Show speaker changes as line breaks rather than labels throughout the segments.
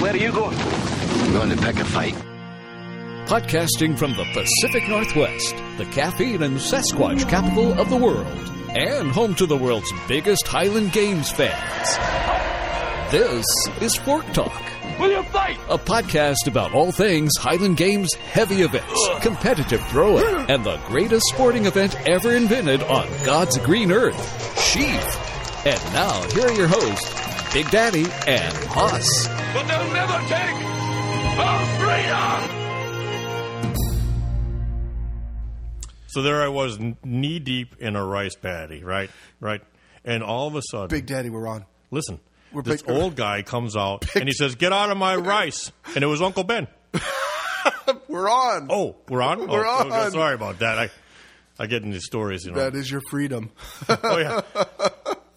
Where are you going?
I'm going to pick a fight.
Podcasting from the Pacific Northwest, the caffeine and Sasquatch capital of the world, and home to the world's biggest Highland Games fans. This is Fork Talk.
Will you fight?
A podcast about all things Highland Games heavy events, competitive throwing, and the greatest sporting event ever invented on God's green earth, Sheath. And now, here are your hosts, Big Daddy and Hoss.
But they'll never take our freedom!
So there I was, knee deep in a rice paddy, right? Right. And all of a sudden,
Big Daddy, we're on.
listen,
We're
this
big-
old guy comes out and he says, "Get out of my rice!" And it was Uncle Ben.
We're on.
Oh, we're on.
We're
oh, okay,
on.
sorry about that. I I get in these stories, you know.
That is your freedom.
oh yeah.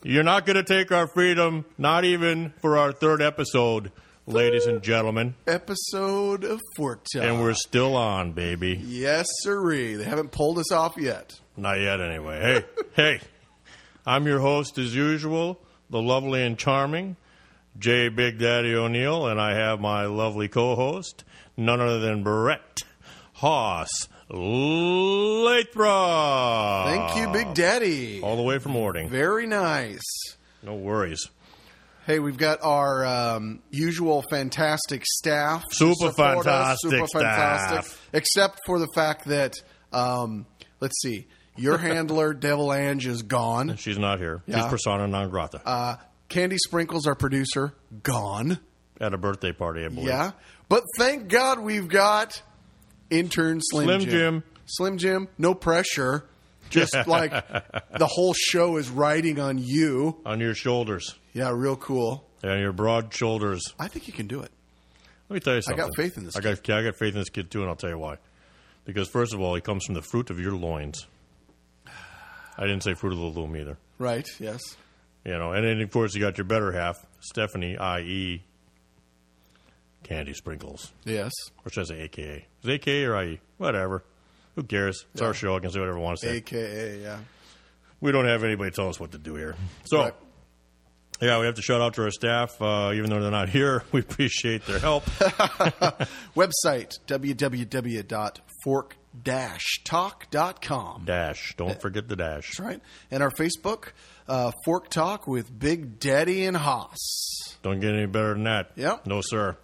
You're not going to take our freedom, not even for our third episode, ladies and gentlemen.
Episode of Forktail.
And we're still on, baby.
yes, sirree. They haven't pulled us off yet.
Not yet, anyway. Hey, hey, I'm your host as usual, the lovely and charming J. Big Daddy O'Neill, and I have my lovely co-host, none other than Brett Haas Lathra.
Thank you, Big Daddy.
All the way from Ording.
Very nice.
No worries.
Hey, we've got our um, usual fantastic staff. to
Super
support us,
fantastic
super fantastic.
staff.
Except for the fact that, um, let's see, your handler, Devil Ange, is gone.
She's not here. She's
Yeah.
persona non grata
Uh, Candy Sprinkles, our producer, gone.
at a birthday party, I believe.
Yeah. But thank God we've got intern Slim,
Slim Jim.
Slim Jim, no pressure. Just like the whole show is riding on you.
On your shoulders,
Yeah, real cool.
on your broad shoulders.
I think you can do it.
Let me tell you something.
got faith in this
I got, I got faith in this kid too, and I'll tell you why. Because first of all, he comes from the fruit of your loins. I didn't say fruit of the loom either.
Right? Yes.
You know, and then of course you got your better half, Stephanie, i.e. Candy Sprinkles,
Yes.
or should I say AKA? Is it AKA or IE? Whatever. Who cares? It's our show. I can say whatever I want to say.
AKA, yeah.
we don't have anybody tell us what to do here. So,
Right.
yeah, we have to shout out to our staff, uh, even though they're not here. We appreciate their help.
Website www.fork-talk.com.
dash. Don't forget the dash.
That's right. And our Facebook, uh, Fork Talk with Big Daddy and Haas.
Don't get any better than that.
Yep.
No, sir.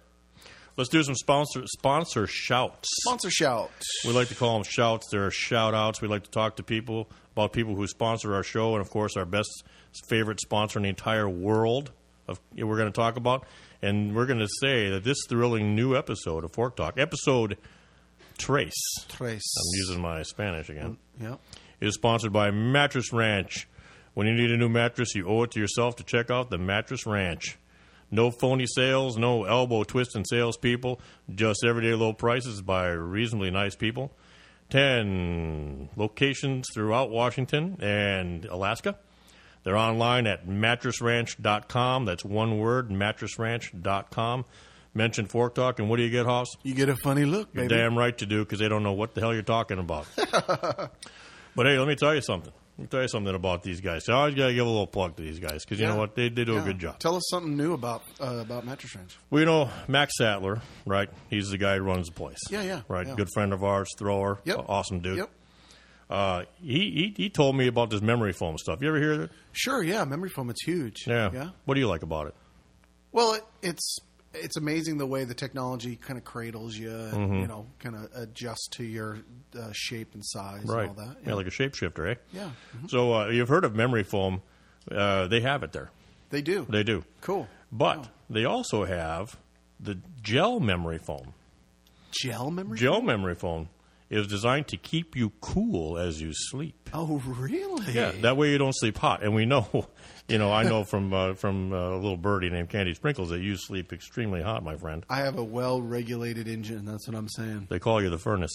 Let's do some sponsor sponsor shouts.
Sponsor shout.
We like to call them shouts. They're shout outs. We like to talk to people about people who sponsor our show and, of course, our best favorite sponsor in the entire world of we're going to talk about. And we're going to say that this thrilling new episode of Fork Talk, episode Trace,
Trace.
I'm using my Spanish again,
Yep.
is sponsored by Mattress Ranch. When you need a new mattress, you owe it to yourself to check out the Mattress Ranch. No phony sales, no elbow twisting salespeople, just everyday low prices by reasonably nice people. 10 locations throughout Washington and Alaska. They're online at mattressranch.com. That's one word, mattressranch.com. Mention Fork Talk, and what do you get, Hoss?
You get a funny look, baby.
Damn right to do because they don't know what the hell you're talking about. but hey, let me tell you something. Let me tell you something about these guys. I always got to give a little plug to these guys because you know
Yeah.
what? They, they do a
Yeah.
good job.
Tell us something new about uh, about Mattress Ranch.
Well, you know, Max Sattler, right? He's the guy who runs the place.
Yeah, yeah,
Right?
yeah.
Good friend of ours, thrower.
Yep.
Awesome dude.
Yep.
Uh, he, he, he told me about this memory foam stuff. You ever hear that?
Sure, yeah, memory foam. It's huge. Yeah.
What do you like about it?
Well, it, it's it's amazing the way the technology kind of cradles you, and,
Mm-hmm.
you know, kind of adjusts to your uh, shape and size
Right.
and all that.
Yeah. like a shapeshifter, eh?
Yeah. Mm-hmm.
So uh, you've heard of memory foam. Uh, they have it there.
They do.
They do.
Cool.
But they also have the gel memory foam.
Gel memory.
Gel memory foam is designed to keep you cool as you sleep.
Oh, really?
Yeah, that way you don't sleep hot. And we know, you know, I know from uh, from uh, a little birdie named Candy Sprinkles that you sleep extremely hot, my friend.
I have a well-regulated engine. That's what I'm saying.
They call you the furnace.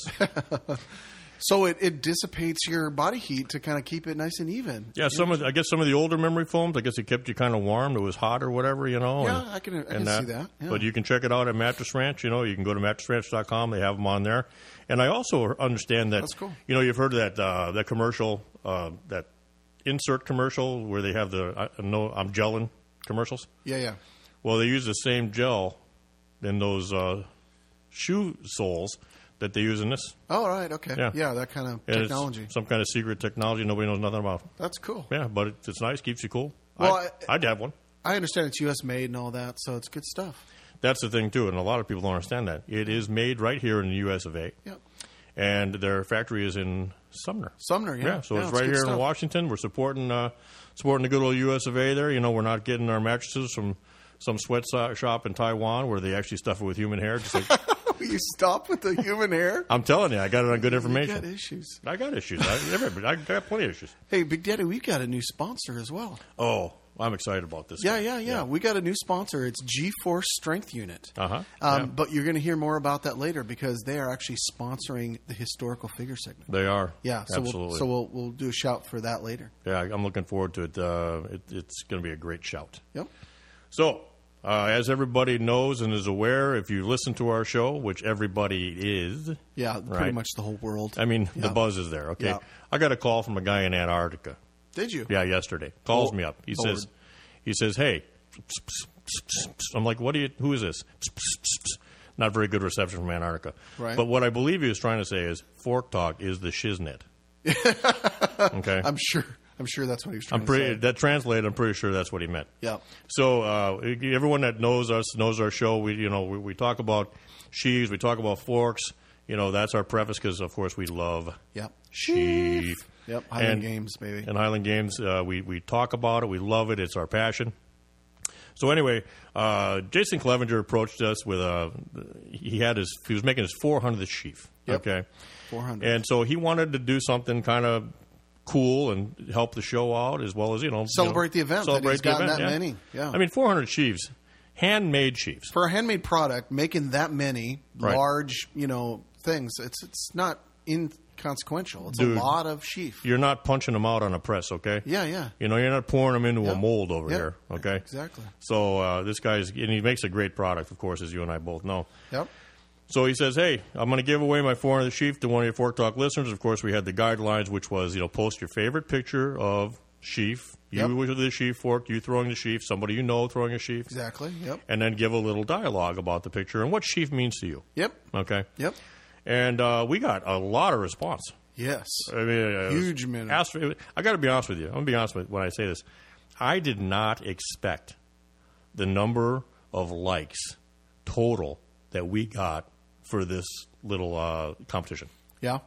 So it, it dissipates your body heat to kind of keep it nice and even.
Yeah, some of I guess some of the older memory foams, I guess it kept you kind of warm. It was hot or whatever, you know.
Yeah, I can- I can see that, yeah.
But you can check it out at Mattress Ranch. You know, you can go to mattressranch.com. They have them on there. And I also understand that
That's cool.
You know, you've heard of that uh, that commercial uh, that insert commercial where they have the I, no I'm gelling commercials.
Yeah, yeah.
Well, they use the same gel than those uh, shoe soles that they use in this.
Oh, all right, okay,
Yeah.
yeah, that kind of
And it's
technology.
some kind of secret technology nobody knows nothing about.
That's cool.
Yeah, but it's, it's nice, keeps you cool.
Well,
I,
I-
I'd have one.
I understand it's U.S. made and all that, so it's good stuff.
That's the thing too, and a lot of people don't understand that it is made right here in the U.S. of A.
Yep.
and their factory is in Sumner.
Sumner, yeah.
so
Yeah,
it's
it's
right
good
here in
stuff.
Washington. We're supporting uh, supporting the good old U.S. of A. There, you know, we're not getting our mattresses from some sweat so- shop in Taiwan where they actually stuff it with human hair. Just like
Will you stop with the human hair?
I'm telling you, I got it on good
We got
information.
issues.
I got issues. I, everybody- I got plenty of issues.
Hey, Big Daddy, we got a new sponsor as well.
Oh, I'm excited about this.
Yeah,
guy.
yeah, yeah. We got a new sponsor. It's G4 Strength Unit.
Uh-huh.
Um,
Yeah.
But you're going to hear more about that later because they are actually sponsoring the historical figure segment.
They are.
Yeah, so
absolutely.
we'll, so we'll we'll do a shout for that later.
yeah, I'm looking forward to it. Uh, it it's going to be a great shout.
Yep.
So, uh, as everybody knows and is aware, if you listen to our show, which everybody is,
Yeah, pretty
Right.
much the whole world.
I mean, the
Yeah.
buzz is there. Okay,
Yeah.
I got a call from a guy in Antarctica.
Did you?
Yeah, yesterday
Oh,
calls me up. He
Lord.
says, he says, hey, I'm like, what do you? Who is this? Not very good reception from Antarctica.
Right.
But what I believe he was trying to say is, fork talk is the shiznit. okay.
I'm sure. I'm sure that's what he was trying
I'm
to
pretty
say.
that translated. I'm pretty sure that's what he meant.
Yeah.
So uh, everyone that knows us knows our show. We you know we, we talk about sheaves. We talk about forks. You know that's our preface because of course we love
Yep.
sheaf.
Yep. Highland
And-
Games, baby.
And Highland Games, uh, we we talk about it. We love it. It's our passion. So anyway, uh, Jason Clevenger approached us with a he had his he was making his 400th sheaf.
Yep.
Okay.
400.
And so he wanted to do something kind of cool and help the show out as well as you know
Celebrate
you
the event that he's gotten that many. Yeah.
I mean, 400 sheaves, handmade sheaves.
for a handmade product, making that many
Right.
large, you know, things, it's it's not inconsequential. It's
Dude.
a lot of sheaf.
You're not punching them out on a press, okay?
Yeah, yeah.
You know, you're not pouring them into a
Yeah.
mold over
Yeah.
here, okay?
Exactly.
So uh, this guy's and he makes a great product, of course, as you and I both know.
Yep.
So he says, "Hey, I'm going to give away my 400 sheaf to one of your Fork Talk listeners." Of course, we had the guidelines, which was you know post your favorite picture of sheaf, you
Yep.
with the sheaf fork, you throwing the sheaf, somebody you know throwing a sheaf,
Exactly. Yep.
and then give a little dialogue about the picture and what sheaf means to you.
Yep.
Okay.
Yep.
And uh, we got a lot of response.
Yes.
I mean, uh,
Huge
it was-
minute.
ask- it was- I got to be honest with you. I'm going to be honest with when I say this. I did not expect the number of likes total that we got for this little uh, competition.
Yeah.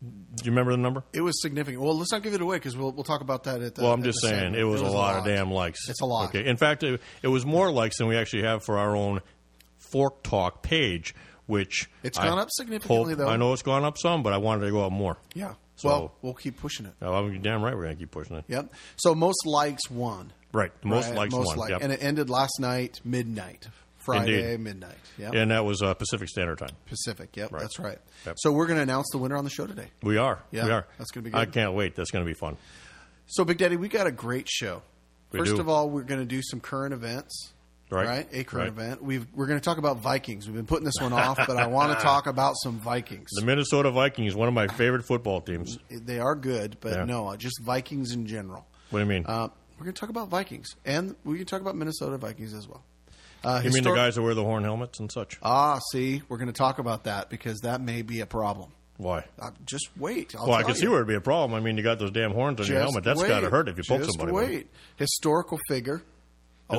Do you remember the number?
It was significant. Well, let's not give it away because we'll we'll talk about that at. The,
Well, I'm
at
just
Uh, the
saying
segment.
it was, a lot, of damn likes.
It's a lot.
Okay. In fact, it, it was more likes than we actually have for our own Fork Talk page, which
It's
I
gone up significantly,
hope-
though.
I know it's gone up some, but I wanted to go up more.
Yeah.
So-
well, we'll keep pushing it.
Now, I'm damn right we're going to keep pushing it.
Yep. So most likes won.
Right. The most
Right?
likes
most
won.
like-
Yep.
and it ended last night midnight. Friday
Indeed.
midnight. Yeah.
and that was uh, Pacific Standard Time.
Pacific. Yep.
Right.
That's right.
Yep.
So we're going to announce the winner on the show today.
We are.
Yeah,
we are.
that's gonna be
I
good.
can't wait. That's going to be fun.
So, Big Daddy, we got a great show.
We
First
do.
of all, we're going to do some current events.
Right.
A current
Right.
event. We've, we're going to talk about Vikings. We've been putting this one off, but I want to talk about some Vikings.
The Minnesota Vikings, one of my favorite football teams.
They are good, but
Yeah.
no, just Vikings in general.
What do you mean?
Uh, we're going to talk about Vikings, and we can talk about Minnesota Vikings as well. Uh,
you mean the
histor-
guys that wear the horn helmets and such?
Ah, see, we're going to talk about that because that may be a problem.
Why?
Uh, just wait. I'll
Well, I
tell
can see
you.
where it'd be a problem. I mean, you got those damn horns on your
Just
helmet. That's
wait.
got to hurt if you poke
Just
somebody. with it.
Wait. Historical figure.
Isn't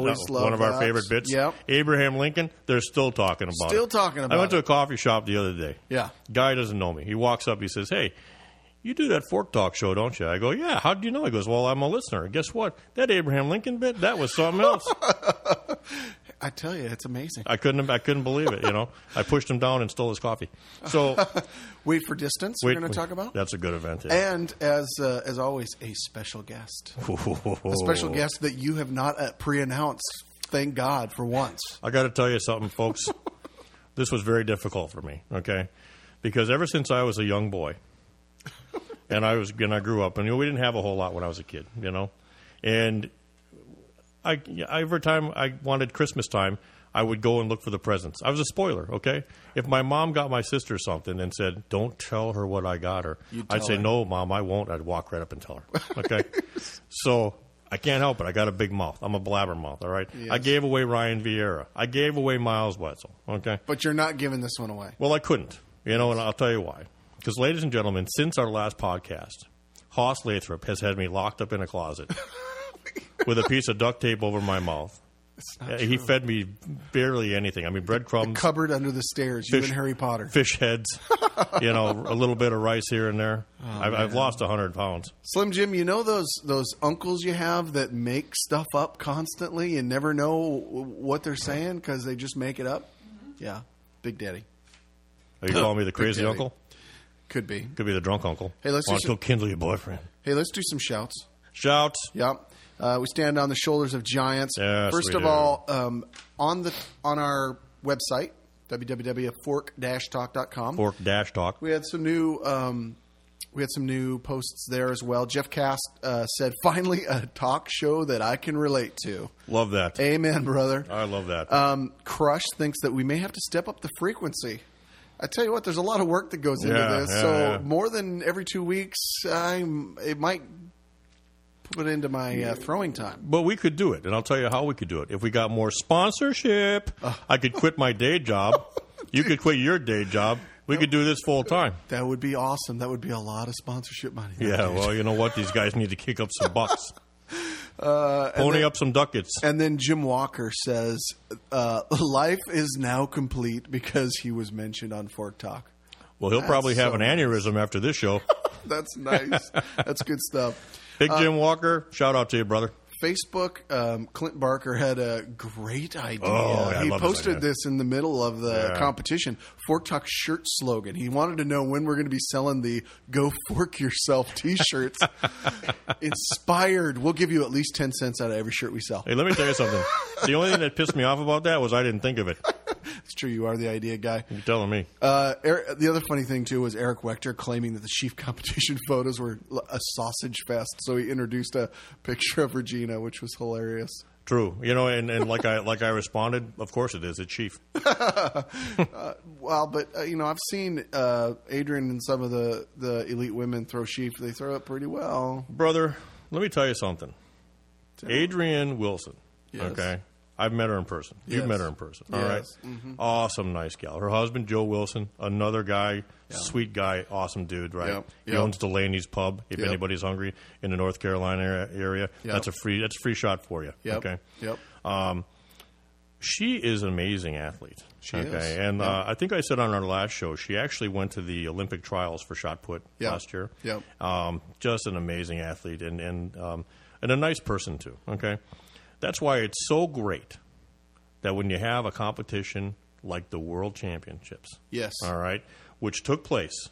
Always
that
love
one of our
that.
favorite bits.
Yep.
Abraham Lincoln. They're still talking about.
Still
it.
talking
I
about
went to
it.
a coffee shop the other day.
Yeah.
Guy doesn't know me. He walks up. He says, "Hey, you do that fork talk show, don't you?" I go, "Yeah." How do you know? He goes, "Well, I'm a listener. Guess what? That Abraham Lincoln bit. That was something else.
I tell you, it's amazing.
I couldn't. I couldn't believe it. You know, I pushed him down and stole his coffee. So
Wait for distance.
wait,
we're going to talk about.
That's a good event. yeah.
And as uh, as always, a special guest, a
Oh.
special guest that you have not uh, pre-announced. Thank God for once.
I got to tell you something, folks. this was very difficult for me, okay? Because ever since I was a young boy, and I was and I grew up, and you know, we didn't have a whole lot when I was a kid, you know, and I every time I wanted Christmas time, I would go and look for the presents. I was a spoiler, okay? If my mom got my sister something and said, "Don't tell her what I got her,"
You'd
I'd
tell
say,
her.
"No, mom, I won't." I'd walk right up and tell her, okay? so. I I can't help it. I got a big mouth. I'm a blabbermouth. All right. I gave away Ryan Vieira. I gave away Miles Wetzel. Okay.
But you're not giving this one away.
Well, I couldn't. You know, and I'll tell you why. Because, ladies and gentlemen, since our last podcast, Hoss Lathrop has had me locked up in a closet with a piece of duct tape over my mouth. Uh, He fed me barely anything. I mean, breadcrumbs,
Cupboard under the stairs. You
Fish-
and Harry Potter.
fish heads, you know, a little bit of rice here and there.
Oh,
I've, I've lost 100 pounds.
Slim Jim, you know those those uncles you have that make stuff up constantly and never know what they're saying because they just make it up. Yeah, Big Daddy
Are you calling me the crazy
daddy.
uncle?
could be.
Could be the drunk uncle.
Hey, let's do
Why don't
some-
you kindle your boyfriend.
Hey, let's do some shouts.
Shout.
Yep. Uh, we stand on the shoulders of giants.
Yes,
First
we
of
do.
all, um, on the on our website www.fork-talk.com.
Fork dash talk.
We had some new um, we had some new posts there as well. Jeff Cast uh, said, "Finally, a talk show that I can relate to."
Love that.
Amen, brother.
I love that.
Um, Crush thinks that we may have to step up the frequency. I tell you what, there's a lot of work that goes
Yeah,
into this.
yeah,
so
yeah.
more than every two weeks, I'm, it might put into my uh, throwing time.
But we could do it, and I'll tell you how we could do it. If we got more sponsorship, I could quit my day job. you could quit your day job. We could do this full time.
That would be awesome. That would be a lot of sponsorship money.
Yeah, well, you know what? These guys need to kick up some bucks. Pony up some ducats.
And then Jim Walker says, uh, "Life is now complete because he was mentioned on Fork Talk."
Well, he'll probably have
so
an aneurysm after this show.
That's nice. That's good stuff.
Big Jim Walker, shout out to you, brother.
Facebook, um, Clint Barker had a great idea.
Oh, yeah, I
he
love this
posted
idea.
this, in the middle of the
Yeah.
competition. Fork Talk shirt slogan. He wanted to know when we're going to be selling the "Go Fork Yourself" T-shirts. Inspired, we'll give you at least ten cents out of every shirt we sell.
Hey, let me tell you something. the only thing that pissed me off about that was I didn't think of it.
It's true, you are the idea guy.
You're telling me.
Uh, Eric, the other funny thing too was Eric Wechter claiming that the sheep competition photos were l- a sausage fest. So he introduced a picture of Regina, which was hilarious.
True. You know, and, and like I like I responded, of course it is. It's chief.
Well, but uh, you know, I've seen uh, Adrian and some of the, the elite women throw sheep. They throw it pretty well.
Brother, let me tell you something. Adrienne Wilson.
Yes.
Okay. I've met her in person. You've
Yes.
met her in person. All right.
Yes.
Awesome, nice gal. Her husband, Joe Wilson, another guy, sweet guy, awesome dude, right?
Yep.
He
Yep.
owns Delaney's Pub. If
Yep.
anybody's hungry in the North Carolina area- area, that's a free that's a free shot for you.
Yep.
Okay.
Yep.
She is an amazing athlete. She okay.
is.
And uh, I think I said on our last show, she actually went to the Olympic trials for shot put
Yeah.
last year.
Yep.
Um, just an amazing athlete and and um, and a nice person too. Okay. That's why it's so great that when you have a competition like the World Championships,
Yes.
all right, which took place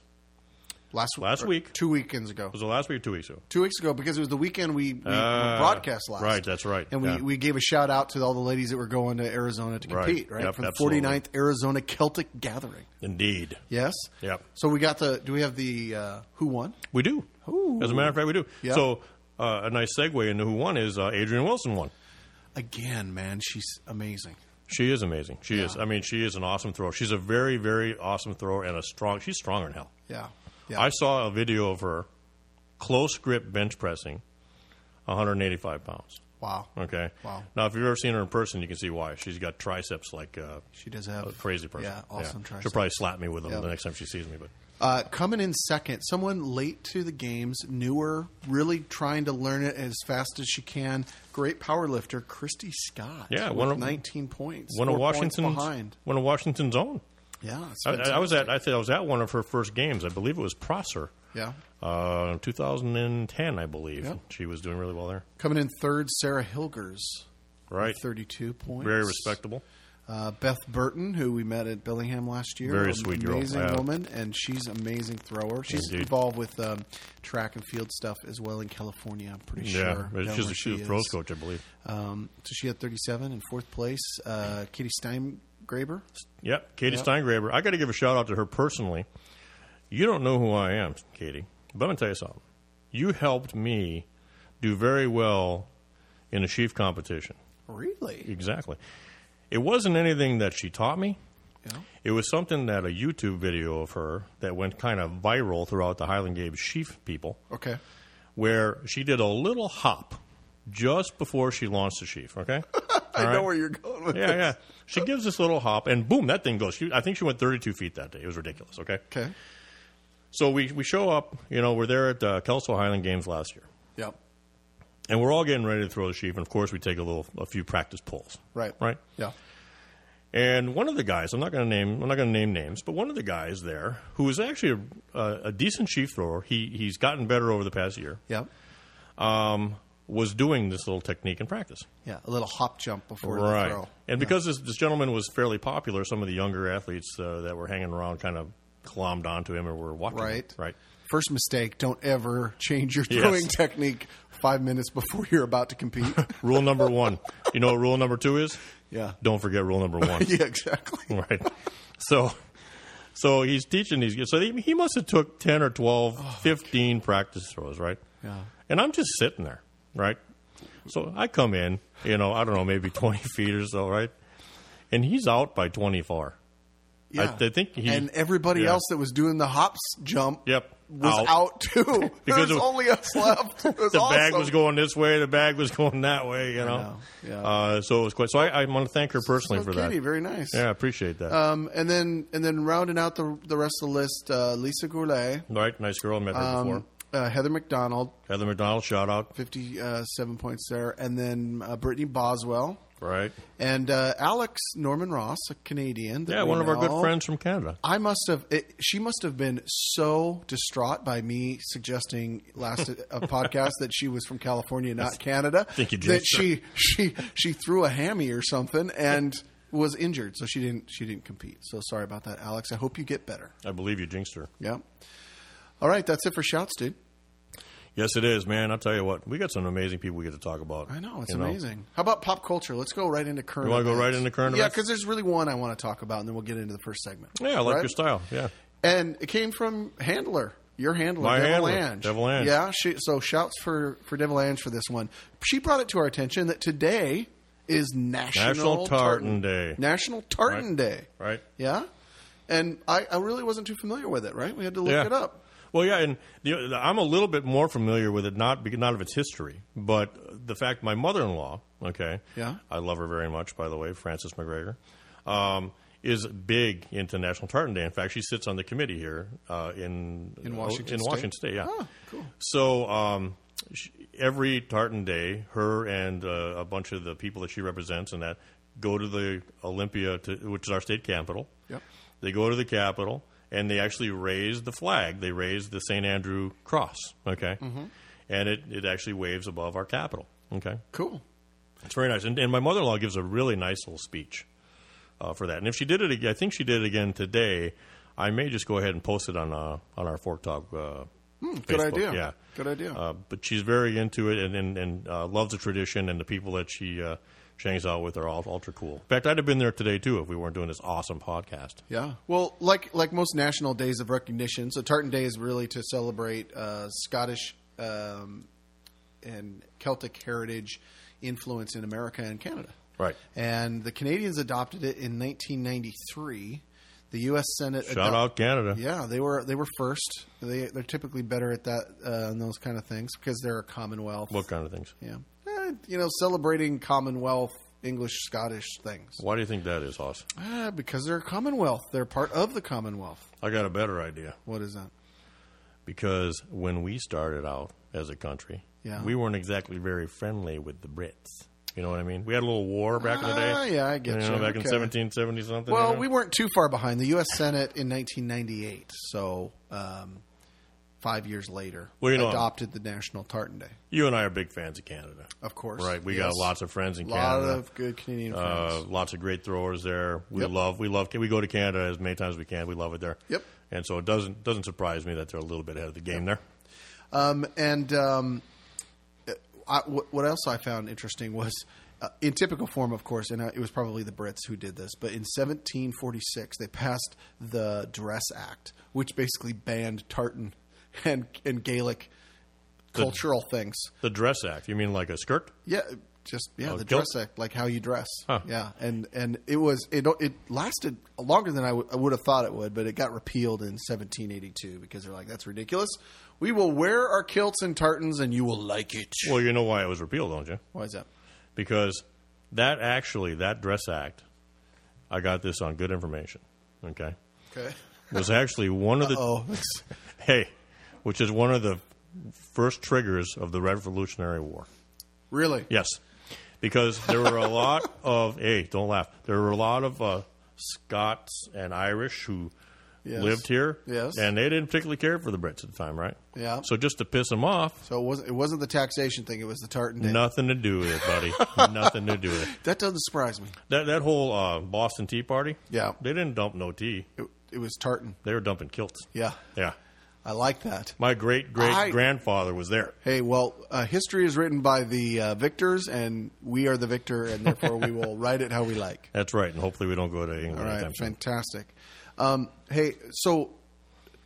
Last
last
or
week.
two weekends ago,
was it last week or two weeks ago?
two weeks ago, because it was the weekend we, we
Ah,
broadcast last.
right, that's right,
And we,
yeah.
we gave a shout out to all the ladies that were going to Arizona to
Right,
compete, right,
yep,
for the
absolutely.
49th Arizona Celtic Gathering.
Indeed.
Yes.
Yep.
So we got the. Do we have the uh, who won?
We do. As a matter of fact, we do.
Yeah.
So uh, a nice segue into who won is uh, Adrian Wilson won.
Again, man, she's amazing.
She is amazing. She is. I mean, she is an awesome thrower. She's a very, very awesome thrower and a strong. She's stronger than hell.
Yeah. Yeah.
I saw a video of her close grip bench pressing, 185 pounds.
wow.
Okay.
Wow.
Now, if you've ever seen her in person, you can see why. She's got triceps like uh,
She does have
a crazy person.
Yeah, awesome
She'll
triceps.
probably slap me with them
Yeah.
the next time she sees me. But
Uh, coming in second, someone late to the games, newer, really trying to learn it as fast as she can. Great power lifter, Christy Scott.
Yeah,
with
one of-
19 points.
one of
four points
Washington's
behind.
one of Washington's own.
Yeah, it's
I, I I
fantastic.
was at I, think I was at one of her first games. I believe it was Prosser.
Yeah.
Uh, 2010, I believe.
Yeah.
She was doing really well there.
Coming in third, Sarah Hilgers,
Right.
32 points.
Very respectable.
Uh, Beth Burton, who we met at Bellingham last year,
Very
an
sweet girl,
amazing
yeah.
woman, and she's an amazing thrower. She's
Indeed.
involved with um, track and field stuff as well in California. I'm pretty
Yeah,
sure.
but
down
she's,
where
a, she's
she
a throws
is.
coach, I believe.
Um, so she had 37 in fourth place. Uh, Katie Steingraber.
Yep, Katie Steingraber. I got to give a shout out to her personally. You don't know who I am, Katie, but I'm gonna tell you something. You helped me do very well in the sheaf competition.
Really?
Exactly. It wasn't anything that she taught me.
Yeah.
It was something that a YouTube video of her that went kind of viral throughout the Highland Games sheaf people,
Okay.
where she did a little hop just before she launched the sheaf. Okay,
I know where you're going with
yeah,
this.
yeah. She gives this little hop, and boom, that thing goes. She, I think she went 32 feet that day. It was ridiculous. Okay,
Okay.
so we we show up. You know, we're there at uh, Kelso Highland Games last year,
Yep.
and we're all getting ready to throw the sheaf. And of course, we take a little, a few practice pulls.
Right.
Right.
Yeah.
And one of the guys, I'm not going to name, I'm not going to name names, but one of the guys there, who is actually a, a, a decent sheaf thrower, he he's gotten better over the past year.
Yep.
Um, was doing this little technique in practice.
Yeah. A little hop jump before the throw.
And because this, this gentleman was fairly popular, some of the younger athletes uh, that were hanging around kind of clombed onto him or were watching. him,
Right.
Right.
First mistake: don't ever change your
Yes.
throwing technique five minutes before you're about to compete.
Rule number one. You know what rule number two is?
Yeah.
Don't forget rule number one.
yeah. Exactly.
Right. So. So he's teaching these kids. So he, he must have took 10 or 12, 15 practice throws, right?
Oh, Yeah.
And I'm just sitting there, right? So I come in, you know, I don't know, maybe 20 feet or so, right? And he's out by 24.
Yeah.
I think he-
and everybody
yeah.
else that was doing the hops jump.
Yep.
Was out,
Out.
too.
Because
There's
it was-
only us left. It was
the bag
awesome.
was going this way, the bag was going that way, you know.
know, yeah.
Uh, so it was quite. So I, I want to thank her personally
So
for
Katie,
that.
Very nice.
yeah, I appreciate that.
Um, and then and then rounding out the the rest of the list, uh, Lisa Goulet,
All right, nice girl. Met her before.
um, uh, Heather McDonald,
Heather McDonald, shout out.
fifty uh, seven points there, and then uh, Brittany Boswell
Right.
and uh, Alex Norman Ross, a Canadian. that
Yeah,
we
one of our good
know.
friends from Canada.
I must have. It, she must have been so distraught by me suggesting last a podcast that she was from California, not Canada.
think you did,
that
sir.
she she she threw a hammy or something and was injured, so she didn't she didn't compete. So sorry about that, Alex. I hope you get better.
I believe you jinxed her.
Yeah. All right, that's it for shouts, dude.
Yes, it is, man. I'll tell you what, we got some amazing people we get to talk about.
I know it's
you
amazing. How about pop culture? Let's go right into current.
You wanna go
events.
right into current
Yeah,
events?
because there's really one I want to talk about, and then we'll get into the first segment.
Yeah, I like
Right?
your style. Yeah.
And it came from Handler, your handler,
My
Devil
handler,
Ange.
Devil Ange.
Yeah. She, so shouts for for Devil Ange for this one. She brought it to our attention that today is National,
National Tartan Day.
National Tartan
Right.
Day.
Right.
Yeah. And I, I really wasn't too familiar with it. Right. We had to look
yeah.
it up.
Well, yeah, and the, the- I'm a little bit more familiar with it, not because not of its history, but the fact my mother-in-law, okay,
Yeah.
I love her very much, by the way, Frances McGregor, um, is big into National Tartan Day. In fact, she sits on the committee here uh, in
In Washington
in
State?
Washington State, yeah.
Oh, cool.
So um, sh every Tartan Day, her and uh, a bunch of the people that she represents and that go to the Olympia, to, which is our state capital.
Yep.
They go to the Capitol and they actually raise the flag. They raise the St. Andrew cross. Okay.
Mm-hmm.
And it, it actually waves above our Capitol. Okay.
Cool.
It's very nice. And, and my mother in law gives a really nice little speech uh, for that. And if she did it, ag- I think she did it again today. I may just go ahead and post it on uh, on our Fork Talk. Uh,
Hmm, good
Facebook.
idea.
Yeah,
Good idea.
Uh, but she's very into it and and, and uh, loves the tradition and the people that she uh, she hangs out with are all ultra cool. In fact, I'd have been there today too if we weren't doing this awesome podcast.
Yeah. Well, like like most national days of recognition, so Tartan Day is really to celebrate uh, Scottish um, and Celtic heritage influence in America and Canada.
Right.
And the Canadians adopted it in 1993. The U.S. Senate
Shout out Canada.
yeah, they were they were first. They they're typically better at that uh, and those kind of things because they're a Commonwealth.
What kind of things?
Yeah, Eh, you know, celebrating Commonwealth English Scottish things
Why do you think that is, Hoss?
Ah, because they're a Commonwealth. They're part of the Commonwealth.
I got a better idea.
What is that?
Because when we started out as a country,
Yeah.
we weren't exactly very friendly with the Brits. You know what I mean? We had a little war back in the day.
Ah, yeah, I get you.
know, back in
Okay.
1770 something.
Well,
you know?
we weren't too far behind the U.S. Senate in 1998, so um, five years later,
Well, you know-
adopted the National Tartan Day.
you and I are big fans of Canada.
Of course,
Right. We
Yes.
got lots of friends in
lot
Canada.
of good Canadian
uh,
friends.
lots of great throwers there. We
Yep.
love, we love, we go to Canada as many times as we can. We love it there.
Yep.
And so it doesn't doesn't surprise me that they're a little bit ahead of the game there.
Um, and um, I, wh- what else I found interesting was, uh, in typical form, of course, and uh, it was probably the Brits who did this, but in 1746 they passed the Dress Act, which basically banned tartan and and Gaelic cultural things.
The dress act. You mean like a skirt?
Yeah, just yeah,
Oh,
the
guilt-
dress act, like how you dress.
Huh.
Yeah, and and it was it it lasted longer than I would have thought it would, but it got repealed in 1782 because they're like that's ridiculous. We will wear our kilts and tartans, and you will like it.
Well, you know why it was repealed, don't you?
Why is that?
because that actually that dress act i got this on good information okay
Okay.
was actually one of the
Oh,
hey which is one of the first triggers of the revolutionary war
really?
yes because there were a lot of hey don't laugh there were a lot of uh, scots and irish who
Yes.
lived here
Yes.
and they didn't particularly care for the brits at the time right
Yeah.
so just to piss them off
So it wasn't it wasn't the taxation thing; it was the tartan. Day.
nothing to do with it buddy nothing to do with it
that doesn't surprise me.
That that whole uh, Boston Tea Party.
Yeah.
they didn't dump no tea.
It, it was tartan.
They were dumping kilts.
Yeah,
Yeah.
I like that.
My great
I-
great grandfather was there.
Hey, well, uh, history is written by the uh, victors, and we are the victor, and therefore we will write it how we like.
That's right, and hopefully we don't go to England.
All right,
anytime soon.
fantastic. Um, hey, so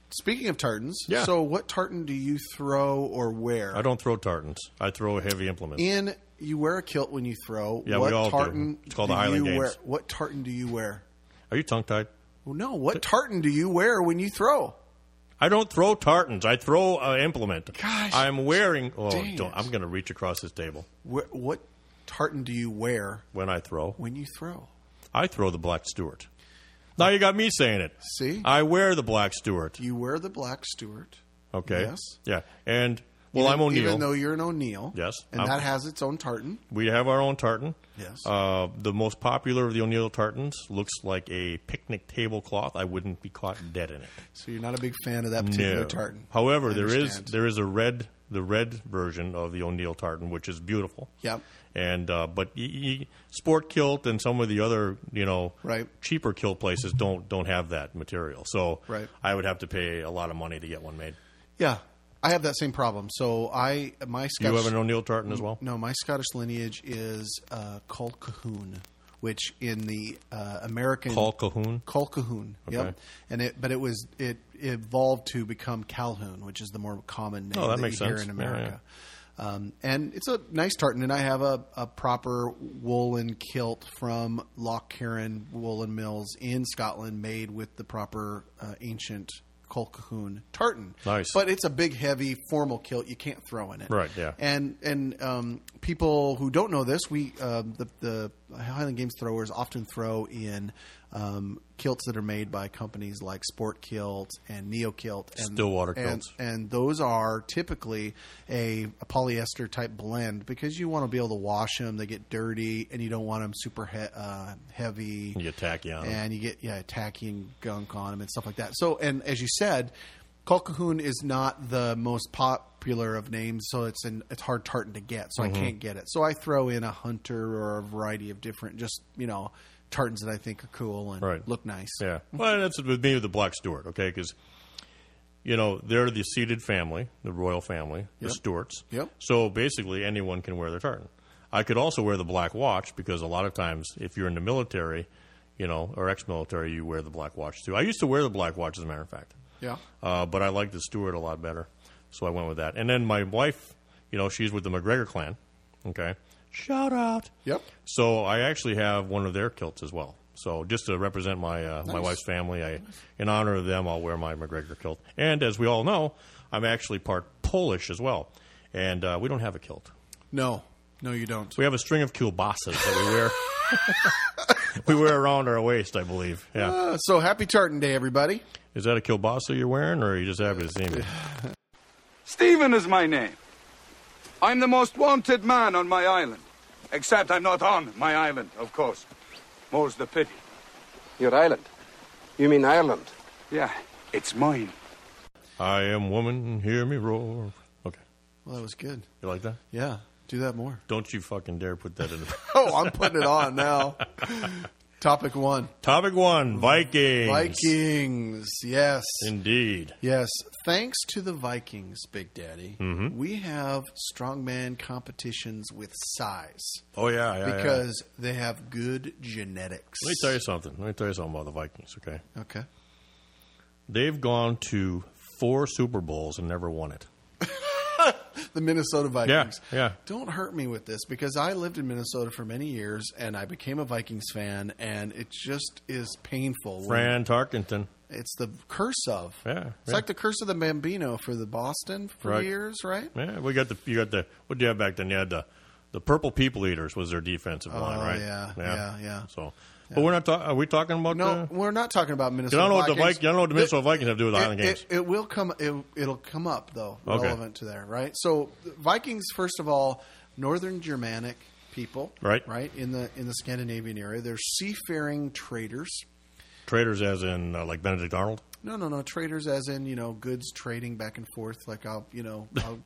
speaking of tartans,
Yeah.
so what tartan do you throw or wear?
I don't throw tartans. I throw heavy implements.
In you wear a kilt when you throw.
Yeah, we
what
all do.
tartan
It's called the Highland
you
Games.
wear? What tartan do you wear?
Are you tongue tied?
Well, no, what tartan do you wear when you throw?
I don't throw tartans. I throw an implement.
Gosh,
I'm wearing. Oh,
dang
don't,
it.
I'm going to reach across this table
What, what tartan do you wear
when I throw.
when you throw?
I throw the black Stuart. Now you got me saying it.
See?
I wear the black Stuart.
You wear the black Stuart.
Okay.
Yes.
Yeah. And well, I'm
Even-
O'Neill.
Even though you're an O'Neill.
Yes,
And
I'm-
that has its own tartan.
We have our own tartan.
Yes.
Uh, the most popular of the O'Neill tartans looks like a picnic tablecloth. I wouldn't be caught dead in it.
So you're not a big fan of that particular
No.
tartan.
However,
I
there is
understand.
there is a red the red version of the O'Neill tartan, which is beautiful.
Yep.
And uh, but y- y- sport kilt and some of the other you know
Right.
cheaper kilt places don't don't have that material. So
Right.
I would have to pay a lot of money to get one made.
Yeah. I have that same problem. So I my
Do
Scottish
you have an O'Neill tartan as well?
No, my Scottish lineage is uh, called Cahoon, which in the uh, American
Paul Cahoon.
Col Cahoon.
Okay.
Yep. And it, but it was it evolved to become Calhoun, which is the more common name
Oh, that
you
makes
hear
sense.
in
Yeah, yeah.
America. Um, and it's a nice tartan, and I have a, a proper woolen kilt from Loch Caron Woolen Mills in Scotland, made with the proper uh, ancient Colquhoun tartan.
Nice.
but it's a big, heavy, formal kilt. You can't throw in it.
Right, yeah.
And and um, people who don't know this, we um, the the Highland Games throwers often throw in um, kilts that are made by companies like Sport Kilt and Neo Kilt and
Stillwater
and-
kilts.
and those are typically a, a polyester type blend because you want to be able to wash them. They get dirty, and you don't want them super he- uh, heavy
You get tacky on 'em.
and you get yeah tacky and gunk on them and stuff like that. So, and as you said, Colquhoun is not the most popular of names, so it's an it's hard tartan to get. So I can't get it. So I throw in a hunter or a variety of different just you know tartans that I think are cool and
Right.
look nice.
Yeah. Well, that's with me with the Black Stuart, okay? Because, you know, they're the seated family, the royal family, the Stuarts.
Yep.
So basically, anyone can wear their tartan. I could also wear the black watch because a lot of times, if you're in the military, you know, or ex military, you wear the black watch too. I used to wear the black watch, as a matter of fact.
Yeah.
Uh, but I like the Stuart a lot better. So I went with that. And then my wife, you know, she's with the McGregor clan, okay? Shout out.
Yep.
So I actually have one of their kilts as well. So just to represent my uh, my wife's family, I in honor of them, I'll wear my McGregor kilt. And as we all know, I'm actually part Polish as well, and uh, we don't have a kilt.
No, no, you don't.
We have a string of kielbasas that we wear. we wear around our waist, I believe. Yeah,
Uh, so happy Tartan Day, everybody!
is that a kielbasa you're wearing, or are you just happy to see me?
Stephen is my name. I'm the most wanted man on my island. Except I'm not on my island, of course. More's the pity.
Your island? You mean Ireland?
Yeah, it's mine.
I am woman, hear me roar. Okay,
Well, that was good.
you like that?
Yeah, do that more.
Don't you fucking dare put that in.
Oh, I'm putting it on now. Topic one:
Topic one: Vikings.
Vikings. Yes.
Indeed.
Yes, thanks to the Vikings, Big Daddy,
Mm-hmm.
we have strongman competitions with size
Oh yeah, yeah, yeah.
because they have good genetics.
Let me tell you something. Let me tell you something about the Vikings, okay?
Okay.
They've gone to four Super Bowls and never won it.
the Minnesota Vikings.
Yeah, yeah.
Don't hurt me with this because I lived in Minnesota for many years and I became a Vikings fan, and it just is painful. when-
Fran Tarkenton.
It's the curse of.
Yeah,
It's
yeah.
like the curse of the Bambino for the Boston for
Right.
years, right?
Yeah, we got the you got the what do you have back then? You had the the purple people eaters was their defensive line, right?
Oh, yeah, yeah, yeah.
So, but we're not talking. Are we talking about?
No,
uh,
we're not talking about
I
Minnesota.
don't know what the
Vikings.
Vikings. I don't know what the Minnesota Vikings have to do with the
it,
Island Games.
It, it will come. It, it'll come up though,
Okay.
relevant to there, right? So the Vikings, first of all, Northern Germanic people,
Right.
right in the in the Scandinavian area, they're seafaring traders.
Traders, as in uh, like Benedict Arnold.
No, no, no, traders as in you know goods trading back and forth. Like I'll, you know, I'll,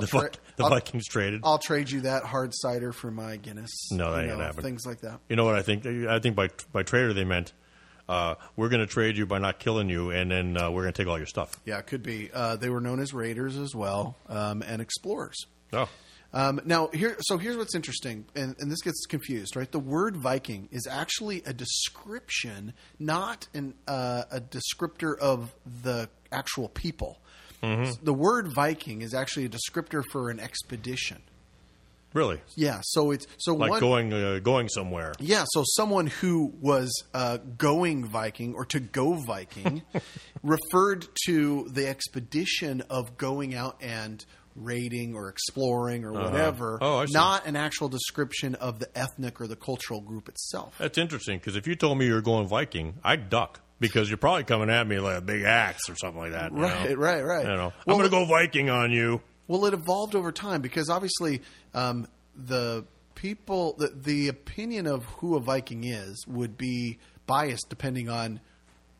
The,
tra-
Vi- the
I'll-
Vikings traded.
I'll trade you that hard cider for my Guinness.
No, that
you
ain't
know,
gonna happen.
Things like that.
you know what I think? I think by by trader they meant uh, we're going to trade you by not killing you, and then uh, we're going to take all your stuff.
Yeah, it could be. Uh, they were known as raiders as well, um, and explorers.
Oh,
Um, now here, so here's what's interesting, and, and this gets confused, right? The word Viking is actually a description, not an, uh, a descriptor of the actual people.
Mm-hmm.
The word Viking is actually a descriptor for an expedition.
really?
Yeah, so it's so
Like
one,
going uh, going somewhere?
yeah, so someone who was uh, going Viking or to go Viking referred to the expedition of going out and raiding or exploring or whatever,
Oh, I see.
not an actual description of the ethnic or the cultural group itself.
That's interesting because if you told me you were going Viking, I'd duck because you're probably coming at me like a big axe or something like that. you know?
Right, right, right.
You know, I'm
Well,
going to go Viking on you.
Well, it evolved over time because obviously um, the people, the, the opinion of who a Viking is would be biased depending on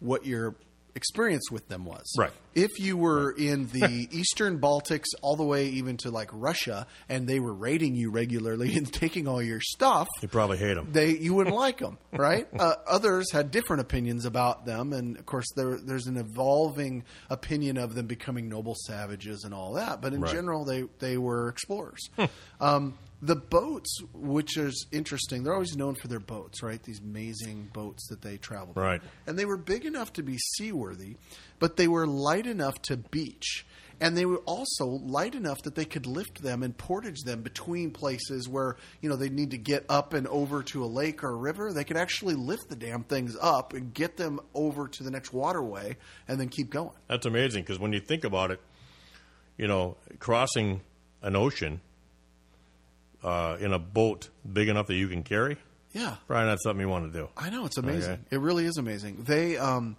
what your experience with them was.
Right.
If you were in the Eastern Baltics all the way even to like Russia and they were raiding you regularly and taking all your stuff,
You probably hate him.
they you wouldn't like them, right? Uh, others had different opinions about them, and of course there there's an evolving opinion of them becoming noble savages and all that. But in
Right.
general, they they were explorers. um, the boats, which is interesting, they're always known for their boats, right? These amazing boats that they traveled, in.
Right.
And they were big enough to be seaworthy, but they were light enough to beach. And they were also light enough that they could lift them and portage them between places where, you know, they need to get up and over to a lake or a river. They could actually lift the damn things up and get them over to the next waterway and then keep going.
That's amazing because when you think about it, you know, crossing an ocean uh, in a boat big enough that you can carry,
Yeah.
probably not something you want to do.
I know it's amazing.
Okay.
It really is amazing. They um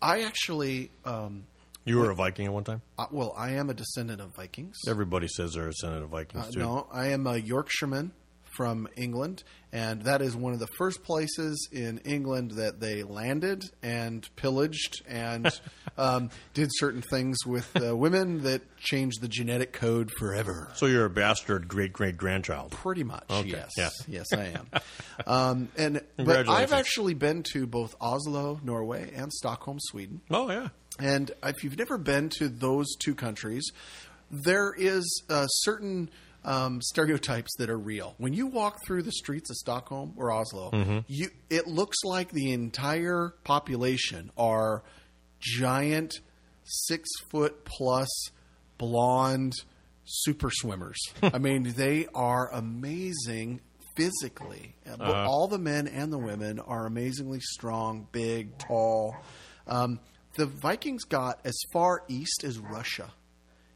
I actually um
You were a Viking at one time.
I, well, I am a descendant of Vikings.
Everybody says they're a descendant of Vikings too.
Uh, No, I am a Yorkshireman from England, and that is one of the first places in England that they landed and pillaged and um, did certain things with uh, women that changed the genetic code forever.
So you're a bastard great great grandchild.
Pretty much, yes,
yeah.
yes, I am. Um, and but
Congratulations.
I've actually been to both Oslo, Norway, and Stockholm, Sweden.
Oh yeah,
And if you've never been to those two countries, there is uh, certain um, stereotypes that are real. When you walk through the streets of Stockholm or Oslo, you it looks like the entire population are giant, six foot plus, blonde super swimmers. I mean, they are amazing physically. Uh, but
Uh-huh.
All the men and the women are amazingly strong, big, tall. Um, the Vikings got as far east as Russia,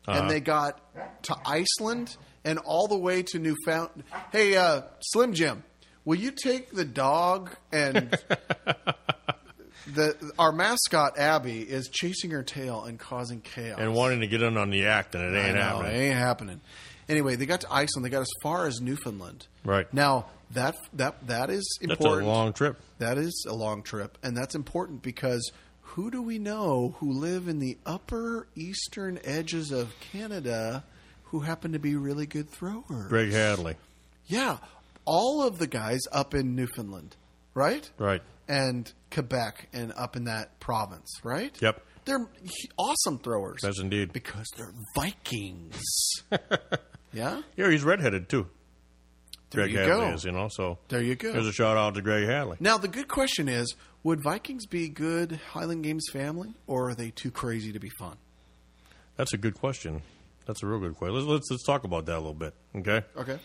Uh-huh.
and they got to Iceland and all the way to Newfoundland. Hey, uh, Slim Jim, will you take the dog and the our mascot Abby is chasing her tail and causing chaos
and wanting to get in on the act, and it ain't
know,
happening.
It ain't happening. Anyway, they got to Iceland. They got as far as Newfoundland.
Right.
now, that that that is
That's
important.
a long trip.
That is a long trip, and that's important because who do we know who live in the upper eastern edges of Canada who happen to be really good throwers?
Greg Hadley.
Yeah, all of the guys up in Newfoundland, right?
Right.
And Quebec and up in that province, right?
Yep.
They're h- awesome throwers.
Yes, indeed.
Because they're Vikings. yeah?
Yeah, he's redheaded too.
There
Greg
you
Hadley
go.
is, you know. So
There you go.
There's a shout out to Greg Hadley.
Now, the good question is would Vikings be good Highland Games family, or are they too crazy to be fun?
That's a good question. That's a real good question. Let's, let's let's talk about that a little bit, okay?
Okay.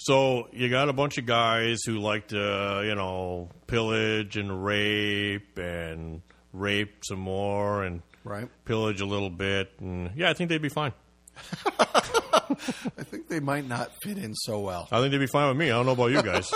So you got a bunch of guys who like to, you know, pillage and rape and rape some more and
Right.
pillage a little bit, and yeah, I think they'd be fine.
I think they might not fit in so well.
I think they'd be fine with me. I don't know about you guys.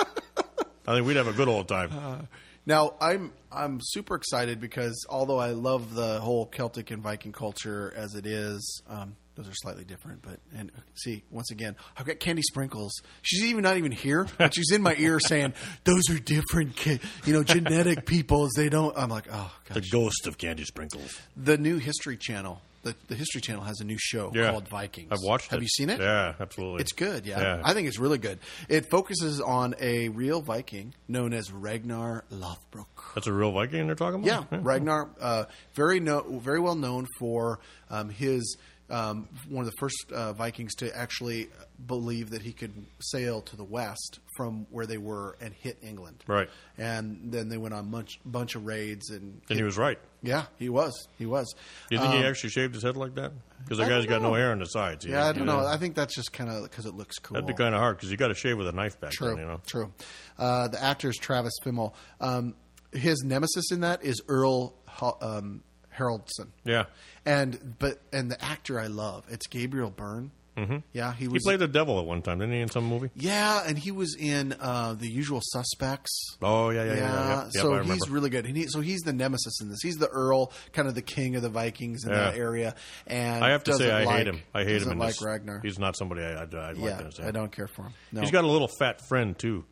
I think we'd have a good old time.
Oh, Now I'm I'm super excited because although I love the whole Celtic and Viking culture as it is, um, those are slightly different. But and see once again, I've got Candy Sprinkles. She's even not even here, but she's in my ear saying those are different, ki- you know, genetic peoples. They don't. I'm like, oh gosh.
the ghost of Candy Sprinkles.
The new History Channel. The, the History Channel has a new show
Yeah.
called Vikings.
I've watched it.
Have you seen it?
Yeah, absolutely.
It's good, yeah.
Yeah.
I think it's really good. It focuses on a real Viking known as Ragnar Lothbrok.
That's a real Viking they're talking
Yeah,
about?
Ragnar, uh, very no, very well known for um, his um, one of the first uh, Vikings to actually believe that he could sail to the west from where they were and hit England.
Right.
and then they went on bunch bunch of raids and
And he was right.
yeah, he was he was.
Do you think
Um,
he actually shaved his head like that? Because the
I
guy's
don't
got no
know.
hair on the sides.
yeah, I don't know. I think that's just kind of because it looks cool.
That'd be kind of hard because you got to shave with a knife back
True.
then, you know.
True. Uh, the actor is Travis Fimmel. Um, his nemesis in that is Earl Ho- um, Haroldson.
Yeah.
And but and the actor I love it's Gabriel Byrne. Mm-hmm. Yeah, he
He
was.
played the devil at one time, didn't he, in some movie?
yeah, and he was in uh, the Usual Suspects.
Oh, yeah, yeah, yeah. yeah, Yep, yep, I
so
remember.
he's really good. And he, so he's the nemesis in this. He's the Earl, kind of the king of the Vikings in
Yeah.
that area. And
I have to say,
doesn't
I
like-
hate him. I hate him
doesn't
in
like
this.
Ragnar.
He's not somebody I, I'd, I'd
yeah,
like to say.
I don't care for him. No.
He's got a little fat friend, too,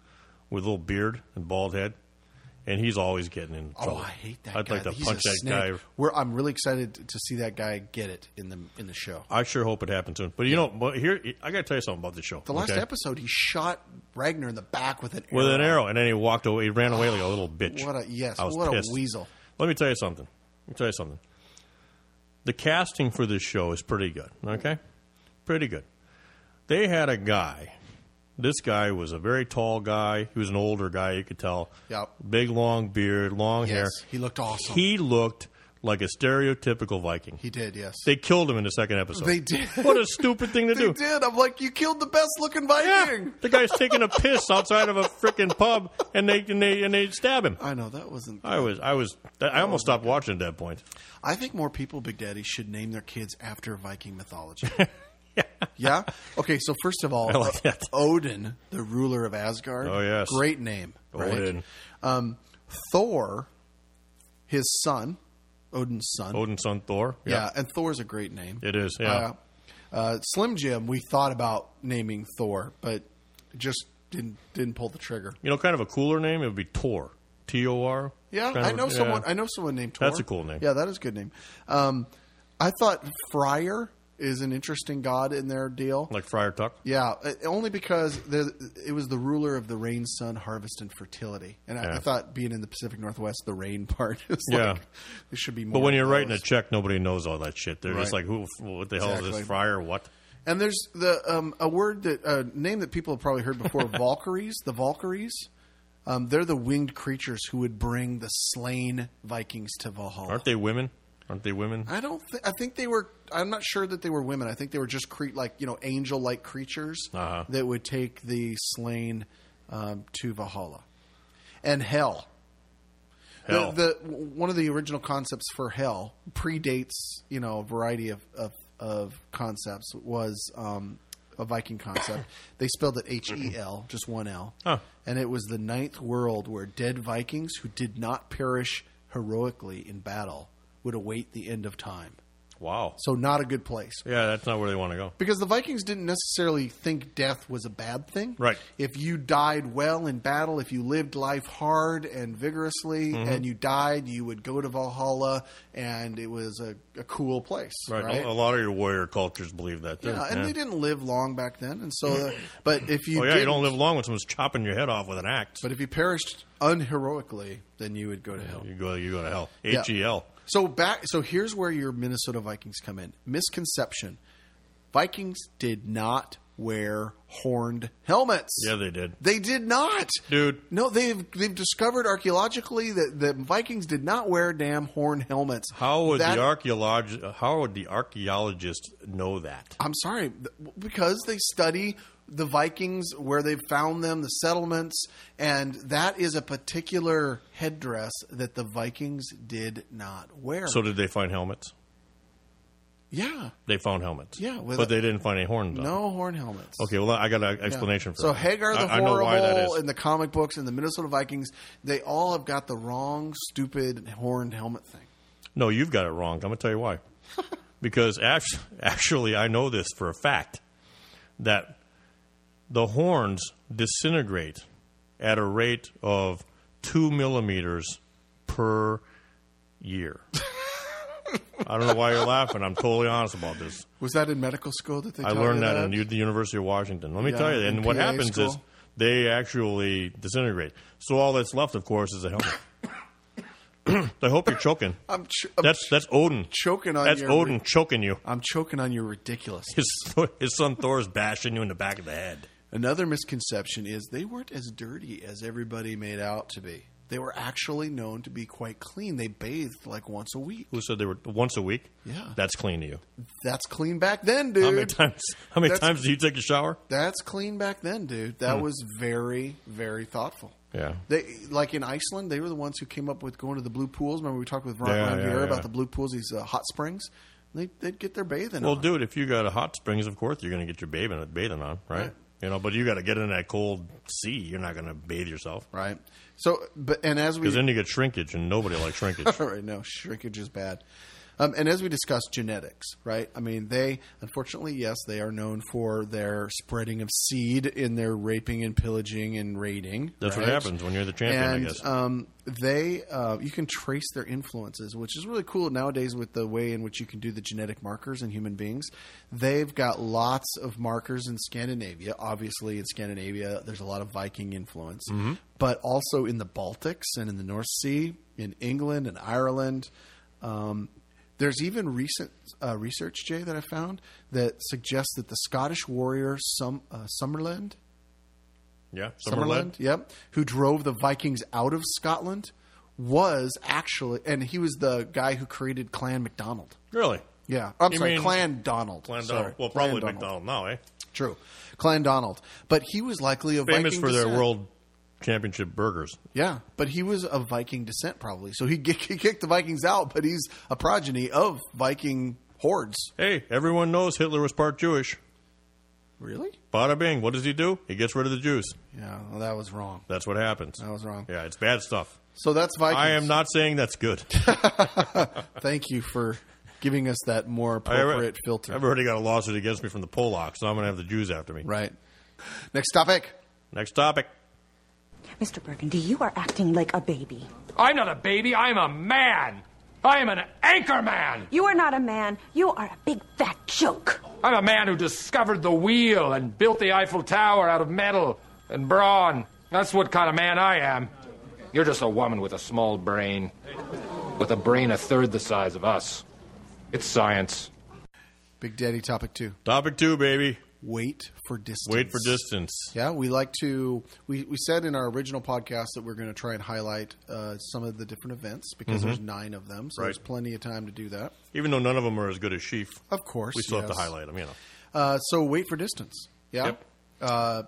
with a little beard and bald head. And he's always getting in
Oh,
trouble.
I hate that.
I'd
guy.
like to
He's
punch
a
that
snake.
guy
We're, I'm really excited to see that guy get it in the in the show.
I sure hope it happens soon. But you know, but here I got to tell you something about the show.
The last
okay?
episode, he shot Ragnar in the back with an arrow.
with an arrow, and then he walked away. He ran away like a little bitch.
What a yes!
I was
What
pissed.
a weasel!
Let me tell you something. Let me tell you something. The casting for this show is pretty good. Okay, pretty good. They had a guy. This guy was a very tall guy. He was an older guy. You could tell.
Yep.
Big long beard, long
Yes,
hair.
he looked awesome.
He looked like a stereotypical Viking.
He did, yes.
they killed him in the second episode.
They did.
What a stupid thing to
They
do.
did. I'm like, you killed the best looking
Yeah.
Viking.
The guy's taking a piss outside of a freaking pub, and they and they and they stab him.
I know that wasn't.
I was I was I almost stopped watching at that point.
I think more people, Big Daddy, should name their kids after Viking mythology. yeah. Okay. So first of all,
I like that.
Odin, the ruler of Asgard.
Oh, yes.
Great name. right?
Odin.
Um, Thor, his son, Odin's son.
Odin's son Thor.
Yeah. and Thor's a great name.
It is, yeah.
Uh, uh, Slim Jim, we thought about naming Thor, but just didn't didn't pull the trigger.
You know, kind of a cooler name. It would be Tor. T O R.
Yeah,
Kind
I
of-
know
yeah.
someone. I know someone named Tor.
That's a cool name.
Yeah, that is a good name. Um, I thought Friar is an interesting god in their deal.
like Friar Tuck.
Yeah, uh, only because the, it was the ruler of the rain, sun, harvest, and fertility. And I,
Yeah.
I thought being in the Pacific Northwest, the rain part is
Yeah.
like there should be more.
But when
of
you're writing a
those.
check, nobody knows all that shit. They're just
Right.
like, who? What the hell is
Exactly.
this Friar? What?
and there's the um, a word that a name that people have probably heard before, Valkyries. The Valkyries, um, they're the winged creatures who would bring the slain Vikings to Valhalla.
Aren't they women? Aren't they women?
I don't. Th- I think they were. I'm not sure that they were women. I think they were just cre- like you know angel-like creatures
Uh-huh.
that would take the slain um, to Valhalla and hell. The-
Hell.
The, one of the original concepts for hell predates you know a variety of of, of concepts was um, a Viking concept. they spelled it H E L, just one L,
Huh.
and it was the ninth world where dead Vikings who did not perish heroically in battle would await the end of time.
wow.
So not a good place.
yeah, that's not where they want to go.
Because the Vikings didn't necessarily think death was a bad thing.
Right.
If you died well in battle, if you lived life hard and vigorously,
Mm-hmm.
and you died, you would go to Valhalla, and it was a, a cool place.
Right.
Right.
A- A lot of your warrior cultures believe that. Too.
yeah, and they didn't live long back then, and so. The, but if you
Oh yeah, you don't
didn't-
live long when someone's chopping your head off with an axe.
But if you perished unheroically, then you would go to hell.
You go, you go to hell.
Yeah.
H E L.
So back. So here's where your Minnesota Vikings come in. Misconception: Vikings did not wear horned helmets.
Yeah, they did.
They did not,
Dude.
No, they've they've discovered archaeologically that the Vikings did not wear damn horn helmets.
How would
That-
the archaeologist? How would the archaeologist know that?
I'm sorry, th- because they study the Vikings where they've found them, the settlements, and that is a particular headdress that the Vikings did not wear.
So did they find helmets?
yeah,
They found helmets.
Yeah, with
but
a-
they didn't find any horns. on them.
no horn helmets.
Okay, well, I got an explanation for
so
that.
Hagar the
I, I know
Horrible
why that is.
and the comic books and the Minnesota Vikings, they all have got the wrong stupid horned helmet thing.
No, you've got it wrong. I'm going to tell you why. because act- actually, I know this for a fact that the horns disintegrate at a rate of two millimeters per year. I don't know why you're laughing. I'm totally honest about this.
Was that in medical school that they
I
taught you
learned that
that?
in U- the University of Washington. Let me
Yeah,
tell you. And
in
what
PA
happens is
school.
they actually disintegrate. So all that's left, of course, is a helmet. I hope you're choking.
I'm, ch- I'm
That's that's Odin
choking on
That's
your-
Odin choking you.
I'm choking on your ridiculous.
His his son Thor's bashing you in the back of the head.
Another misconception is they weren't as dirty as everybody made out to be. They were actually known to be quite clean. They bathed like once a week.
Who said they were once a week?
Yeah.
that's clean to you.
That's clean back then, dude.
how many times? How many
That's-
times do you take a shower?
That's clean back then, dude. That
Hmm.
was very, very thoughtful.
Yeah.
They like in Iceland, they were the ones who came up with going to the blue pools. Remember we talked with Ron
Yeah,
Ron
yeah,
Viera
yeah.
about the blue pools, these uh, hot springs. They they'd get their bathing.
Well,
on.
dude, if you got a hot springs, of course you're going to get your bathing bathing on, right?
Right.
You know, but you got to get in that cold sea. You're not going to bathe yourself
right? So, but and as we
because then you get shrinkage, and nobody likes shrinkage.
All right, no, shrinkage is bad. Um, and as we discussed, genetics, right? I mean, they, unfortunately, yes, they are known for their spreading of seed in their raping and pillaging and raiding.
That's what
right?
happens when you're the champion, I
And,
guess.
Um, they, uh, you can trace their influences, which is really cool nowadays with the way in which you can do the genetic markers in human beings. They've got lots of markers in Scandinavia. Obviously, in Scandinavia, there's a lot of Viking influence,
Mm-hmm.
but also in the Baltics and in the North Sea, in England and Ireland. Um, there's even recent uh, research, Jay, that I found that suggests that the Scottish warrior Sum- uh, Summerland
yeah,
Summerland, yep, who drove the Vikings out of Scotland, was actually, and he was the guy who created Clan MacDonald.
really?
Yeah, I'm
You
sorry,
mean-
Clan Donald.
Clan
Sorry.
Donald. Well,
Clan
probably
Donald.
McDonald now, eh?
True, Clan Donald, but he was likely of
Famous
Viking
for their
descent.
world championship burgers.
Yeah, but he was of Viking descent, probably. So he, g- he kicked the Vikings out, but he's a progeny of Viking hordes.
Hey, everyone knows Hitler was part Jewish.
Really?
Bada bing. What does he do? He gets rid of the Jews.
Yeah, well, that was wrong.
That's what happens.
That was wrong.
Yeah, it's bad stuff.
So that's Vikings.
I am not saying that's good.
Thank you for giving us that more
I alre-
appropriate filter.
I've already got a lawsuit against me from the Polacks, so I'm going to have the Jews after me.
right. Next topic.
Next topic.
Mr. Burgundy, you are acting like a baby.
I'm not a baby, I'm a man. I am an anchor man.
You are not a man. You are a big fat joke.
I'm a man who discovered the wheel and built the Eiffel Tower out of metal and brawn. That's what kind of man I am. You're just a woman with a small brain, with a brain a third the size of us. It's science.
Big Daddy topic two.
Topic two, baby.
Wait for distance.
Wait for distance.
Yeah, we like to. We, we said in our original podcast that we're going to try and highlight uh, some of the different events because there's nine of them, so there's
Mm-hmm. Right.
plenty of time to do that.
Even though none of them are as good as Sheaf,
Of course,
we still have
Oh, yes.
to highlight them, you know.
Uh, so wait for distance. Yeah.
Yep.
Uh,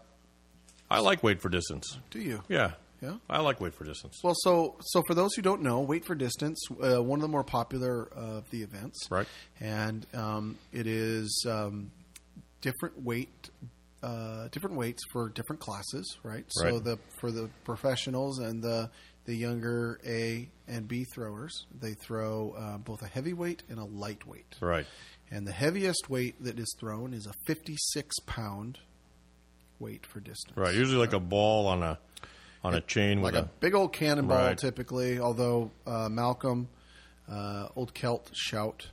I like wait for distance.
do you?
Yeah.
Yeah?
I like wait for distance.
Well, so so for those who don't know, Wait for Distance, uh, one of the more popular of the events,
Right.
And um, it is um, different weight, uh, different weights for different classes, right? So
Right.
the for the professionals and the the younger A and B throwers, they throw uh, both a heavyweight and a lightweight,
right.
And the heaviest weight that is thrown is a fifty-six pound weight for distance,
Right. Usually like a ball on a on a chain
like
with
a big old cannonball
Right.
typically although uh, malcolm uh, old celt shout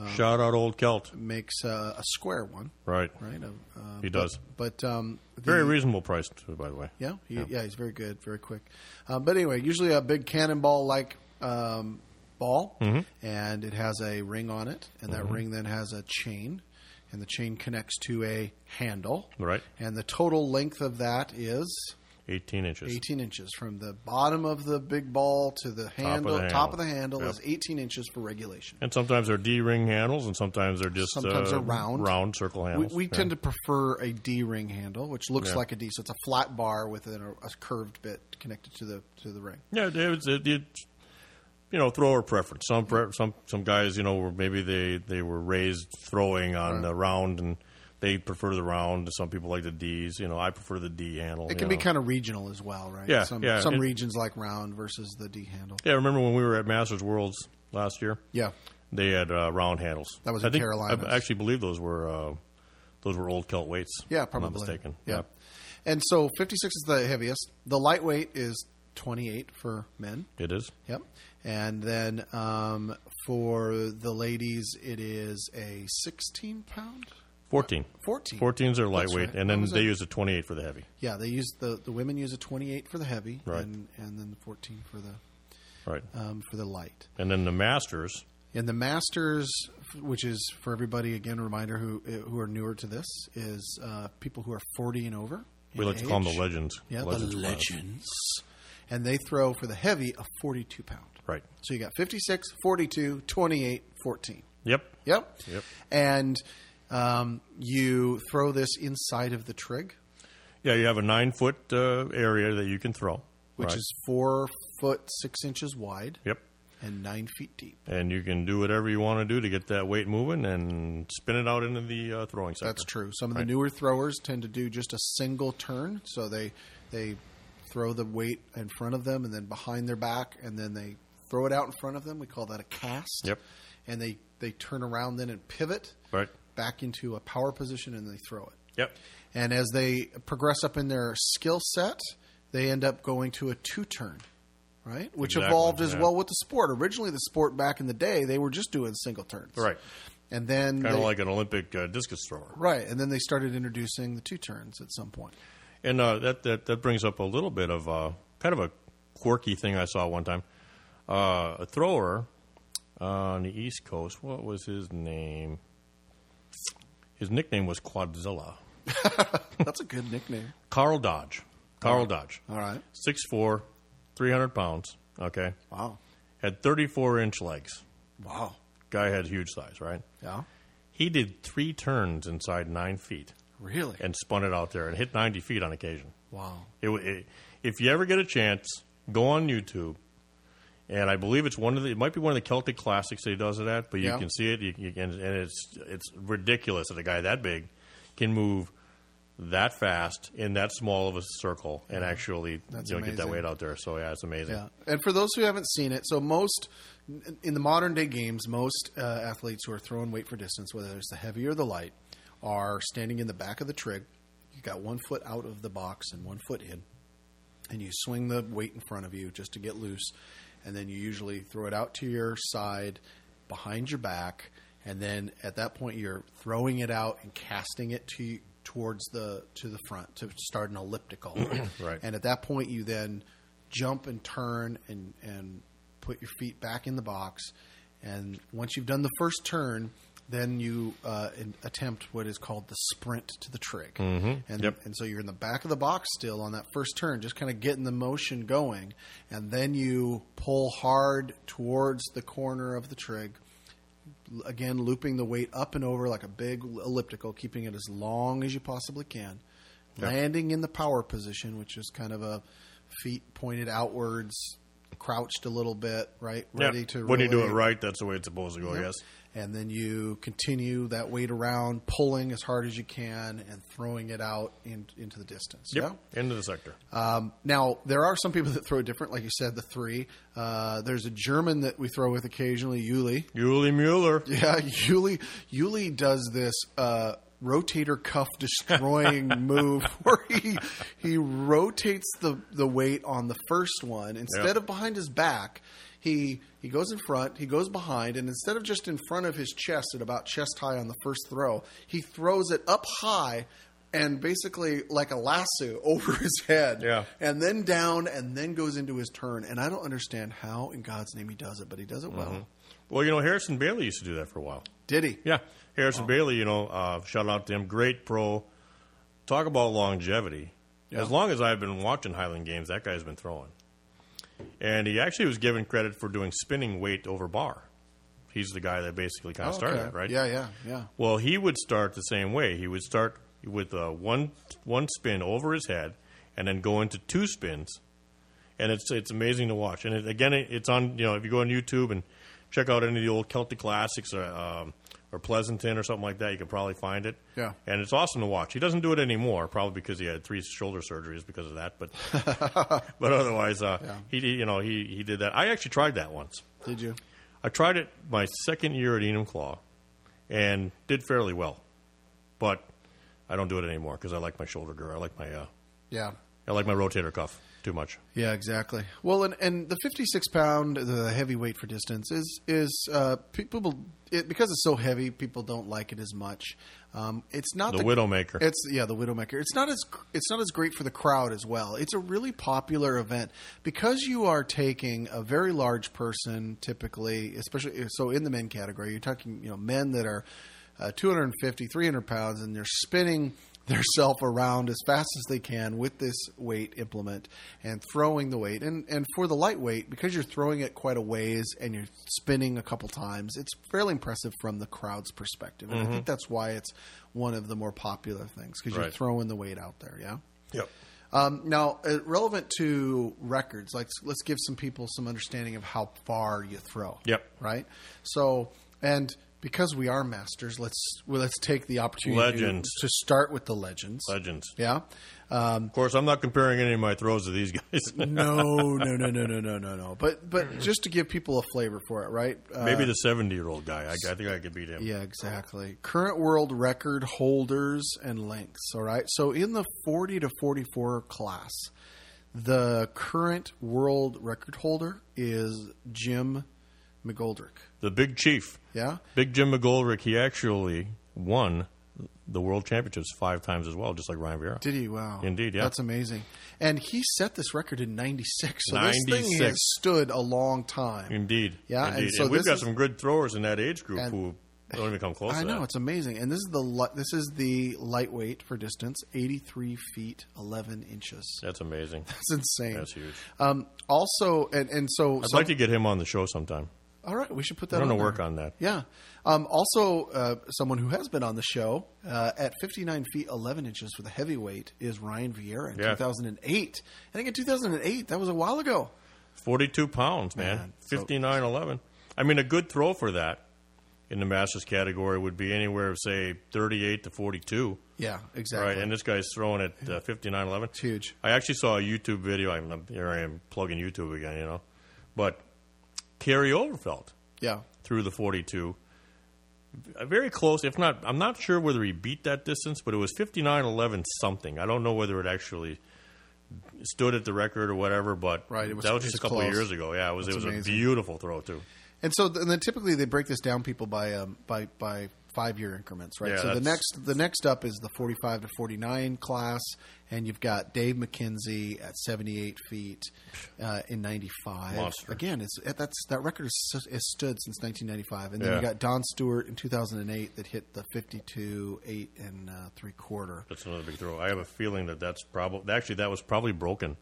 uh,
shout out old Celt.
makes uh, a square one
Right.
right A- uh,
He
but-
does.
but um, the-
Very reasonable price, too, by the way.
yeah, he, yeah he's very good very quick um, but anyway usually a big cannonball like
Mm-hmm.
um, ball and it has a ring on it and that ring then has a chain and the chain connects to a handle.
Right.
And the total length of that is
18 inches.
18 inches from the bottom of the big ball to the handle,
handle.
top of the handle
Yep.
is 18 inches for regulation.
And sometimes they're D ring handles, and sometimes they're just
Sometimes
uh,
they're round.
round circle
We,
handles.
we
Yeah.
tend to prefer a D ring handle, which looks
Yeah.
like a D, so it's a flat bar with an, a curved bit connected to the to the ring.
Yeah, it, it's it, it's, you know, thrower preference. Some pre- some some guys, you know, were maybe they they were raised throwing on the round, and they prefer the round. Some people like the D's. You know, I prefer the D handle.
It
you
can be
know.
kind of regional as well, right?
Yeah,
some
yeah.
some
It-
regions like round versus the D handle.
Yeah, I remember when we were at Masters Worlds last year?
Yeah.
they had uh, round handles.
That was
I
in
think,
Carolinas.
I actually believe those were uh, those were old Celt weights.
Yeah,
if I'm
probably.
not mistaken.
Yeah. And so 56 is the heaviest. The lightweight is 28 for men.
Yeah, it is.
Yep. And then um, for the ladies, it is a 16 pound.
14.
14.
14s are
Uh, That's
lightweight,
right.
and
What
then
was
they
it?
use a 28 for the heavy.
Yeah, they use the the women use a 28 for the heavy,
Right.
and and then the 14 for the
Right.
um, for the light.
and then the Masters,
And the masters, which is for everybody again, a reminder who who are newer to this is uh, people who are 40 and over.
we
in
like to call them
age.
the legends.
Yeah,
Legends
the
class.
legends. And they throw for the heavy a 42 pound.
Right.
So you got 56, 42, 28, 14.
Yep.
Yep.
Yep.
And um, you throw this inside of the trig,
Yeah, you have a nine foot uh, area that you can throw,
which
Right.
is four foot six inches wide
yep,
and nine feet deep.
and you can do whatever you want to do to get that weight moving and spin it out into the uh, throwing sector.
That's true. Some of the
Right.
newer throwers tend to do just a single turn, so they they throw the weight in front of them and then behind their back, and then they throw it out in front of them. We call that a cast.
Yep.
And they they turn around then and pivot
Right.
back into a power position, and they throw it.
Yep.
And as they progress up in their skill set, they end up going to a two turn, right? Which
Exactly,
evolved as
yeah.
well with the sport. Originally, the sport back in the day, they were just doing single turns.
Right.
And then.
Kind
they-
of like an Olympic uh, discus thrower.
Right. And then they started introducing the two turns at some point.
And uh, that, that that brings up a little bit of uh, kind of a quirky thing I saw one time. Uh, a thrower on the East Coast. What was his name? His nickname was Quadzilla.
That's a good nickname.
Carl Dodge. Carl Dodge.
All right.
6'4", 300 pounds. Okay.
Wow.
Had 34 inch legs.
Wow.
Guy had huge thighs, right?
Yeah.
He did three turns inside nine feet
Really?
and spun it out there and hit 90 feet on occasion.
wow.
It, it, if you ever get a chance, go on YouTube, and I believe it's one of the. It might be one of the Celtic classics that he does it at, but you
Yeah.
can see it. You, you can, and it's it's ridiculous that a guy that big can move that fast in that small of a circle and actually
That's
you know, get that
amazing.
weight out there. So yeah, it's amazing.
Yeah. And for those who haven't seen it, so most in the modern day games, most uh, athletes who are throwing weight for distance, whether it's the heavy or the light, are standing in the back of the trig. You got one foot out of the box and one foot in, and you swing the weight in front of you just to get loose, and then you usually throw it out to your side, behind your back, and then at that point you're throwing it out and casting it to towards the to the front to start an elliptical.
Right.
And at that point, you then jump and turn and, and put your feet back in the box. And once you've done the first turn, then you uh, in, attempt what is called the sprint to the trig. Mm-hmm. And,
Yep.
and so you're in the back of the box still on that first turn, just kind of getting the motion going. And then you pull hard towards the corner of the trig again looping the weight up and over like a big elliptical, keeping it as long as you possibly can, landing in the power position, which is kind of a feet pointed outwards, crouched a little bit, right,
Yeah.
ready to
when you do it
relay.
right, that's the way it's supposed to go. Yes.
And then you continue that weight around, pulling as hard as you can and throwing it out in, into the distance.
Yep.
Yeah.
Into the sector.
Um, now there are some people that throw different, like you said, the three. Uh, there's a German that we throw with occasionally, Yuli.
Yuli Mueller.
Yeah, Yuli Yuli does this uh, rotator cuff destroying move where he he rotates the, the weight on the first one instead
Yeah.
of behind his back. He he goes in front, he goes behind, and instead of just in front of his chest at about chest high on the first throw, he throws it up high. and basically like a lasso over his head,
Yeah.
and then down, and then goes into his turn. And I don't understand how in God's name he does it, but he does it well.
Well, you know, Harrison Bailey used to do that for a while.
Did he?
Yeah,
Oh.
Harrison Bailey. You know, uh, shout out to him. Great pro. Talk about longevity.
Yeah.
As long as I've been watching Highland games, that guy's been throwing. And he actually was given credit for doing spinning weight over bar. He's the guy that basically kind of
Oh,
started
okay.
it, right?
Yeah, yeah, yeah.
Well, he would start the same way. He would start with uh, one one spin over his head, and then go into two spins, and it's it's amazing to watch. And it, again, it, it's on you know if you go on YouTube and check out any of the old Celtic classics or um, or Pleasanton or something like that, you can probably find it.
Yeah.
and it's awesome to watch. He doesn't do it anymore, probably because he had three shoulder surgeries because of that. But but otherwise, uh, he he- you know he he did that. I actually tried that once.
Did you?
I tried it my second year at Enum Claw and did fairly well, but I don't do it anymore because I like my shoulder girl. I like my uh,
Yeah.
I like my rotator cuff too much.
Yeah, exactly. Well, and, and the fifty-six pound, the heavyweight for distance is is uh, people it, because it's so heavy, people don't like it as much. Um, it's not
The Widowmaker.
It's yeah, the Widowmaker. It's not as it's not as great for the crowd as well. It's a really popular event because you are taking a very large person, typically, especially so in the men category. You're talking you know men that are uh, 250, 300 pounds, and they're spinning themselves around as fast as they can with this weight implement and throwing the weight. And and for the lightweight, because you're throwing it quite a ways and you're spinning a couple times, it's fairly impressive from the crowd's perspective. And I think that's why it's one of the more popular things because you're
Right.
throwing the weight out there. Yeah.
Yep.
Um, now, uh, relevant to records, like let's give some people some understanding of how far you throw.
Yep.
Right. So, and because we are masters, let's well, let's take the opportunity
Legends.
to, to start with the legends.
Legends.
Yeah. Um,
Of course, I'm not comparing any of my throws to these guys.
no, no, no, no, no, no, no, no. But but just to give people a flavor for it, right? Uh,
Maybe the 70 year old guy. I, I think I could beat him.
Yeah, exactly. Current world record holders and lengths. All right. So in the 40 to 44 class, the current world record holder is Jim McGoldrick.
The Big Chief.
Yeah.
Big Jim McGoldrick. He actually won the world championships five times as well, just like Ryan Vieira.
Did he? Wow.
Indeed, yeah.
That's amazing. And he set this record in 96. So this thing
96.
has stood a long time.
Indeed.
Yeah, and
Indeed.
so
we've
this
got
is-
some good throwers in that age group
And-
who don't even come close
I
to
know
that.
it's amazing, and this is the li- this is the lightweight for distance, eighty three feet eleven inches.
That's amazing.
That's insane.
That's huge.
Um, also, and and so,
I'd
so-
like to get him on the show sometime.
all right, we should put that.
We're
on
going to
there.
work on that.
Yeah. Um, also, uh, someone who has been on the show uh, at 59 feet 11 inches for the heavyweight is Ryan Vieira in
Yeah.
2008. I think in 2008, that was a while ago.
42 pounds, man.
Man, so-
Fifty nine eleven. I mean, a good throw for that in the Masters category would be anywhere, say, 38 to 42.
Yeah, exactly.
Right, and this guy's throwing at uh, 59.11. It's
huge.
I actually saw a YouTube video. I'm, I'm- here I am plugging YouTube again, you know. But Kerry Overfelt
yeah.
through the 42. Uh, Very close, if not, I'm not sure whether he beat that distance, but it was 59.11 something. I don't know whether it actually stood at the record or whatever, but
Right, it was-
that was
it
just a
was
couple
close.
of years ago. Yeah, it was, it
That's
was a
amazing.
beautiful throw, too.
And so, and then typically they break this down people by um, by by five year increments, right?
Yeah,
so the
that's-
next the next up is the forty five to forty nine class, and you've got Dave McKenzie at seventy eight feet uh, in ninety five.
Monster.
Again, it's it- that's that record is, stu- has stood since nineteen ninety five, and then you
Yeah.
got Don Stewart in two thousand and eight that hit the fifty two eight and uh, three quarter.
That's another big throw. I have a feeling that that's probably actually that was probably broken,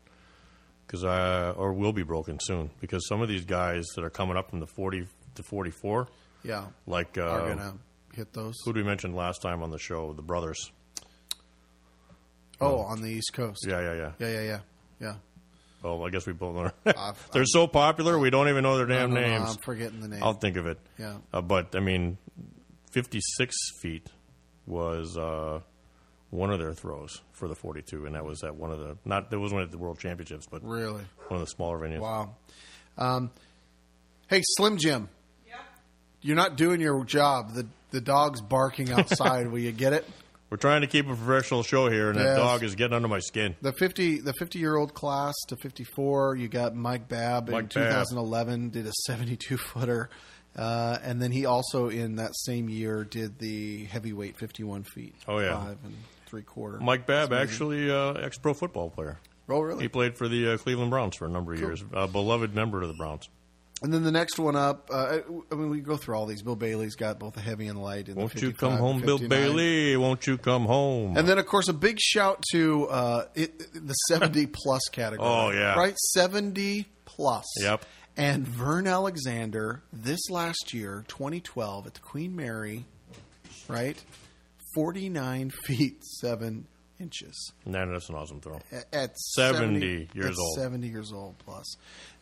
because I or will be broken soon because some of these guys that are coming up from the forty to forty four,
Yeah,
like
are
uh,
gonna hit those.
who did we mention last time on the show? The brothers.
Oh, on the East Coast.
Yeah, yeah, yeah.
yeah, yeah, yeah. yeah.
Well, Oh, I guess we both know.
I've-
They're so popular, we don't even know their damn
no, no,
names.
I'm forgetting the name.
I'll think of it.
Yeah.
Uh, but I mean, fifty-six feet was uh, one of their throws for the forty-two, and that was at one of the not there was one at the World Championships, but
Really?
one of the smaller venues.
Wow. Um, hey, Slim Jim. You're not doing your job. The the dog's barking outside. Will you get it?
We're trying to keep a professional show here, and that
Yes.
dog is getting under my skin.
The fifty the fifty year old class to fifty four. You got Mike Babb in
Mike Babb.
2011 did a 72 footer, uh, and then he also in that same year did the heavyweight 51 feet.
Oh yeah,
five and- three quarter.
Mike Babb, actually uh, ex pro football player.
Oh, really?
He played for the uh, Cleveland Browns for a number of years. A beloved member of the Browns.
And then the next one up, uh, I I mean, we go through all these. Bill Bailey's got both the heavy and light. And the
Won't you
55
come
and
home, Bill
59.
Bailey? Won't you come home?
And then, of course, a big shout to uh, it, the 70 plus category.
Oh, yeah.
Right? 70 plus.
Yep.
And Vern Alexander, this last year, 2012, at the Queen Mary, right? 49 feet 7 inches.
Nah, that's an awesome throw.
A- At
70 years
at
old.
70 years old plus.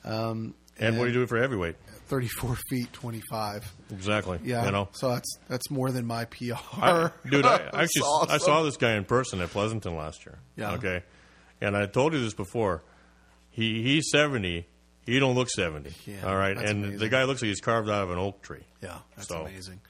Um,
And what do you do for heavyweight?
34 feet 25.
Exactly.
Yeah.
You know?
So that's that's more than my PR.
I, dude, I
That's
actually I
awesome.
saw this guy in person at Pleasanton last year.
Yeah.
Okay. And I told you this before. He he's seventy. He don't look seventy.
Yeah,
all right.
that's
And the
amazing.
guy looks like he's carved out of an oak tree.
Yeah, that's
So-
amazing.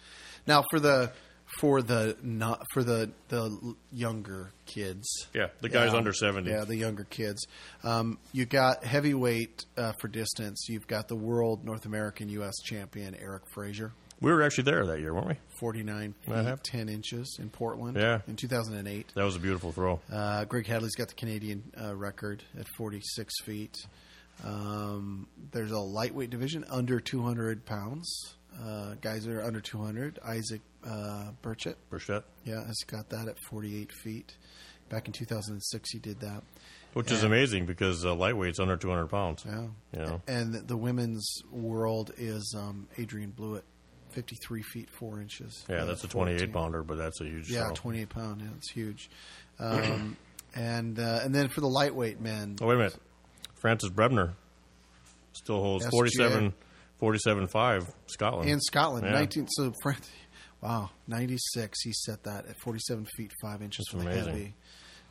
Now for the for the not for the the l- younger kids.
Yeah, the guys under 70.
Yeah, the younger kids. Um, you got heavyweight uh, for distance. You've got the world North American U.S. champion Eric Frazier,
We were actually there that year, weren't we?
forty nine feet
Uh-huh.
ten inches in Portland.
Yeah.
in two thousand and eight.
That was a beautiful throw.
Uh, Greg Hadley's got the Canadian uh, record at 46 feet. Um, there's a lightweight division under 200 pounds. Uh, guys that are under 200. Isaac uh, Burchett,
Burchett.
yeah, has got that at 48 feet. Back in 2006, he did that.
Which is amazing because uh, lightweight's under two hundred pounds.
Yeah.
You know?
And the women's world is um, Adrian Blewett, 53 feet 4 inches.
Yeah, that's a twenty eight
14.
pounder, but that's a huge
Yeah,
throw.
28 pound. Yeah, it's huge. Um, and uh, and then for the lightweight men,
Oh wait a minute. Francis Brebner still holds
SGA.
47 47.5 Scotland.
in Scotland.
Yeah.
Nineteen. So Fran- wow, ninety six. He set that at forty seven feet five inches for the
amazing.
heavy.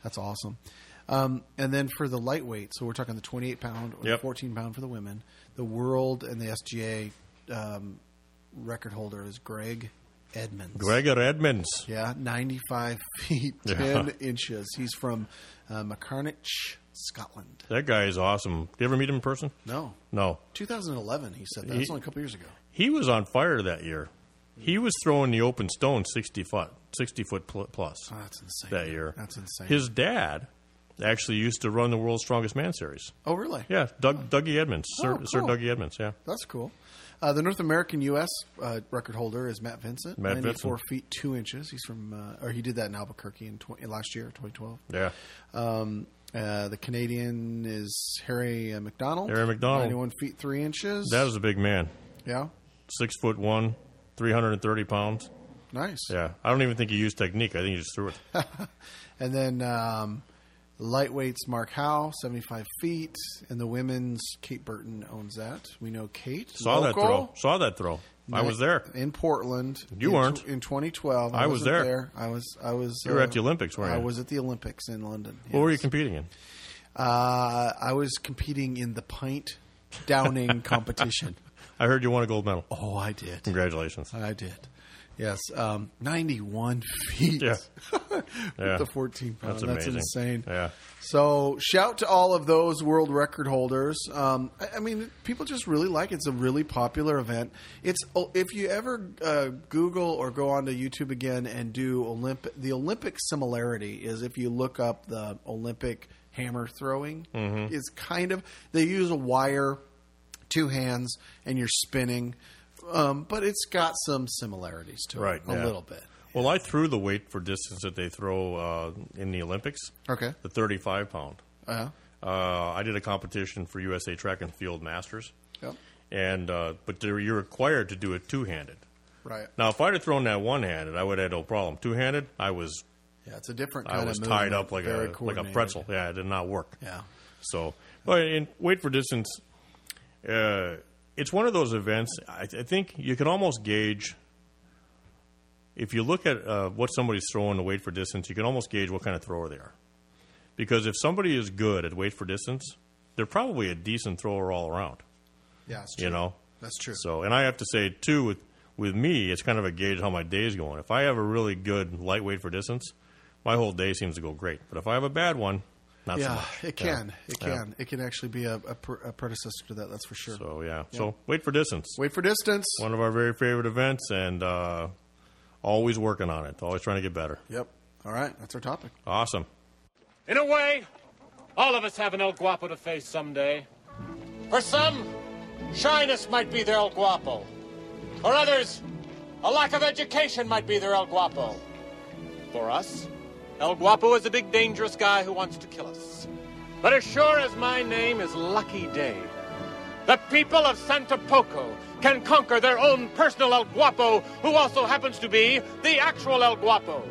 That's awesome. Um, and then for the lightweight, so we're talking the twenty eight pound or
Yep.
fourteen pound for the women. The world and the SGA um, record holder is Greg Edmonds.
Gregor Edmonds.
Yeah, ninety five feet ten inches. He's from uh, McCarnich, Scotland.
That guy is awesome. Did you ever meet him in person?
No.
No.
2011, he said that.
He-
That's only a couple years ago.
He was on fire that year. He was throwing the open stone 60 foot, 60 foot pl- plus
Oh, that's insane.
that year.
That's insane.
His dad actually used to run the World's Strongest Man series.
oh, really?
Yeah, Doug, Dougie Edmonds, Sir,
Oh,
Sir
cool.
Dougie Edmonds, yeah.
That's cool. Uh, the North American U.S. Uh, record holder is Matt Vincent,
Matt
94
Vincent.
feet two inches. He's from, uh, or he did that in Albuquerque in tw- last year, 2012.
Yeah.
Um, uh, the Canadian is Harry uh, McDonald.
Harry McDonald.
91 feet three inches.
That was a big man.
yeah,
Six foot one, 330 pounds.
nice.
Yeah. I don't even think he used technique. I think he just threw it.
And then um, lightweights Mark Howe, 75 feet, and the women's Kate Burton owns that. We know Kate.
Saw that
local.
throw. Saw that throw. I was there.
in Portland.
You
in,
weren't.
in 2012. I,
I was
wasn't
there.
I was. I was. uh,
You were at the Olympics, weren't
I
you?
was at the Olympics in London.
What were you
yes.
competing in?
uh, I was competing in the pint downing competition.
I heard you won a gold medal.
Oh, I did.
Congratulations.
I did. Yes, um, 91 feet.
Yeah.
With
Yeah.
the 14 pound.
That's
That's,
amazing.
insane.
Yeah.
So shout to all of those world record holders. Um, I, I mean, people just really like it. It's a really popular event. It's oh, if you ever uh, Google or go onto YouTube again and do Olymp the Olympic similarity is if you look up the Olympic hammer throwing
Mm-hmm.
is kind of they use a wire, two hands, and you're spinning. Um, but it's got some similarities to
Right,
it, a
yeah.
little bit.
Well, I threw the weight for distance that they throw uh, in the Olympics.
Okay.
The 35 pound.
Uh,
Uh, I did a competition for USA Track and Field Masters,
yep.
and uh, but they're, you're required to do it two handed.
Right.
Now, if I'd have thrown that one handed, I would have had no problem. Two handed, I was
Yeah, it's a different kind
I was
of
tied
movement,
up like
very
a like a
coordinated.
pretzel. Yeah, it did not work.
Yeah.
So, but in weight for distance, uh, it's one of those events. I, I think you can almost gauge if you look at uh, what somebody's throwing to weight for distance. You can almost gauge what kind of thrower they are, because if somebody is good at weight for distance, they're probably a decent thrower all around.
Yeah, it's
You
true.
know,
That's true.
So, and I have to say too, with with me, it's kind of a gauge how my day's going. If I have a really good lightweight for distance, my whole day seems to go great. But if I have a bad one, not so
yeah,
much.
it
Yeah.
can. It can. It can actually be a, a, pr- a predecessor to that. That's for sure.
So yeah. So wait for distance.
Wait for distance.
One of our very favorite events, and uh, always working on it. Always trying to get better.
Yep. All right, that's our topic.
Awesome.
In a way, all of us have an El Guapo to face someday. For some, shyness might be their El Guapo. For others, a lack of education might be their El Guapo. For us, El Guapo is a big, dangerous guy who wants to kill us. But as sure as my name is Lucky Day, the people of Santa Poco can conquer their own personal El Guapo, who also happens to be the actual El Guapo.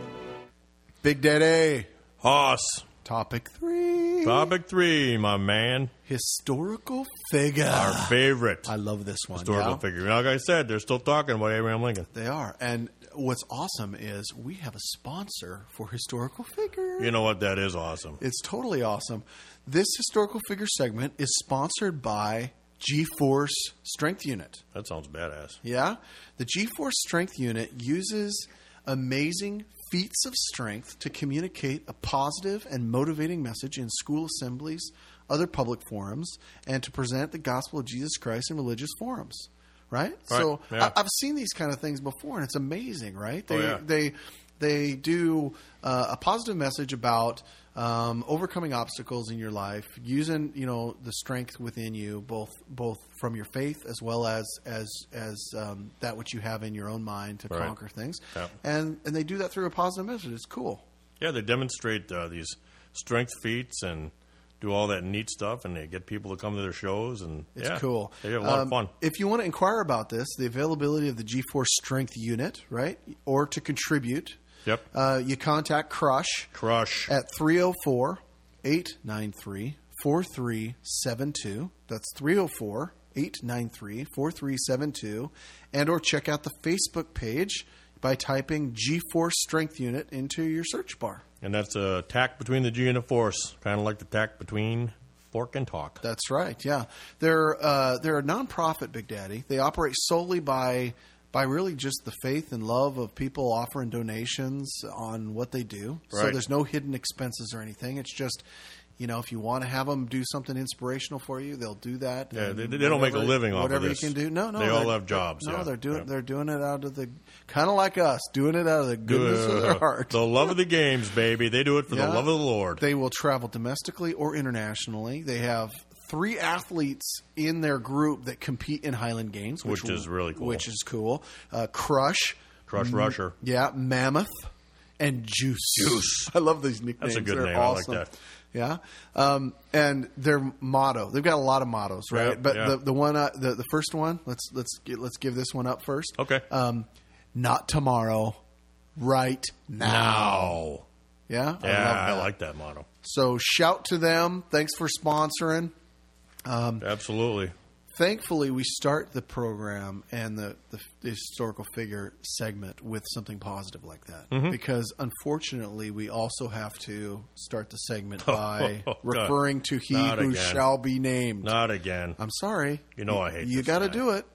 Big Daddy.
Hoss.
Topic three.
Topic three, my man.
Historical figure.
Our favorite
I love this one.
historical
yeah?
figure. Like I said, they're still talking about Abraham Lincoln.
They are. And what's awesome is we have a sponsor for historical figure.
You know what? That is awesome.
It's totally awesome. This historical figure segment is sponsored by G-Force Strength Unit.
That sounds badass.
Yeah. The G-force strength unit uses amazing feats of strength to communicate a positive and motivating message in school assemblies, other public forums, and to present the gospel of Jesus Christ in religious forums. Right? So
yeah.
I, I've seen these kind of things before, and it's amazing, right? They
Oh, yeah.
they they do uh, a positive message about um, overcoming obstacles in your life, using you know the strength within you, both both from your faith as well as as as um, that which you have in your own mind to
Right.
conquer things,
Yeah.
and and they do that through a positive message. It's cool.
Yeah, they demonstrate uh, these strength feats and do all that neat stuff, and they get people to come to their shows. And
It's
yeah,
cool.
They have a lot
Um,
of fun.
If you want to inquire about this, the availability of the G4 Strength Unit, right, or to contribute,
Yep.
uh, you contact Crush.
Crush.
at 304 893 4372. That's 304 893 4372. And or check out the Facebook page by typing G4 Strength Unit into your search bar.
And that's a tack between the G and the force, kind of like the tack between fork and talk.
That's right. Yeah, they're uh, they're a nonprofit, Big Daddy. They operate solely by by really just the faith and love of people offering donations on what they do. So
Right.
there's no hidden expenses or anything. It's just you know if you want to have them do something inspirational for you, they'll do that.
Yeah,
And
they- they don't make a living off of
Whatever
this.
you can do, no, no,
They all
they're-
have jobs,
No,
yeah.
they're doing
Yeah.
they're doing it out of the kind of like us, doing it out of the goodness of their
Uh,
heart.
The love of the games, baby. They do it for
Yeah.
the love of the Lord.
They will travel domestically or internationally. They have three athletes in their group that compete in Highland Games,
Which is really cool.
Which is cool. Uh, Crush,
Crush Rusher.
Mm. yeah, Mammoth, and Juice. Juice. I love these
That's
nicknames.
a good
They're
name. I like
Awesome.
that.
Yeah, um, and their motto. They've got a lot of mottos, right?
Yep,
but
yeah.
the, the one, uh, the the first one. Let's let's get, let's give this one up first.
Okay.
Um, not tomorrow, right now.
Ow.
Yeah,
Yeah, I,
that.
like that motto.
So shout to them. Thanks for sponsoring.
Absolutely.
Thankfully, we start the program and the, the, the historical figure segment with something positive like that.
Mm-hmm.
Because unfortunately, we also have to start the segment by
Oh, God.
referring to he
Not
who
again.
shall be named.
Not again.
I'm sorry.
You know I hate
You
this
got to
guy.
do it.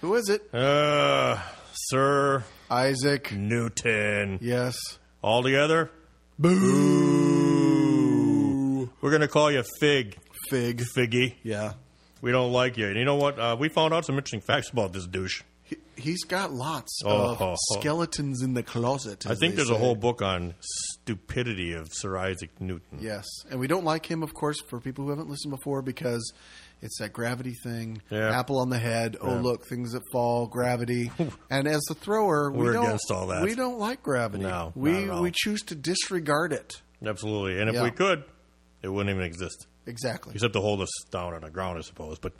Who is it?
Uh, Sir
Isaac.
Newton.
Yes.
All together? Boo. We're going to call you Fig.
Fig.
Figgy.
Yeah.
We don't like you. And you know what? Uh, we found out some interesting facts about this douche.
He, he's got lots
Oh,
of
oh, oh.
skeletons in the closet.
I
as
think
they
there's a
say.
whole book on stupidity of Sir Isaac Newton.
Yes, and we don't like him, of course, for people who haven't listened before because it's that gravity thing.
Yeah.
Apple on the head. Oh look, things that fall. Gravity. and as the thrower, we
We're
don't,
against all that.
We don't like gravity.
No, not
we
at all.
we choose to disregard it.
Absolutely. And if
Yeah.
we could, it wouldn't even exist.
Exactly.
except to hold us down on the ground, I suppose. But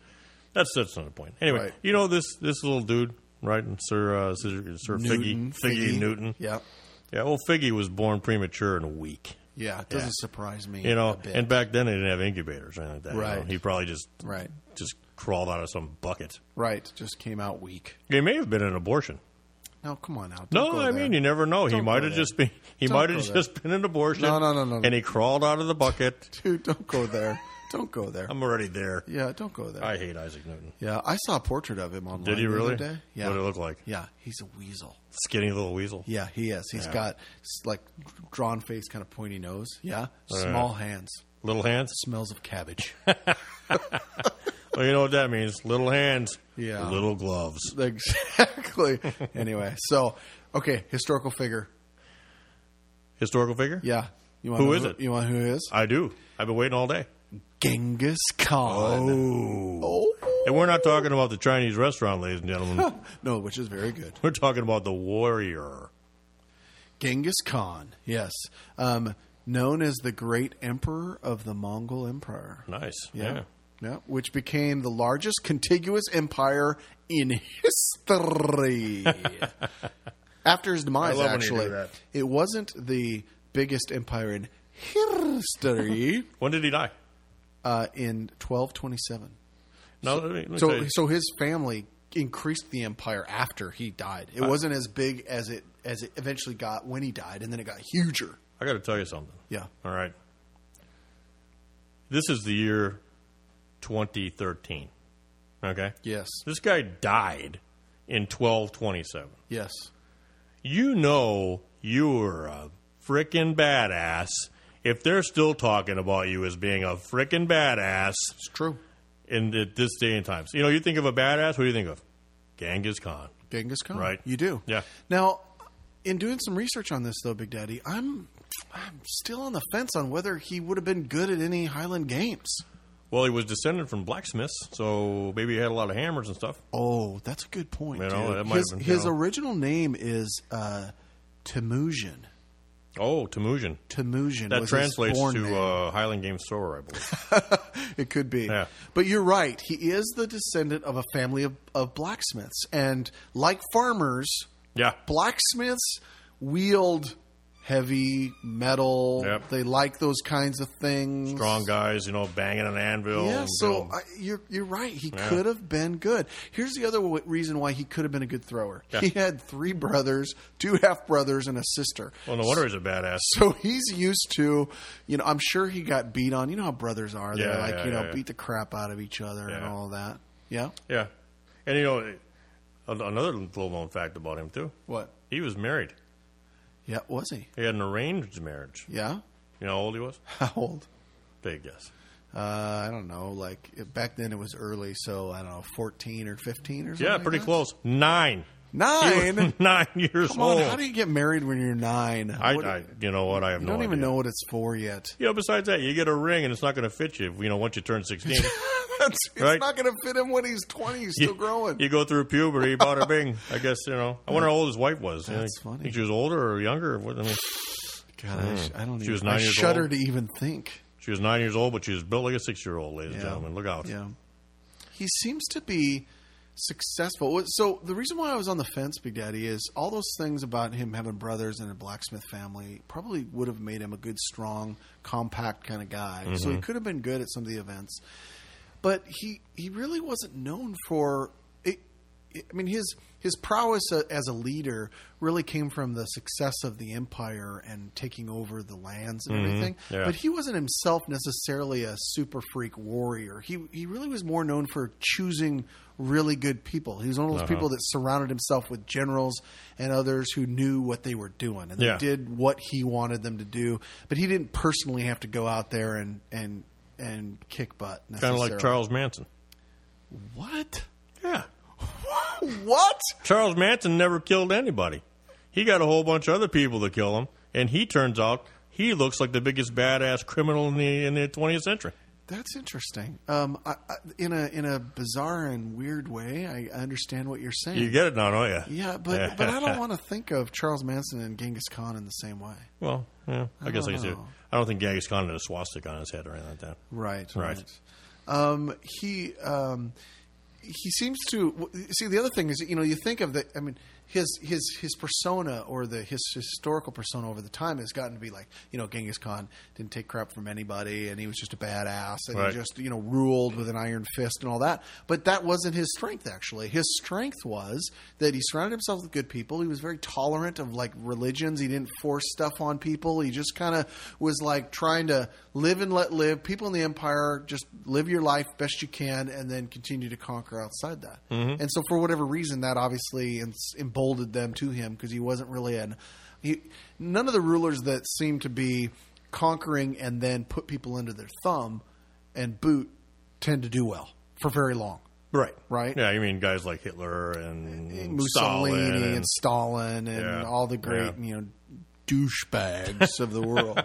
that's that's not the point. Anyway,
Right.
you know this this little dude, right? And Sir uh, Sir, Sir Figgy, Figgy Newton.
Yeah,
yeah. Well, Figgy was born premature and weak.
yeah. It doesn't surprise me.
You
a
know,
bit.
and back then they didn't have incubators or anything like that. you know.
Right.
He probably just
Right.
just crawled out of some bucket.
right, just came out weak.
It may have been an abortion.
No, come on now.
No,
Don't go
I
there.
mean you never know. he
Don't
might
go
have
there.
just been he
Don't
might
go
have
there.
just been an abortion.
No, no, no, no, no.
And he crawled out of the bucket.
dude, don't go there. don't go there.
I'm already there.
yeah, don't go there.
I hate Isaac Newton.
yeah, I saw a portrait of him online.
Did he
the other
really?
day. Yeah.
What did it look like?
Yeah, he's a weasel.
Skinny little weasel.
Yeah, he is. He's
Yeah.
got s- like drawn face, kind of pointy nose. Yeah, small hands.
Little hands.
Smells of cabbage.
Well, you know what that means. Little hands.
Yeah.
Little gloves.
exactly. Anyway, so okay, historical figure.
historical figure?
Yeah. You want
Who
to know
is it?
You want who it is?
I do. I've been waiting all day.
Genghis Khan. Oh.
And we're not talking about the Chinese restaurant, ladies and gentlemen.
No, which is very good.
we're talking about the warrior.
Genghis Khan, yes. Um, known as the great emperor of the Mongol Empire.
Nice.
Yeah.
Yeah.
yeah. which became the largest contiguous empire in history. After his demise,
I love when you do
actually,
that.
it wasn't the biggest empire in history
When did he die?
uh, in 1227.
No, let me, let me tell
So,
you.
so his family increased the empire after he died. It wasn't as big as it as it eventually got when he died, and then it got huger.
I got to tell you something.
Yeah.
All right. This is the year 2013. Okay?
Yes.
This guy died in 1227.
Yes.
You know you're a frickin' badass if they're still talking about you as being a frickin' badass
It's true.
in th- this day and time. So, you know, you think of a badass, what do you think of? Genghis Khan.
Genghis Khan.
Right.
You do.
Yeah.
Now, in doing some research on this, though, Big Daddy, I'm I'm still on the fence on whether he would have been good at any Highland games.
Well, he was descended from blacksmiths, so maybe he had a lot of hammers and stuff.
Oh, that's a good point.
You know,
dude.
that might
his
have been-
his
you know.
original name is uh, Temujin.
Oh, Temujin.
Temujin.
That
was his
translates
born
to
name.
uh, Highland Game Store, I believe.
It could be.
Yeah.
But you're right. He is the descendant of a family of, of blacksmiths. And like farmers,
yeah.
blacksmiths wield heavy metal.
Yep.
They like those kinds of things.
strong guys, you know, banging an anvil.
Yeah,
and, you
so
know,
I, you're you're right. He could have been good. Here's the other w- reason why he could have been a good thrower.
Yeah.
He had three brothers, two half brothers, and a sister.
well, no wonder he's a badass.
So he's used to, you know, I'm sure he got beat on. You know how brothers are. They're
Yeah,
like,
yeah,
you know,
yeah, yeah.
beat the crap out of each other and
Yeah.
all that. Yeah.
Yeah, and you know, an- another little known fact about him too.
What?
He was married.
Yeah, was he?
He had an arranged marriage.
Yeah.
You know how old he was?
How old?
Take a guess.
Uh, I don't know. Like it- back then, it was early, so I don't know, fourteen or fifteen or something.
Yeah,
like
pretty
that?
close. Nine. He was
Nine.
nine years
Come
old.
on, how do you get married when you're nine?
Oh. I,
What-
I, you know what? I have
you
no
don't even
idea.
know what it's for yet.
You know, besides that, you get a ring and it's not going to fit you. You know, once you turn sixteen,
That's, it's
Right.
not going to fit him when he's twenty. He's
you,
still growing.
You go through puberty, bada bing. I guess you know. I wonder how old his wife was. You
That's
know,
funny.
Think she was older or younger? What- I mean,
God, I, sh- I don't.
She
even,
was nine
I
years
shudder
old.
to even think.
She was nine years old, but she was built like a six year old, ladies and
Yeah.
gentlemen. Look out.
Yeah, he seems to be successful. What- So the reason why I was on the fence, Big Daddy, is all those things about him having brothers and a blacksmith family probably would have made him a good, strong, compact kind of guy. So he could have been good at some of the events, but he he really wasn't known for. It, I mean his his prowess a- as a leader really came from the success of the empire and taking over the lands and everything.
yeah.
But he wasn't himself necessarily a super freak warrior. He he really was more known for choosing really good people. He was one of
Uh-huh.
those people that surrounded himself with generals and others who knew what they were doing and they
Yeah.
did what he wanted them to do. But he didn't personally have to go out there and and and kick butt.
Kind of like
necessarily.
Charles Manson.
What?
Yeah.
What?
Charles Manson never killed anybody. He got a whole bunch of other people to kill him, and he turns out he looks like the biggest badass criminal in the in the twentieth century.
That's interesting. Um, I, I, in a in a bizarre and weird way, I I understand what you're saying.
You get it now, don't you?
yeah, but but I don't want to think of Charles Manson and Genghis Khan in the same way.
Well, yeah, I, guess
don't
I do.
know.
I don't think Genghis Khan had a swastika on his head or anything like that.
Right.
Right.
Um, he um, he seems to see the other thing is you know you think of the I mean his his his persona or the his historical persona over the time has gotten to be like you know Genghis Khan didn't take crap from anybody and he was just a badass and
Right.
he just you know ruled with an iron fist and all that but that wasn't his strength actually his strength was that he surrounded himself with good people he was very tolerant of like religions he didn't force stuff on people he just kind of was like trying to live and let live people in the empire just live your life best you can and then continue to conquer outside that and so for whatever reason that obviously ens- emboldened them to him because he wasn't really an he, none of the rulers that seemed to be conquering and then put people under their thumb and boot tend to do well for very long.
Right.
Right.
Yeah, you mean guys like Hitler and
Mussolini
Stalin
and, Stalin and
Yeah,
all the great,
yeah.
you know, douchebags of the world.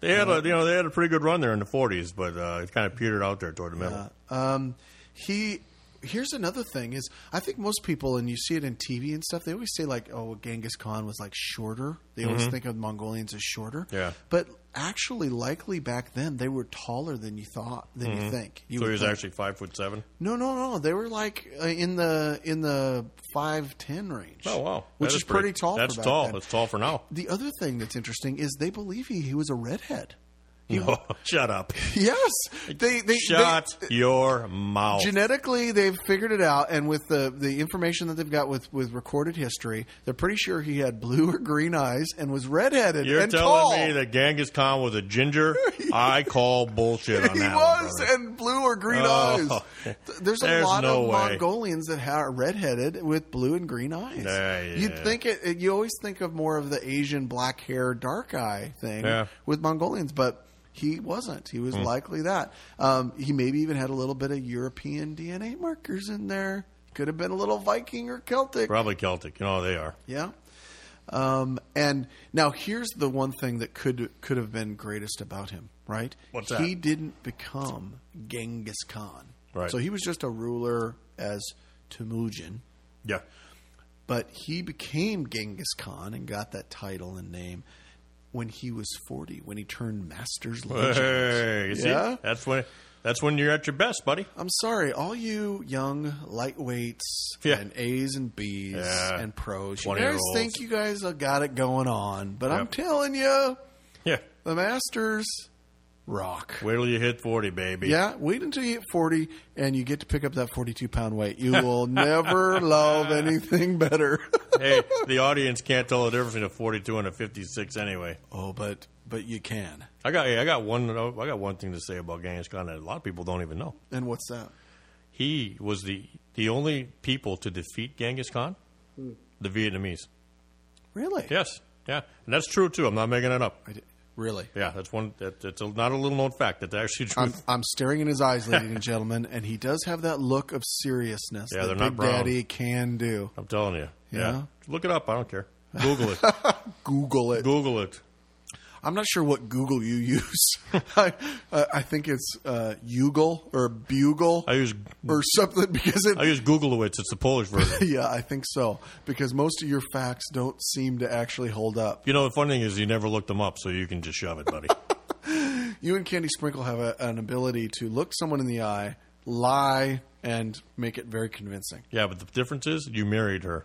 They had a you know they had a pretty good run there in the forties, but uh, it kind of petered out there toward the middle.
Um, he here's another thing is I think most people and you see it in TV and stuff they always say like oh Genghis Khan was like shorter they always think of Mongolians as shorter
Mm-hmm. Yeah.
but actually likely back then they were taller than you thought than you think you
Mm-hmm. so he
would
was
think.
actually five foot seven.
no no no they were like uh, in the in the five ten range
Oh wow,
which
That
is pretty, tall
That's
for back
tall.
then.
That's tall for now.
the other thing that's interesting is they believe he, he was a redhead
Oh, Shut up.
yes they they uh,
Shut
they,
your mouth.
genetically they've figured it out and with the, the information that they've got with, with recorded history they're pretty sure he had blue or green eyes and was redheaded
You're
and
telling
tall.
me that Genghis Khan was a ginger? I call bullshit on
he
that. one,
was
brother.
and blue or green
Oh.
eyes Th- there's a
There's
lot
no
of
way.
mongolians that ha- are redheaded with blue and green eyes
Yeah,
you'd
yeah.
think it, it- you always think of more of the asian black hair dark eye thing
Yeah. Hmm.
with mongolians but he wasn't. He was likely that. Um, he maybe even had a little bit of European DNA markers in there. Could have been a little Viking or Celtic.
probably Celtic. You know how they are.
Yeah. Um, and now here's the one thing that could could have been greatest about him, right?
What's that?
he didn't become Genghis Khan.
Right.
So he was just a ruler as Temujin,
Yeah,
but he became Genghis Khan and got that title and name when he was 40, when he turned Master's Legend.
hey, you see?
Yeah?
that's when that's when you're at your best, buddy.
I'm sorry, all you young lightweights
Yeah.
and A's and B's
Yeah.
and pros. You
20 year
guys
olds.
think you guys have got it going on, but I'm
Yep.
telling you,
Yeah,
the Masters rock.
wait till you hit forty, baby.
Yeah, wait until you hit 40 and you get to pick up that 42 pound weight. You will never love anything better.
hey, the audience can't tell the difference between a 42 and a 56 anyway.
oh, but but you can.
I got hey, I got one I got one thing to say about Genghis Khan that a lot of people don't even know.
And what's that?
He was the the only people to defeat Genghis Khan,
Hmm.
the Vietnamese.
Really?
Yes, yeah, and that's true too. I'm not making it up.
I did- Really?
Yeah, that's one. That, that's a, not a little known fact. That's actually true.
I'm, I'm staring in his eyes, ladies and gentlemen, and he does have that look of seriousness
Yeah,
that
they're not
Big
brown.
Daddy can do.
I'm telling you. Yeah.
Yeah.
look it up. I don't care. Google it.
Google it.
Google it.
I'm not sure what Google you use. I, uh, I think it's uh, Ugle or Bugle
I use
or something because it
I use Googleowitz. It's the Polish version.
Yeah, I think so. Because most of your facts don't seem to actually hold up.
You know, the funny thing is, you never looked them up, so you can just shove it, buddy.
You and Candy Sprinkle have a, an ability to look someone in the eye, lie, and make it very convincing.
yeah, but the difference is, you married her,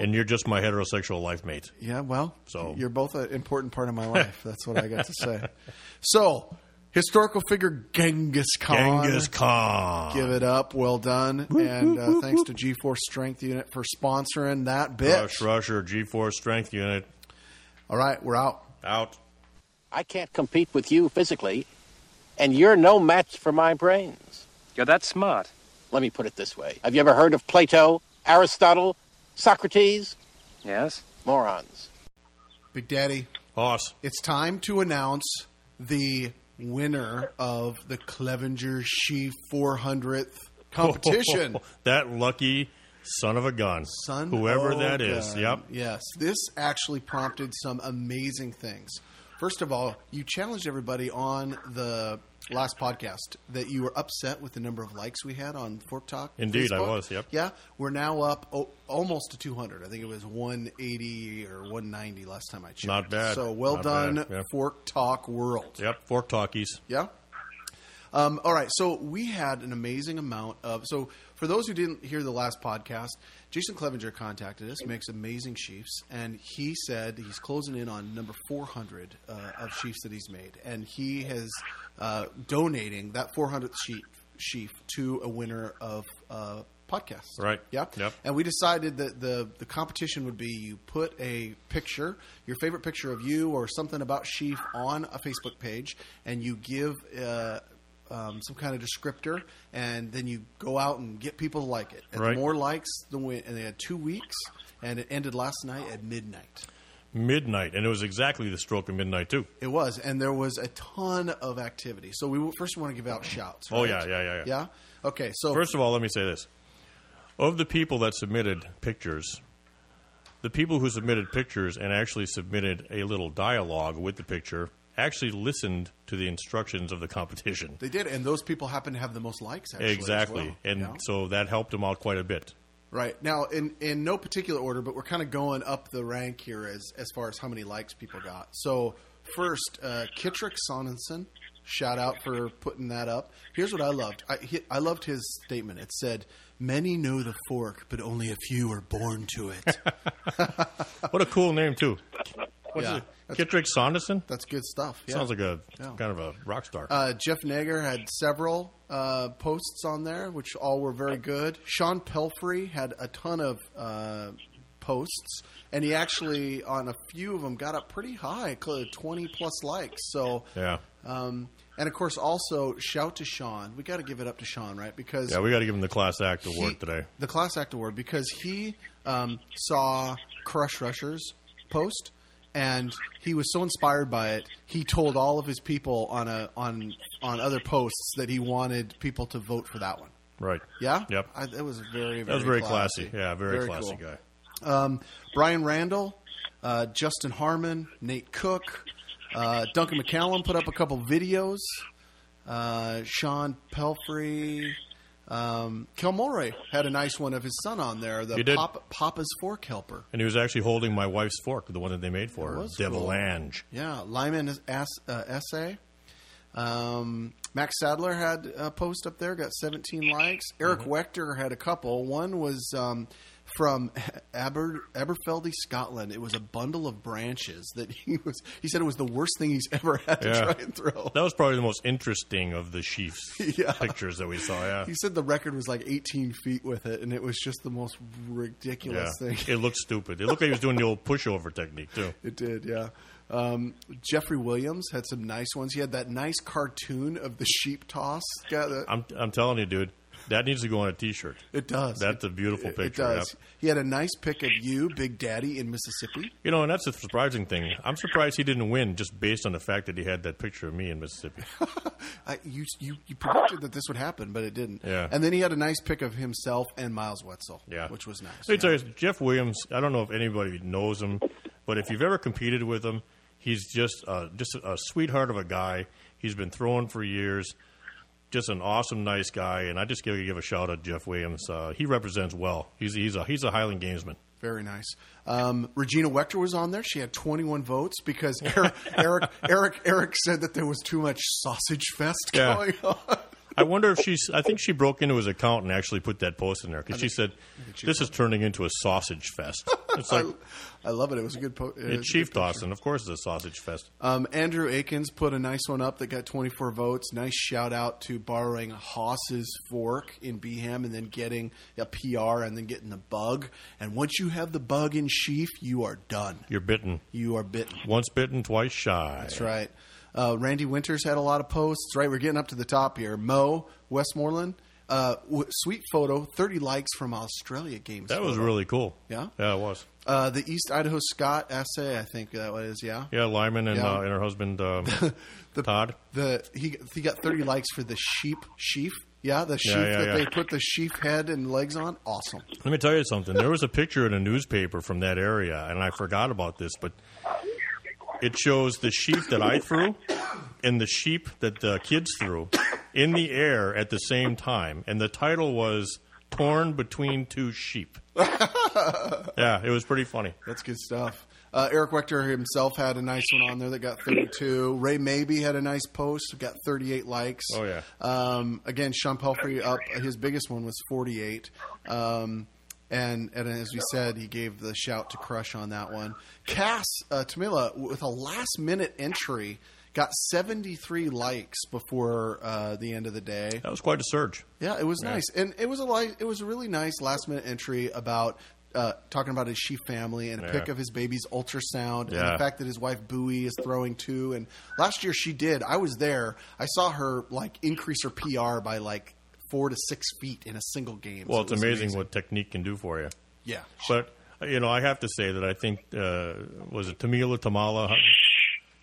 and you're just my heterosexual life mate.
Yeah, well,
So-
you're both an important part of my life. That's what I got to say. So, historical figure Genghis Khan.
Genghis Khan.
Give it up. Well done. and uh, thanks to G4 Strength Unit for sponsoring that bitch.
Rush Rusher, G4 Strength Unit.
All right, we're out.
Out.
I can't compete with you physically, and you're no match for my brains.
You're that smart.
Let me put it this way Have you ever heard of Plato, Aristotle, Socrates?
Yes?
Morons.
Big Daddy.
Hoss.
It's time to announce the winner of the Clevenger She 400th competition.
that lucky son of a gun.
Son
Whoever
of
that is.
gun.
Yep.
Yes. This actually prompted some amazing things. First of all, you challenged everybody on the last podcast that you were upset with the number of likes we had on Fork Talk.
Indeed, I
Facebook.
was, yep.
Yeah. We're now up o- almost to 200. I think it was 180 or 190 last time I checked.
Not bad.
So well
Not
done,
bad, yeah.
Fork Talk World.
Yep. Fork talkies.
Yeah. Um, all right. So we had an amazing amount of. So for those who didn't hear the last podcast, Jason Clevenger contacted us, makes amazing sheafs, and he said he's closing in on number 400 uh, of sheafs that he's made, and he has uh, donating that 400th sheaf, sheaf to a winner of. Uh, podcast
Right.
yeah
Yep.
and we decided that the the competition would be you put a picture, your favorite picture of you or something about sheaf on a Facebook page, and you give uh, um, some kind of descriptor, and then you go out and get people to like it. And the
Right.
more likes, the win. And they had two weeks, and it ended last night at midnight.
Midnight. And it was exactly the stroke of midnight, too.
It was, and there was a ton of activity. So we w- first want to give out shouts.
Oh,
right?
yeah, yeah, yeah, yeah.
yeah. Okay, so
First of all, let me say this. Of the people that submitted pictures, the people who submitted pictures and actually submitted a little dialogue with the picture actually listened to the instructions of the competition.
They did, and those people happen to have the most likes. Actually, as
exactly,
well.
and
Yeah.
so that helped them out quite a bit.
Right now, in in no particular order, but we're kind of going up the rank here as as far as how many likes people got. So first, uh, Kittrick Sonnenson, shout out for putting that up. Here's what I loved. I he, I loved his statement. It said, "Many know the fork, but only a few are born to it."
What a cool name too. What's
Yeah.
it? Kittrick Saunderson?
That's good stuff. Yeah.
Sounds like a
Yeah.
kind of a rock star.
Uh, Jeff Nager had several uh, posts on there, which all were very good. Sean Pelfrey had a ton of uh, posts, and he actually, on a few of them, got up pretty high, cl- 20 plus likes. So,
yeah,
um, and of course, also shout to Sean. We got to give it up to Sean, right? Because
yeah. We got to give him the Class Act Award
he-
today.
The Class Act Award because he um, saw Crush Rusher's post and he was so inspired by it, he told all of his people on a on on other posts that he wanted people to vote for that one.
Right.
Yeah.
Yep.
I, that was very very
that was very classy. Yeah, very, classy
cool.
guy.
Um, Brian Randall, uh, Justin Harmon, Nate Cook, uh, Duncan McCallum put up a couple videos. Uh, Sean Pelfrey, um, Kilmore had a nice one of his son on there. The
He did.
Pop, Papa's Fork Helper.
And he was actually holding my wife's fork, the one that they made for her,
was
Devil
cool.
Ange.
Yeah, Lyman is ass, uh, essay. Um, Max Sadler had a post up there, got 17 likes. Eric
Mm-hmm.
Wechter had a couple. One was um, from Aber, Aberfeldy, Scotland. It was a bundle of branches that he was. He said it was the worst thing he's ever had to
Yeah.
try and throw.
That was probably the most interesting of the Chiefs
Yeah.
pictures that we saw. Yeah,
He said the record was like 18 feet with it, and it was just the most
yeah.
ridiculous thing.
It looked stupid. It looked like he was doing the old pushover technique too.
It did, yeah. Um, Jeffrey Williams had some nice ones. He had that nice cartoon of the sheep toss. Got the-
I'm, I'm telling you, dude, that needs to go on a T-shirt.
It does.
That's
It-
a beautiful
it-
picture.
It does.
Yep.
He had a nice pic of you, Big Daddy, in Mississippi.
You know, and that's a surprising thing. I'm surprised he didn't win just based on the fact that he had that picture of me in Mississippi.
I, you, you you predicted that this would happen, but it didn't.
Yeah.
And then he had a nice pic of himself and Miles Wetzel.
Yeah,
Which was nice.
Let me
yeah.
tell you, Jeff Williams. I don't know if anybody knows him, but if you've ever competed with him, he's just uh, just a sweetheart of a guy. He's been throwing for years. Just an awesome, nice guy, and I just got to give a shout out to Jeff Williams. Uh, he represents well. He's he's a he's a Highland gamesman.
Very nice. Um, Regina Wechter was on there. She had 21 votes because Eric Eric Eric Eric said that there was too much sausage fest
Yeah.
going on.
I wonder if she's. I think she broke into his account and actually put that post in there because she said, "This is turning into a sausage fest." It's like
I love it. It was a good post.
it's Chief Dawson, of course, it's a sausage fest.
Um, Andrew Akins put a nice one up that got 24 votes. Nice shout out to borrowing Haas's fork in Beham and then getting a PR and then getting the bug. And once you have the bug in sheaf, you are done.
You're bitten
You are bitten.
once bitten, twice shy.
That's right. Uh, Randy Winters had a lot of posts. Right, we're getting up to the top here. Mo Westmoreland, uh, w- sweet photo, 30 likes from Australia games.
That was
photo.
really cool.
Yeah?
yeah, it was.
uh, the East Idaho Scott essay. I think that what it is. Yeah,
Yeah, Lyman and,
Yeah.
uh, and her husband um, Todd.
the he he got 30 likes for the sheep sheaf yeah the sheep
yeah,
that
yeah.
they put the sheep head and legs on awesome
Let me tell you something. There was a picture in a newspaper from that area, and I forgot about this, but it shows the sheep that I threw and the sheep that the kids threw in the air at the same time, and the title was "Torn Between Two Sheep." yeah, it was pretty funny.
that's good stuff uh, Eric Wechter himself had a nice one on there that got 32. Ray Maybe had a nice post, got 38 likes.
Oh, yeah.
Um, again, Sean Pelfrey up. His biggest one was 48. Um, and and as we said, he gave the shout to Crush on that one. Cass uh, Tamila with a last minute entry got 73 likes before uh, the end of the day.
That was quite a surge.
Yeah, it was nice, and it was a li- it was a really nice last minute entry about uh, talking about his sheep family and a pic
Yeah.
of his baby's ultrasound and
Yeah.
the fact that his wife Bowie is throwing two. And last year she did. I was there. I saw her like increase her PR by like four to six feet in a single game.
Well,
So
it's
it was
amazing, what technique can do for you.
Yeah,
But you know, I have to say that I think uh, was it Tamila Tamala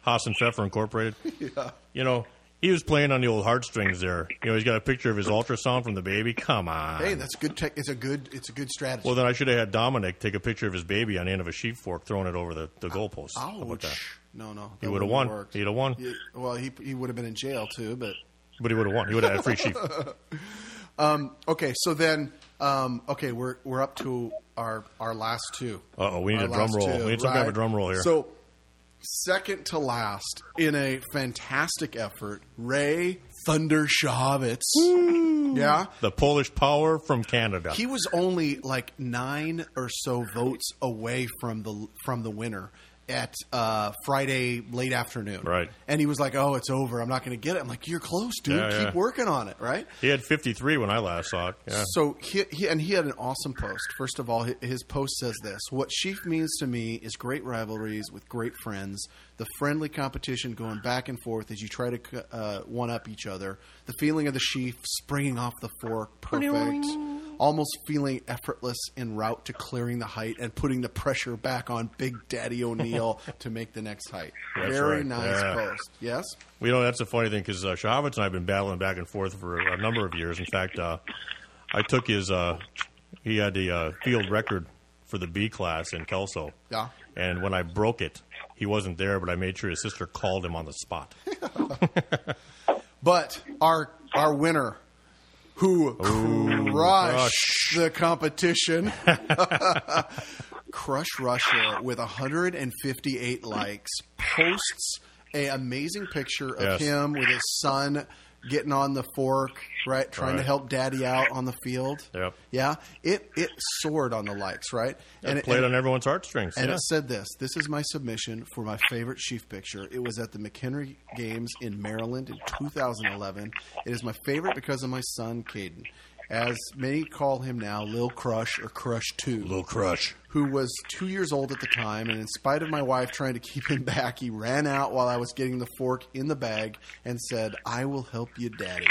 Hassan Pfeffer Incorporated. yeah. You know, He was playing on the old heartstrings there. You know, he's got a picture of his ultrasound from the baby. Come on.
Hey, that's good. Tech. it's a good. It's a good strategy.
Well, then I should have had Dominic take a picture of his baby on the end of a sheep fork, throwing it over the, the goalpost. How about that?
Ouch. No, no.
He
that
would have
wouldn't
won.
worked.
He'd have won.
Yeah, well, he he would have been in jail too, but
But he would have won. He would have had free sheep.
um, okay, so then um, okay, we're we're up to our our last two.
Uh-oh, we need
Our
a drum
last
roll. We need some kind of a drum roll here.
So second to last in a fantastic effort, Ray Thunder Shavitz. Yeah.
The Polish power from Canada.
He was only like nine or so votes away from the from the winner at uh, Friday late afternoon.
Right.
And he was like, "Oh, it's over. I'm not going to get it." I'm like, "You're close, dude.
Yeah, yeah.
Keep working on it." Right.
He had 53 when I last saw it. Yeah.
So he, he and he had an awesome post. First of all, hi- his post says this: "What Sheaf means to me is great rivalries with great friends, the friendly competition going back and forth as you try to c- uh, one up each other, the feeling of the sheaf springing off the fork, perfect, almost feeling effortless en route to clearing the height and putting the pressure back on Big Daddy O'Neill to make the next height.
That's
Very
right.
nice
Yeah.
post. Yes,
Well, you know, that's a funny thing because uh, Shahavitz and I have been battling back and forth for a number of years. In fact, uh, I took his, uh, he had the uh, field record for the B class in Kelso.
Yeah.
And when I broke it, he wasn't there, but I made sure his sister called him on the spot.
but our our winner." Who crushed the competition. Crush Russia with 158 likes posts a amazing picture
Yes.
of him with his son getting on the fork, right, trying to
Right.
help daddy out on the field.
Yep.
Yeah, it it soared on the likes, right?
And
it-
played on everyone's heartstrings.
and
yeah.
it said this This is my submission for my favorite sheaf picture. It was at the McHenry Games in Maryland in 2011. It is my favorite because of my son, Caden. As many call him now, Lil Crush or Crush 2.
Lil Crush.
Who was two years old at the time, and in spite of my wife trying to keep him back, he ran out while I was getting the fork in the bag and said, I will help you, Daddy.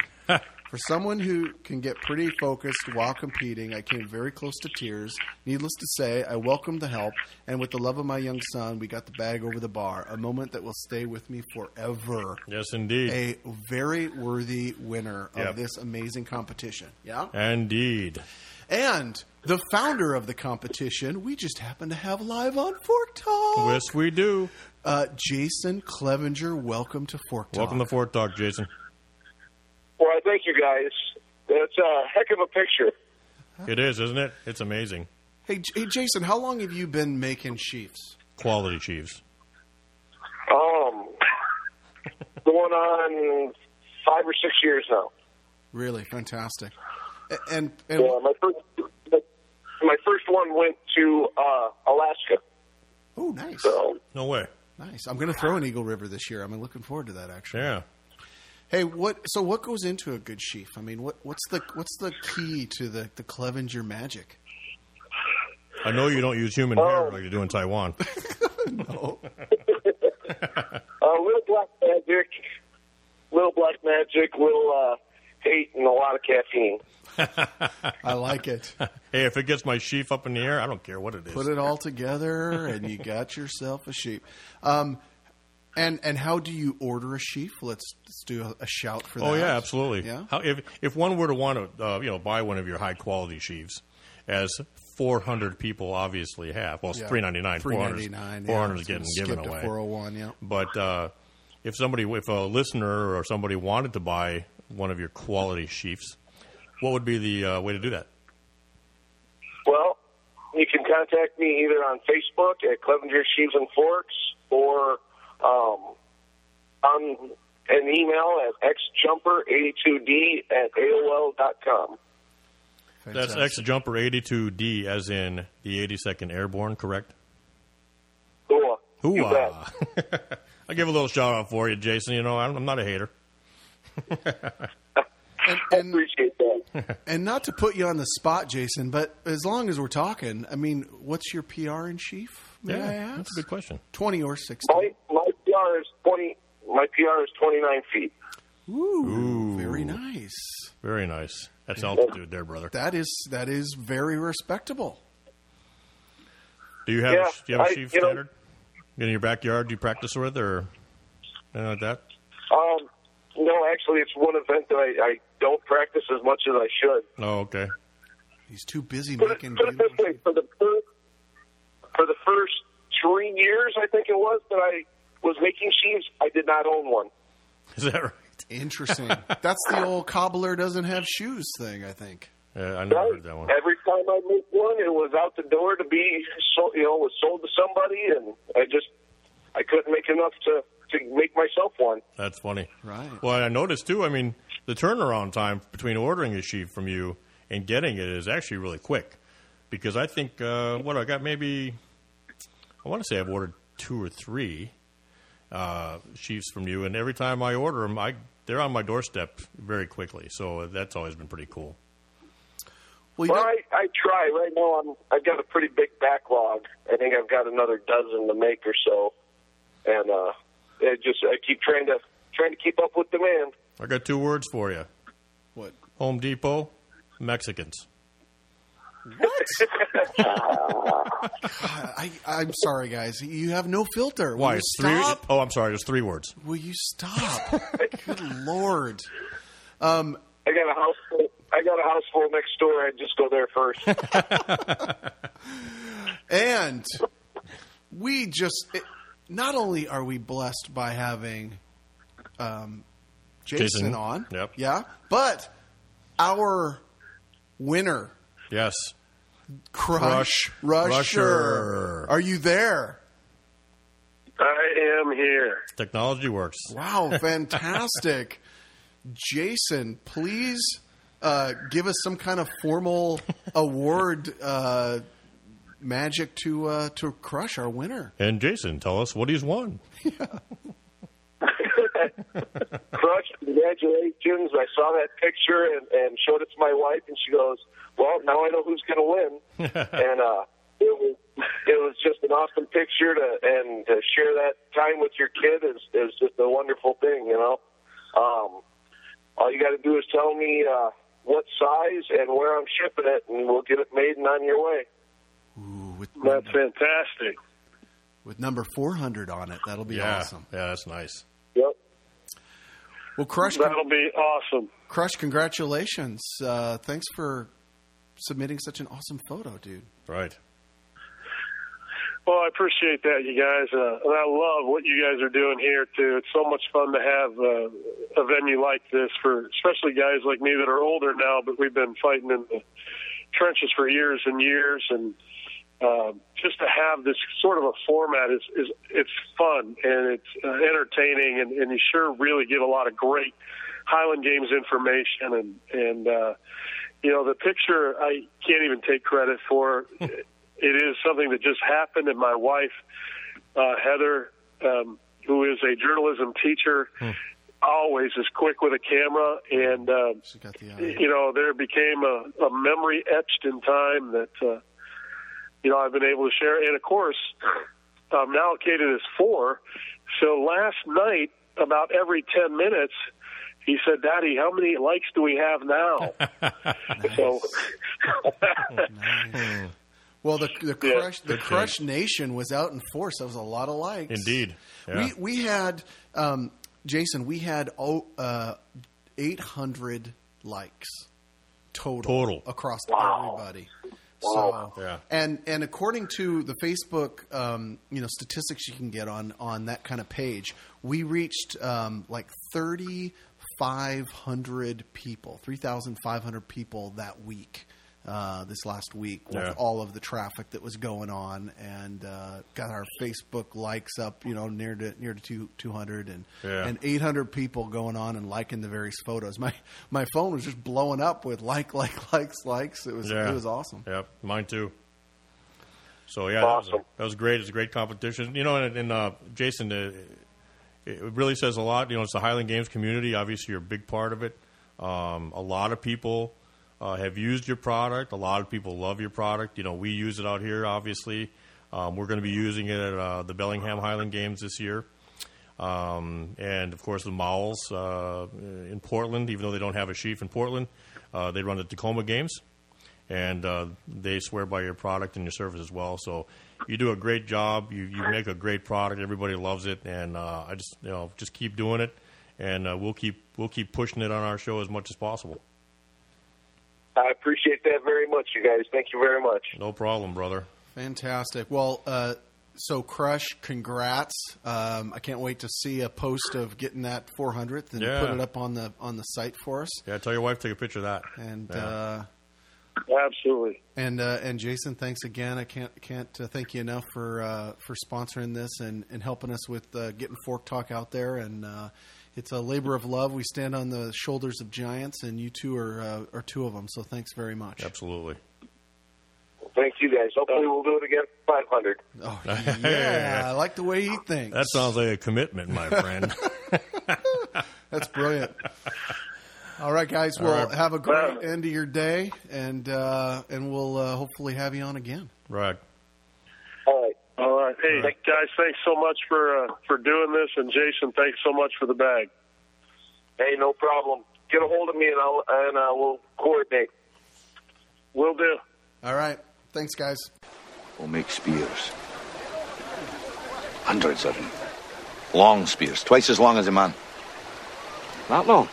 For someone who can get pretty focused while competing, I came very close to tears. Needless to say, I welcomed the help, and with the love of my young son, we got the bag over the bar, a moment that will stay with me forever.
Yes, indeed.
A very worthy winner of
Yep.
this amazing competition. Yeah?
Indeed.
And the founder of the competition, we just happen to have live on Fork Talk.
Yes, we do.
Uh, Jason Clevenger, welcome to Fork Talk.
Welcome to Fort Talk, Jason.
Well, thank you guys. That's a heck of a picture.
It is, isn't it? It's amazing.
hey, J- hey, Jason, how long have you been making sheaves?
Quality Chiefs.
Um, going on five or six years now.
Really fantastic. A- And, and
Yeah, my first my first one went to uh, Alaska.
oh, nice,
So
No way.
nice. I'm going to throw an Eagle River this year. I'm looking forward to that. Actually,
Yeah.
hey, what? So, what goes into a good sheaf? I mean, what, what's the what's the key to the the Clevenger magic?
I know you don't use human hair like they do in Taiwan.
uh, little black magic, little black magic, little uh, hate, and a lot of caffeine.
I like it.
Hey, if it gets my sheaf up in the air, I don't care what it is.
Put it all together, and you got yourself a sheep. Um, and and how do you order a sheaf? Let's, let's do a, a shout for that.
oh yeah, absolutely.
Yeah.
How, if if one were to want to, uh, you know, buy one of your high quality sheaves, as four hundred people obviously have. Well, it's
Yeah.
three ninety nine. Four hundred.
399,
Four hundred
yeah.
is getting
Skip
given
to
away.
401, yeah.
But uh, if somebody, if a listener or somebody wanted to buy one of your quality sheaves, what would be the uh, way to do that?
Well, you can contact me either on Facebook at Clevenger Sheaves and Forks or um, on an email at xjumper82d at aol dot com.
That's X Jumper eighty two D, as in the eighty second Airborne, correct?
Cool. You bet.
Hooah! I'll give a little shout out for you, Jason. You know, I'm I'm not a hater.
And,
Appreciate that.
and not to put you on the spot, Jason, but as long as we're talking, I mean, what's your PR in chief? May I ask?
that's a good question.
Twenty or sixty?
my, my PR is twenty. My PR is twenty nine feet.
Ooh, very nice.
Very nice. That's altitude there, brother.
That is that is very respectable.
Do you have
Yeah,
a, do you have a
I-
sheaf
you know-
standard in your backyard? Do you practice with or anything like that?
Um, no,
actually, it's one event that I, I don't practice as much as I should.
Oh, okay.
He's too busy
Put it,
making.
put it this way: for the first, for the first three years, I think it was that I was making sheaves. I did not own one.
Is that right?
Interesting. That's the old cobbler doesn't have shoes thing. I think.
Yeah, I never heard that one.
Every time I made one, it was out the door to be sold. You know, was sold to somebody, and I just I couldn't make enough to to make myself one.
That's funny.
Right.
Well, I noticed too. I mean, the turnaround time between ordering a sheep from you and getting it is actually really quick, because I think uh, what I got maybe I want to say I've ordered two or three uh, sheeps from you, and every time I order them, I they're on my doorstep very quickly. So uh, that's always been pretty cool.
Well, I, I try. Right now, I'm I've got a pretty big backlog. I think I've got another dozen to make or so, and uh, it just I keep trying to trying to keep up with demand.
I got two words for you.
What?
Home Depot, Mexicans.
I, I'm sorry, guys. You have no filter. Will
Why?
you
It's three.
stop?
Oh, I'm sorry. There's three words.
Will you stop? Good lord. Um,
I got a house. Full, I got a house full next door. I just go there first.
And we just it, not only are we blessed by having um, Jason,
Jason.
on,
Yep.
yeah, but our winner,
Yes.
Crush,
Rush-
Rusher.
Rusher.
are you there?
I am here.
Technology works.
Wow, fantastic, Jason! Please uh, give us some kind of formal award uh, magic to uh, to Crush, our winner.
And Jason, tell us what he's won.
Crush, congratulations. I saw that picture and, and showed it to my wife, and she goes, Well, now I know who's going to win. and uh, it, was, it was just an awesome picture, to, and to share that time with your kid is, is just a wonderful thing, you know? Um, all you got to do is tell me uh, what size and where I'm shipping it, and we'll get it made and on your way.
Ooh, with
That's fantastic.
with number four hundred on it, that'll be
yeah.
awesome.
Yeah, that's nice.
Yep.
Well, Crush,
That'll be awesome.
Crush, congratulations! Uh, thanks for submitting such an awesome photo, dude.
Right.
Well, I appreciate that, you guys. Uh, and I love what you guys are doing here, too. It's so much fun to have uh, a venue like this for especially guys like me that are older now, but we've been fighting in the trenches for years and years. And um, just to have this sort of a format is, is it's fun and it's uh, entertaining, and, and you sure really give a lot of great Highland Games information. And, and uh, you know, the picture I can't even take credit for. it is something that just happened, and my wife, uh, Heather, um, who is a journalism teacher, always is quick with a camera, and um,
Got the uh, eye.
you know there became a, a memory etched in time that uh, you know I've been able to share, and of course I'm now Kaden is four, so last night about every ten minutes. He said, "Daddy, how many likes do we have now?" So,
Well, the the
Yeah.
crush the
Good
crush nation was out in force. That was a lot of likes.
Indeed. Yeah.
We we had um, Jason. We had oh, uh, eight hundred likes total,
Total.
across everybody. So
Yeah.
and and according to the Facebook um, you know statistics you can get on on that kind of page, we reached um, like thirty five hundred people, three thousand five hundred people that week. Uh, this last week, with
Yeah.
all of the traffic that was going on, and uh, got our Facebook likes up, you know, near to near to two two hundred, and
Yeah.
and 800 people going on and liking the various photos. My my phone was just blowing up with like like likes likes. It was
Yeah.
it was awesome.
Yep, mine too. So yeah, that, was
Awesome.
a, that was great. It's a great competition, you know. And, and uh, Jason, uh, it really says a lot. You know, it's the Highland Games community. Obviously, you're a big part of it. Um, a lot of people uh, have used your product. A lot of people love your product. You know, we use it out here. Obviously, um, we're going to be using it at uh, the Bellingham Highland Games this year. Um, and of course, the Mowls uh, in Portland, even though they don't have a sheaf in Portland, uh, they run the Tacoma Games and uh, they swear by your product and your service as well. So you do a great job. You you make a great product. Everybody loves it, and uh, I just you know just keep doing it. and uh, we'll keep we'll keep pushing it on our show as much as possible.
I appreciate that very much, you guys. Thank you very much.
No problem, brother.
Fantastic. Well, uh, so Crush, congrats! Um, I can't wait to see a post of getting that 400th and
Yeah.
put it up on the on the site for us.
Yeah, tell your wife to take a picture of that.
And
Yeah.
uh,
Absolutely.
and uh, and Jason, thanks again. I can't can't uh, thank you enough for uh, for sponsoring this and, and helping us with uh, getting Fork Talk out there. And uh, it's a labor of love. We stand on the shoulders of giants, and you two are uh, are two of them. So thanks very much.
Absolutely.
Thank you guys. Hopefully, we'll do it again for 500.
Oh, yeah, I like the way he thinks.
That sounds like a commitment, my friend.
That's brilliant. All right, guys.
All
Well,
right.
have a great end of your day, and uh, and we'll uh, hopefully have you on again.
right.
All right.
All right. Hey, guys, thanks so much for uh, for doing this. And Jason, thanks so much for the bag.
Hey, no problem. Get a hold of me, and I'll and uh, we'll coordinate.
Will do.
All right. Thanks, guys.
We'll make spears. Hundreds of them. Long spears, twice as long as a man.
That long?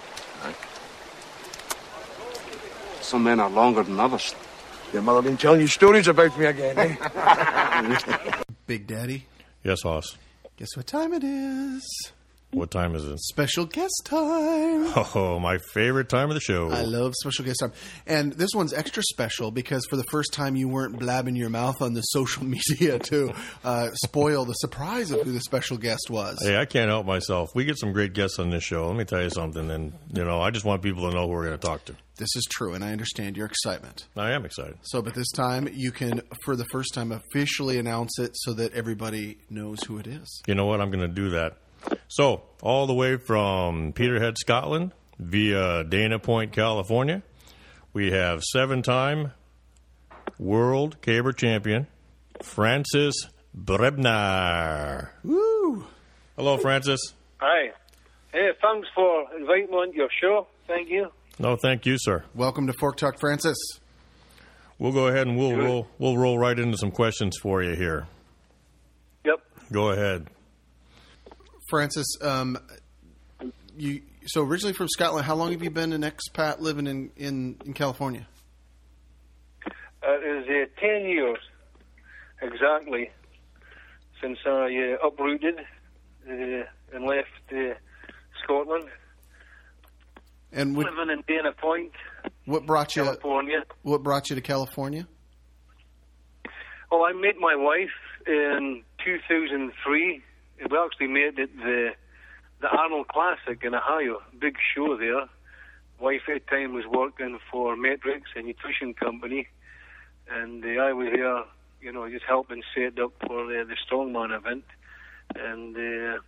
Some men are longer than others.
Your mother been telling you stories about me again, eh?
Big Daddy.
Yes, Hoss.
Guess what time it is?
What time is it?
Special guest time.
Oh, my favorite time of the show.
I love special guest time, and this one's extra special because for the first time you weren't blabbing your mouth on the social media to uh, spoil the surprise of who the special guest was.
Hey, I can't help myself. We get some great guests on this show. Let me tell you something. And, you know, I just want people to know who we're going to talk to.
This is true, and I understand your excitement.
I am excited.
So, but this time you can, for the first time, officially announce it so that everybody knows who it is.
You know what? I'm going to do that. So, all the way from Peterhead, Scotland, via Dana Point, California, we have seven time world caber champion, Francis Brebner.
Woo!
Hello, Francis.
Hi. Hey, thanks for inviting me onto your show. Thank you.
No, thank you, sir.
Welcome to Fork Talk, Francis.
We'll go ahead and we'll roll, we'll roll right into some questions for you here.
Yep.
Go ahead.
Francis, um, you so originally from Scotland. How long have you been an expat living in in, in California?
It is uh, 10 years exactly since I uh, uprooted uh, and left uh, Scotland,
And what,
living in Dana Point,
what brought you?
California.
What brought you to California?
Well, Oh, I met my wife in 2003. We actually met at the the Arnold Classic in Ohio, big show there. Wife at the time was working for Matrix, a nutrition company, and uh, I was there, you know, just helping set up for the, the Strongman event. And uh,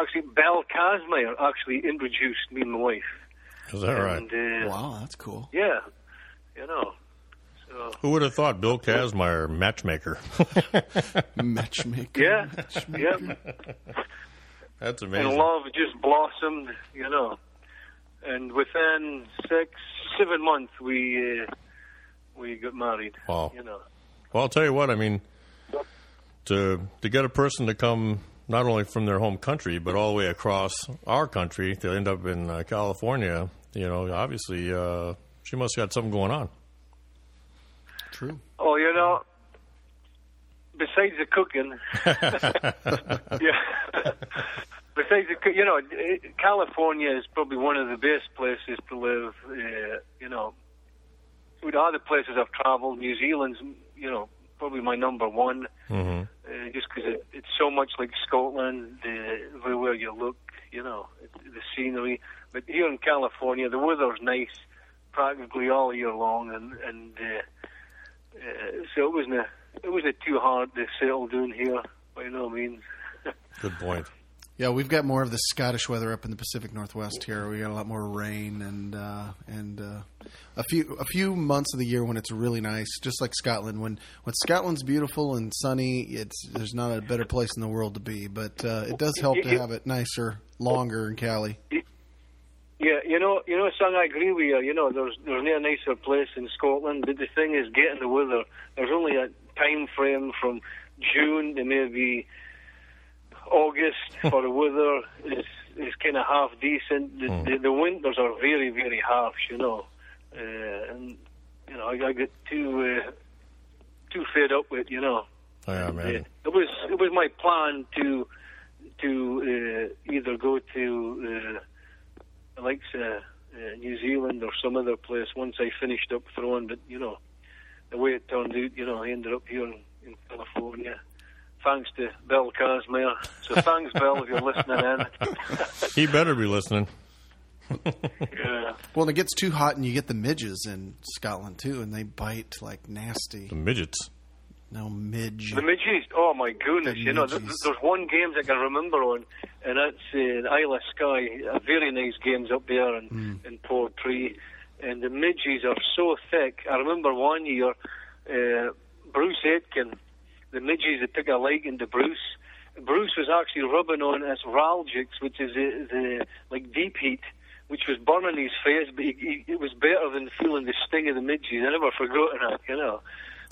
actually, Bel Kazmaier actually introduced me and my wife.
Is that right?
And, uh,
wow, that's cool.
Yeah, you know. So
Who would have thought Bill Kazmaier, matchmaker?
matchmaker.
yeah, yeah.
That's amazing.
And love just blossomed, you know. And within six, seven months, we uh, we got married.
Wow.
You know.
Well, I'll tell you what. I mean, to to get a person to come not only from their home country but all the way across our country to end up in uh, California, you know, obviously uh, she must have got something going on.
True.
Oh, you know. Besides the cooking, yeah. Besides the, coo- you know, eh, California is probably one of the best places to live. Uh, you know, with other places I've traveled, New Zealand's, you know, probably my number one.
Mm-hmm.
uh, just because it, it's so much like Scotland, the, everywhere you look, you know, the scenery. But here in California, the weather's nice practically all year long, and and uh, uh, so it wasn't a, it wasn't too hard to settle down here by no means.
Good point.
Yeah, we've got more of the Scottish weather up in the Pacific Northwest here. We got a lot more rain and uh, and uh, a few a few months of the year when it's really nice, just like Scotland. When when Scotland's beautiful and sunny, it's there's not a better place in the world to be. But uh, it does help to have it nicer, longer in Cali.
Yeah, you know, you know, son, I agree with you. You know, there's there's no nicer place in Scotland, but the thing is, getting the weather. There's only a time frame from June to maybe August for the weather. It's is kind of half decent. The, the, the winters are very, very harsh, you know. Uh, and you know, I, I get too uh, too fed up with, you know.
Oh, Yeah, man.
It was it was my plan to to uh, either go to uh, like uh, uh, New Zealand or some other place once I finished up throwing, but you know, the way it turned out, you know, I ended up here in, in California. Thanks to Bill Casmere. So thanks, Bill, if you're listening in. Uh,
He better be listening.
yeah.
Well, and it gets too hot, and you get the midges in Scotland too, and they bite like nasty. The
midgets.
No midge.
The midgies, oh my goodness!
The
you know, th-
midgies.
there's one game that I can remember on, and that's uh, the Isle of Skye. Uh, very nice games up there in, in Portree, and the midgies are so thick. I remember one year, uh, Bruce Aitken, the midgies that took a liking to Bruce. Bruce was actually rubbing on asralgics, which is the, the like deep heat, which was burning his face, but he, he, it was better than feeling the sting of the midges. I never forgotten that, you know.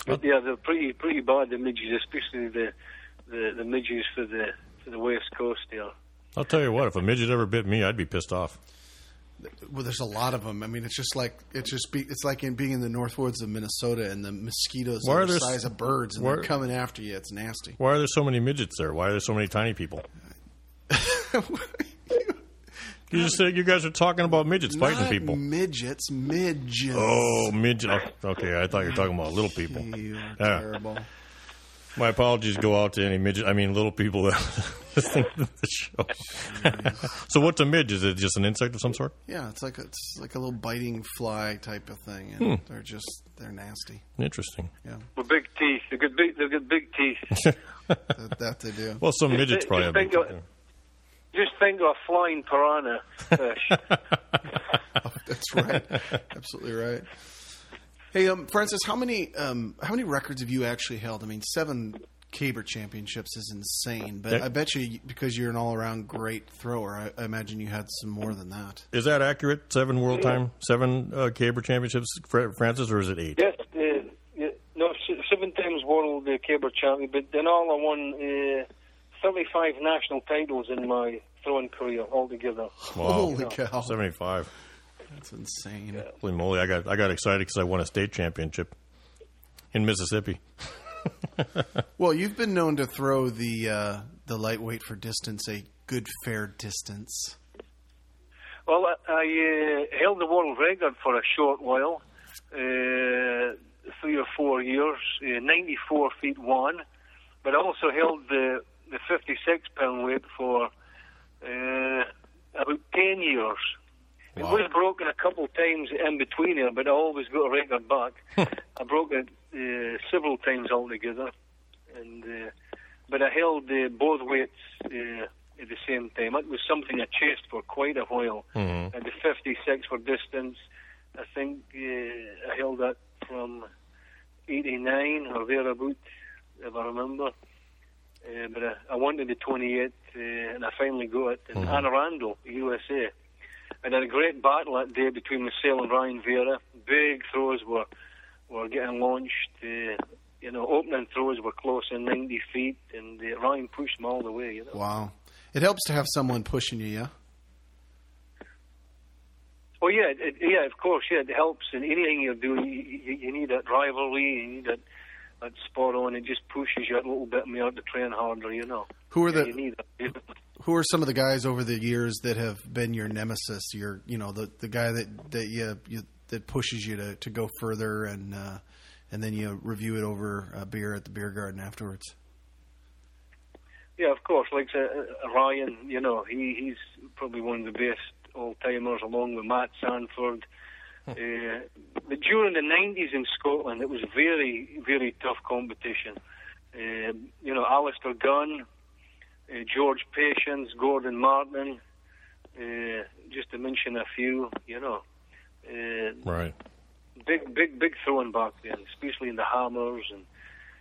But yeah, they're pretty pretty bad the midges, especially the the, the midges for the for the west coast there.
I'll tell you what, if a midget ever bit me, I'd be pissed off.
Well, there's a lot of them. I mean, it's just like it's just be, it's like in being in the north woods of Minnesota, and the mosquitoes
Why
are
are
the
there
size
s-
of birds, and
why-
they're coming after you. It's nasty.
Why are there so many midgets there? Why are there so many tiny people? you just said you guys are talking about midgets biting
Not
people.
midgets, midges.
Oh, midget. oh, Okay, I thought you were talking about little people.
You are
Yeah.
terrible.
My apologies go out to any midget. I mean, little people that listen to the show. so, what's a midge? Is it just an insect of some sort?
Yeah, it's like it's like a little biting fly type of thing, and
Hmm.
they're just they're nasty.
Interesting.
Yeah,
With big teeth, they've got big they've got big teeth.
that, that they do.
Well, some
Just
midgets
thi-
probably
just
have. big
think of-
teeth.
Just think of a flying piranha fish.
That's right. Absolutely right. Hey, um, Francis, how many um, how many records have you actually held? I mean, seven caber championships is insane, but
Yeah.
I bet you because you're an all around great thrower, I, I imagine you had some more than that.
Is that accurate? Seven world time, seven uh, caber championships, Fra- Francis, or is it eight?
yes, uh, yeah, no, se- seven times world uh, caber champion, but in all I won uh, thirty-five national titles in my throwing career altogether.
Wow.
Holy cow!
Seventy-five.
That's insane.
Holy moly! I got I got excited because I won a state championship in Mississippi.
Well, you've been known to throw the uh, the lightweight for distance a good fair distance.
Well, I, I uh, held the world record for a short while, uh, three or four years, uh, 94 feet one, but I also held the, the 56 pound weight for uh, about 10 years. It was broken a couple times in between there, but I always got a record back. I broke it uh, several times altogether, and uh, but I held uh, both weights uh, at the same time. That was something I chased for quite a while.
Mhm.
At the 56 for distance, I think uh, I held that from 89 or thereabout, if I remember. Uh, but I, I wanted the 28, uh, and I finally got it in
Mhm.
Anne Arundel, USA. And had a great battle that day between myself and Ryan Vera. Big throws were were getting launched. Uh, you know, opening throws were close in 90 feet, and uh, Ryan pushed them all the way. You know.
Wow, it helps to have someone pushing you. Yeah,
Oh yeah, it, it- yeah, of course, yeah, it helps in anything you're doing. You, you, you need that rivalry, you need that that spot on. It just pushes you a little bit more to train harder. You know.
Who are
Yeah,
the-
you need that.
who are some of the guys over the years that have been your nemesis? Your you know the the guy that that you, you that pushes you to, to go further and uh, and then you review it over a beer at the beer garden afterwards.
Yeah, of course. Like uh, uh, Ryan, you know, he he's probably one of the best all timers, along with Matt Sanford. uh, but during the '90s in Scotland, it was very very tough competition. Uh, you know, Alistair Gunn, uh, George Patience, Gordon Martin, uh, just to mention a few. You know, uh,
Right.
big big big throwing back then, especially in the hammers and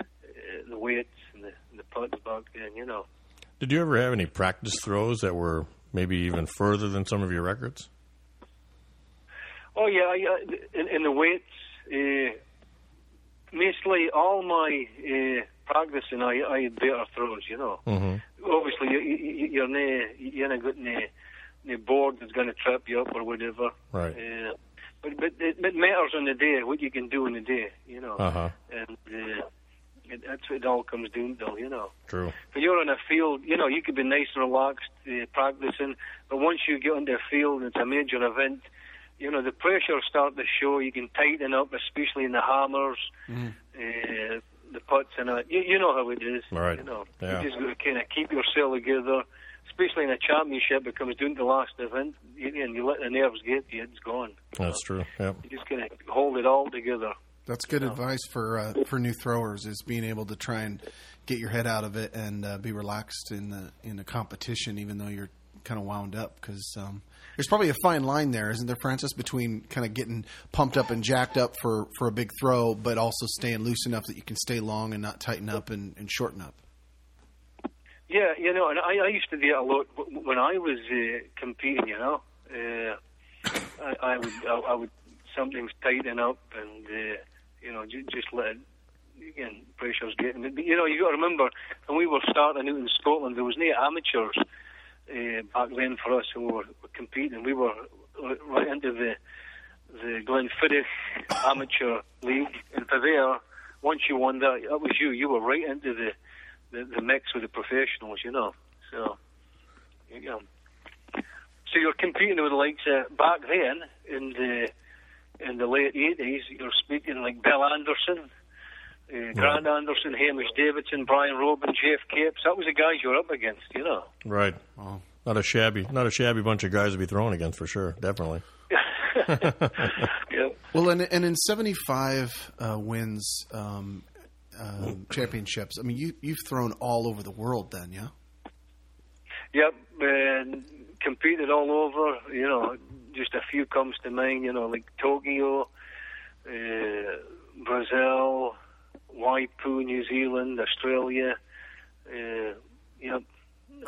uh, the weights and the, the putts back then. You know.
Did you ever have any practice throws that were maybe even further than some of your records?
Oh yeah, I, uh, in, in the weights, uh, mostly all my uh, practicing, I I had better throws. You know,
Mm-hmm.
obviously you, you, you're not you're not getting uh, the board is going to trip you up or whatever.
Right.
Uh, but but it, it matters on the day what you can do in the day, you know.
Uh-huh.
And uh, it, that's what it all comes down to, you know.
True.
But you're on a field, you know, you could be nice and relaxed uh, practicing, but once you get on the field, it's a major event. You know, the pressure start to show. You can tighten up, especially in the hammers,
Mm-hmm.
uh, the putts, and uh, you, you know how it is.
Right.
You know,
Yeah.
you just got to kind of keep yourself together, especially in a championship. It comes down to the last event, you- and you let the nerves get you, it's gone.
That's true. Yep.
You just got to hold it all together.
That's good advice for uh, for new throwers is being able to try and get your head out of it and uh, be relaxed in the in the competition, even though you're kind of wound up. Because um, there's probably a fine line there, isn't there, Francis, between kind of getting pumped up and jacked up for, for a big throw, but also staying loose enough that you can stay long and not tighten up and, and shorten up.
Yeah, you know, and I, I used to do it a lot w- w- when I was uh, competing. You know, uh, I, I would I, I would something's tighten up, and uh, you know, ju- just let it, again pressure's getting. But you know, you got to remember when we were starting out in Scotland, there was no amateurs uh, back then for us who were, were competing. We were r- right into the the Glenfiddich Amateur League, and for there, once you won that, that was you. You were right into the the, the mix with the professionals, you know. So, you know. So you're competing with like uh, back then in the in the late eighties. You're speaking like Bill Anderson, uh, Grant Anderson, Hamish Davidson, Brian Robin, Jeff Capes. That was the guys you were up against, you know.
Right. Not a shabby, not a shabby bunch of guys to be thrown against for sure. Definitely.
Well, and, and in 75 uh, wins um, um, championships, I mean, you, you've thrown all over the world then, yeah?
Yep, and competed all over. You know, just a few comes to mind. You know, like Tokyo, uh, Brazil, Waipu, New Zealand, Australia. Uh, yep,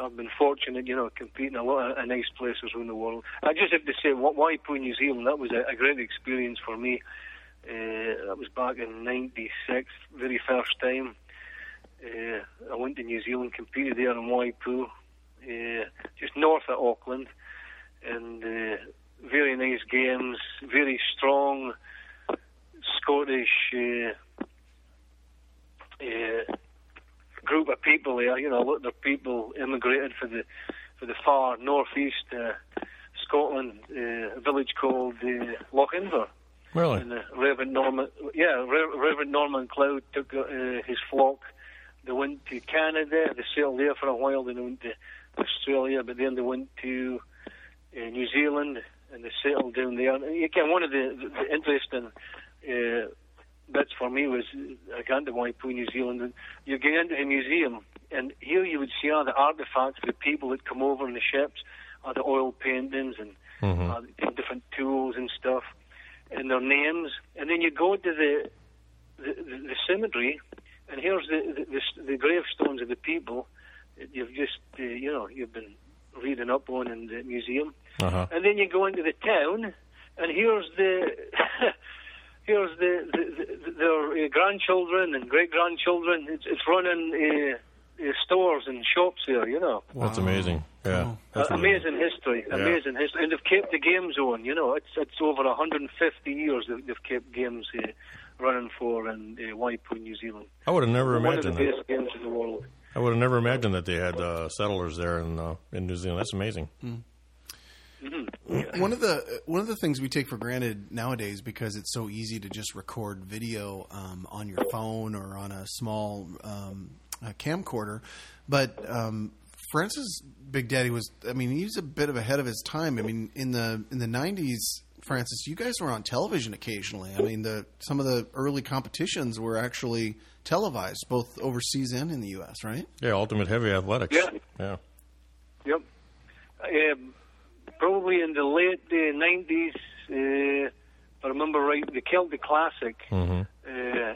I've been fortunate. You know, competing a lot of, of nice places around the world. I just have to say, Wa- Waipu, New Zealand, that was a, a great experience for me. Uh, that was back in '96, very first time. Uh, I went to New Zealand, competed there in Waipu uh, just north of Auckland, and uh, very nice games, very strong Scottish uh, uh, group of people there. You know, a lot of people immigrated for the for the far northeast uh, Scotland, uh, a village called uh, Loch Inver.
Really?
And uh, Reverend Norman, yeah, Re- Reverend Norman Cloud took uh, his flock. They went to Canada. They sailed there for a while. Then they went to Australia, but then they went to uh, New Zealand and they settled down there. And again, one of the, the, the interesting uh, bits for me was I got to Waipu, New Zealand. And you get into a museum, and here you would see all the artifacts, the people that come over in the ships, all the oil paintings and uh, different tools and stuff, and their names. And then you go to the the, the, the cemetery, and here's the the, the s- the gravestones of the people that you've just uh, you know you've been reading up on in the museum.
Uh-huh.
And then you go into the town, and here's the here's the, the, the their uh, grandchildren and great grandchildren. It's, it's running uh, uh, stores and shops there, you know.
That's amazing. Yeah. That's
Uh,
really-
amazing history,
Yeah.
amazing history, and they've kept the games on. You know, it's it's over 150 years they've, they've kept games uh, running for in uh, Waipu, New Zealand.
I would have never
One of the
imagined that.
best games in the world.
I would have never imagined that they had uh, settlers there in uh, in New Zealand. That's amazing.
Mm.
one of the one of the things we take for granted nowadays because it's so easy to just record video um, on your phone or on a small um, a camcorder, but um, Francis Big Daddy was I mean he's a bit of ahead of his time. I mean in the in the nineties. Francis, you guys were on television occasionally. I mean, the some of the early competitions were actually televised, both overseas and in the U.S. Right?
Yeah, ultimate heavy athletics.
Yeah.
Yeah.
Yep. Um, probably in the late uh, 90s, uh, if I remember right, the Celtic Classic.
Mm-hmm.
Uh,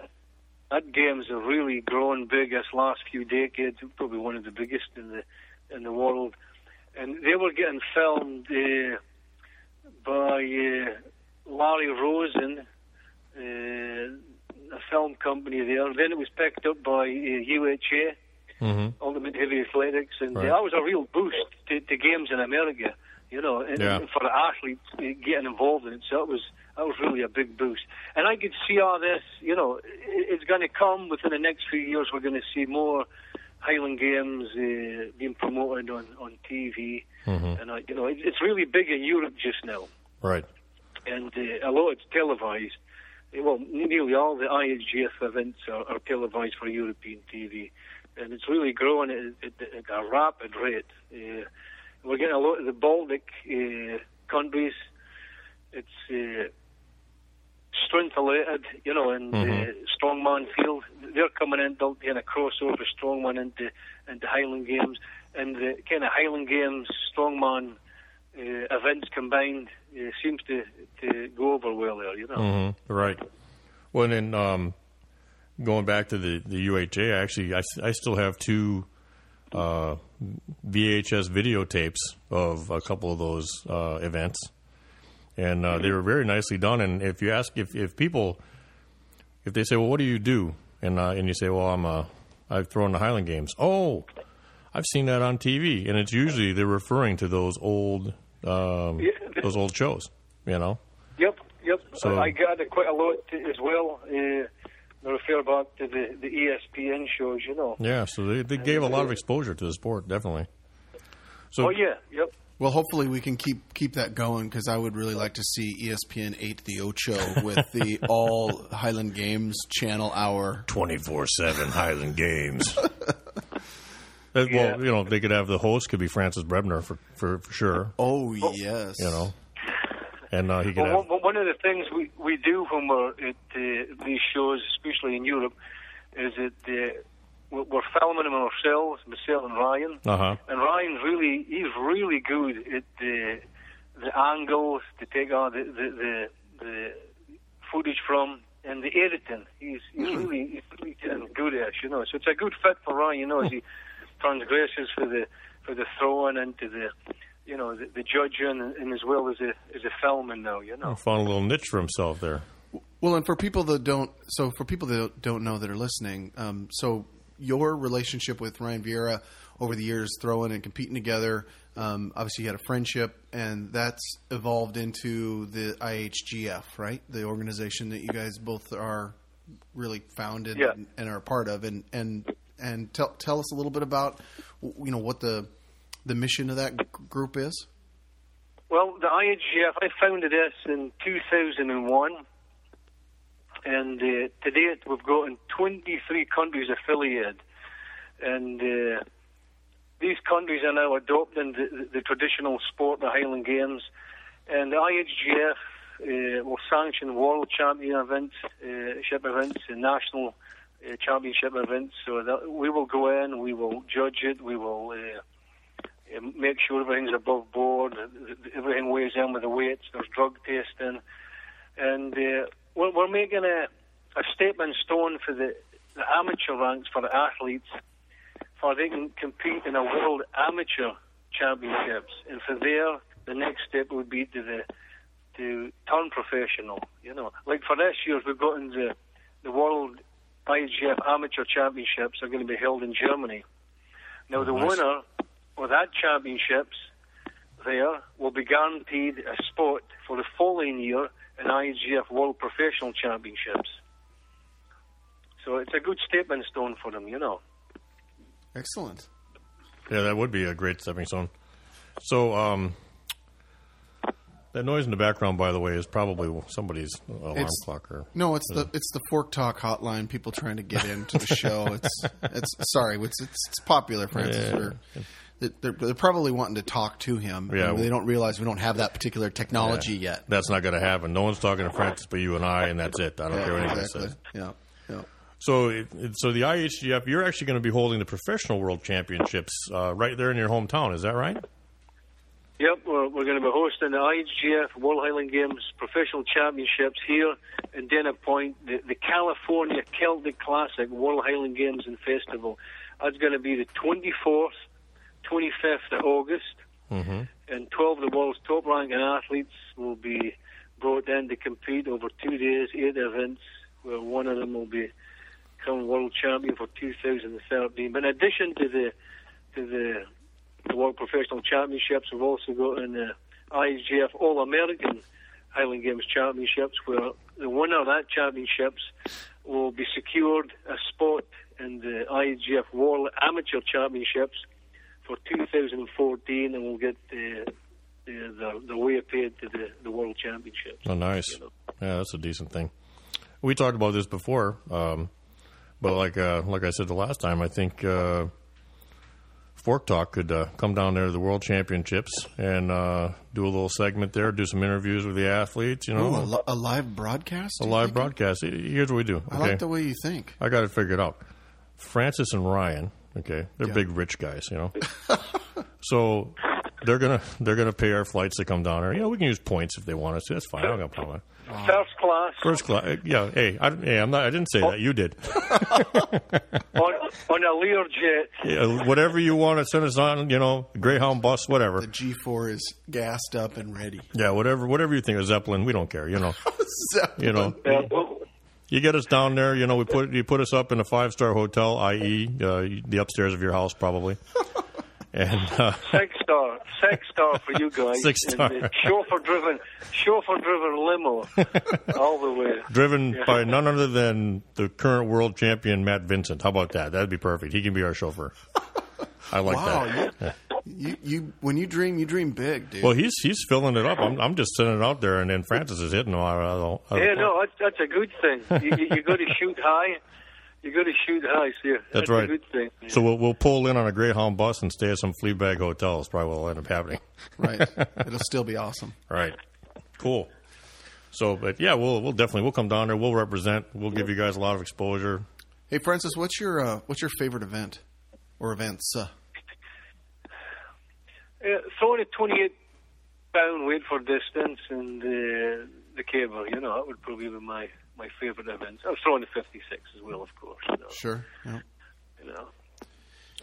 that game's have really grown big this last few decades. Probably one of the biggest in the in the world. And they were getting filmed uh, by uh, Larry Rosen, uh, a film company there. Then it was picked up by uh, UHA.
Mm-hmm.
Ultimate Heavy Athletics, and
Right.
that was a real boost to, to games in America. You know, and,
Yeah.
and for the athletes eh, getting involved in it, so that was that was really a big boost. And I could see all this. You know, it, it's going to come within the next few years. We're going to see more Highland Games uh, being promoted on on TV,
Mm-hmm.
and uh, you know, it, it's really big in Europe just now
Right.
and uh, although it's televised, eh, well, nearly all the IHGF events are, are televised for European TV, and it's really growing at, at, at a rapid rate. Uh, we're getting a lot of the Baltic uh, countries. It's uh, strength-related, you know, and uh,
Mm-hmm.
strongman field. They're coming in, they'll be in a crossover strongman into into Highland Games, and the kind of Highland Games strongman uh, events combined uh, seems to, to go over well there, you know.
Mm-hmm. Right. Well, then um, going back to the the UHA, actually, I, s- I still have two uh, VHS videotapes of a couple of those uh, events, and uh, they were very nicely done. And if you ask if if people if they say, "Well, what do you do?" and uh, and you say, "Well, I'm a I've thrown the Highland Games." Oh, I've seen that on TV, and it's usually they're referring to those old um, those old shows, you know.
Yep, yep.
So-
I got it quite a lot as well. Uh, they refer back to the, E the ESPN shows, you know.
Yeah, so they, they gave a lot of exposure to the sport, definitely. So,
oh, yeah, yep.
Well, hopefully we can keep keep that going because I would really like to see E ESPN eight the Ocho with the all Highland Games channel hour
twenty four seven Highland Games. Uh,
Yeah.
Well, you know, they could have the host could be Francis Brebner for for, for sure.
Oh yes,
you know, and uh, he could
Well,
have.
one, one of the things we, we do when we're at uh, these shows, especially in Europe, is that uh, we're we're filming them ourselves, myself and Ryan.
Uh huh.
And Ryan's really, he's really good at the the angles to take all the the, the, the footage from and the editing. He's, he's really he's really getting good at, it, you know. So it's a good fit for Ryan, you know, as he transgresses for the for the throwing and to the you know the, the judging and, and as well as the as the filming now, you know.
Oh, Found a little niche for himself there.
Well, and for people that don't, so for people that don't know that are listening, um, so your relationship with Ryan Vieira over the years, throwing and competing together, um, obviously you had a friendship, and that's evolved into the IHGF, right? The organization that you guys both are really founded
Yeah.
and, and are a part of, and and and tell tell us a little bit about, you know, what the the mission of that g- group is.
Well, the IHGF, I founded this in 2001, and uh, to date we've got in 23 countries affiliated, and uh, these countries are now adopting the, the, the traditional sport, the Highland Games, and the IHGF uh, will sanction world champion events, uh, ship events, and national uh, championship events. So that we will go in, we will judge it, we will. Uh, and make sure everything's above board, th- th- everything weighs in with the weights, there's drug testing, and uh, we're, we're making a, a statement stone for the, the amateur ranks for the athletes, for they can compete in a world amateur championships, and for there, the next step would be to the to turn professional. You know, like for this year, we've gotten the the world IGF amateur championships are going to be held in Germany. Now, the
Nice.
winner of that championships there will be guaranteed a spot for the following year in IGF World Professional Championships. So it's a good stepping stone for them, you know.
Excellent.
Yeah, that would be a great stepping stone. So, um, that noise in the background, by the way, is probably somebody's alarm
It's-
clock or
No, it's the it's the Fork Talk hotline. People trying to get into the show. It's it's sorry. It's it's, it's popular, Francis.
Yeah.
We're- they- They're, they're probably wanting to talk to him.
Yeah.
and they don't realize we don't have that particular technology
Yeah.
yet.
That's not going to happen. No one's talking to Francis but you and I, and that's it. I don't
Yeah,
care what anybody
exactly.
says.
Yeah, yeah.
So, it, it- so the IHGF, you're actually going to be holding the professional world championships uh, right there in your hometown. Is that right?
Yep, we're, we're going to be hosting the IGF World Highland Games Professional Championships here in Dana Point, the, the California Celtic Classic World Highland Games and Festival. That's going to be the 24th, 25th of August, and 12 of the world's top ranking athletes will be brought in to compete over two days, eight events, where one of them will be become world champion for 2013. But in addition to the to the the World Professional Championships. We've also got in the IGF All American Highland Games Championships, where the winner of that championships will be secured a spot in the IGF World Amateur Championships for 2014, and will get the the, the, the way paid to the, the World Championships.
Oh, nice. Yeah, that's a decent thing. We talked about this before, um, but like uh, like I said the last time, I think uh, Fork Talk could uh, come down there to the World Championships and uh, do a little segment there, do some interviews with the athletes. You know,
Ooh, a, li- a live broadcast.
Oh. a live broadcast. Here's what we do.
I like
okay?
the way you think.
I got it figured out. Francis and Ryan, okay, they're
Yeah.
big rich guys, you know. so they're gonna they're gonna pay our flights to come down here. You know, we can use points if they want us to. That's fine. I don't got a problem. with it.
First class
First class, uh, yeah. Hey, I, hey, I'm not. I didn't say that. You did.
on, on a Learjet.
Yeah, whatever you want to send us on, you know, Greyhound bus, whatever.
G four is gassed up and ready.
Yeah, whatever, whatever you think of Zeppelin, we don't care. You know, you know,
Yeah, Uh, well,
you get us down there. You know, we put you put us up in a five star hotel, i.e., uh, the upstairs of your house, probably. And uh,
six star, six star for you guys.
Six star.
Chauffeur driven, chauffeur driven limo, all the way.
driven
Yeah.
by none other than the current world champion Matt Vincent. How about that? That'd be perfect. He can be our chauffeur. I like
wow,
that. Yeah.
you, you you when you dream, you dream big, dude.
Well, he's he's filling it up. I'm, I'm just sending it out there, and then Francis is hitting him. I don't know. I don't
Yeah,
know.
no, that's, that's a good thing. You, you, you got to shoot high. You got to shoot high. So yeah,
That's
that's,
right.
A good thing.
So we'll, we'll pull in on a Greyhound bus and stay at some flea bag hotels. Probably what'll end up happening.
right? It'll still be awesome.
Right. Cool. So, but yeah, we'll we'll definitely we'll come down there. We'll represent. We'll give you guys a lot of exposure.
Hey, Francis, what's your uh, what's your favorite event or events? Uh,
Yeah, throwing a 28 er pound weight for distance and uh, the cable, you know, that would probably be my, my favourite event. I was throwing a 56 as well, of course. You know,
sure. Yeah.
you know.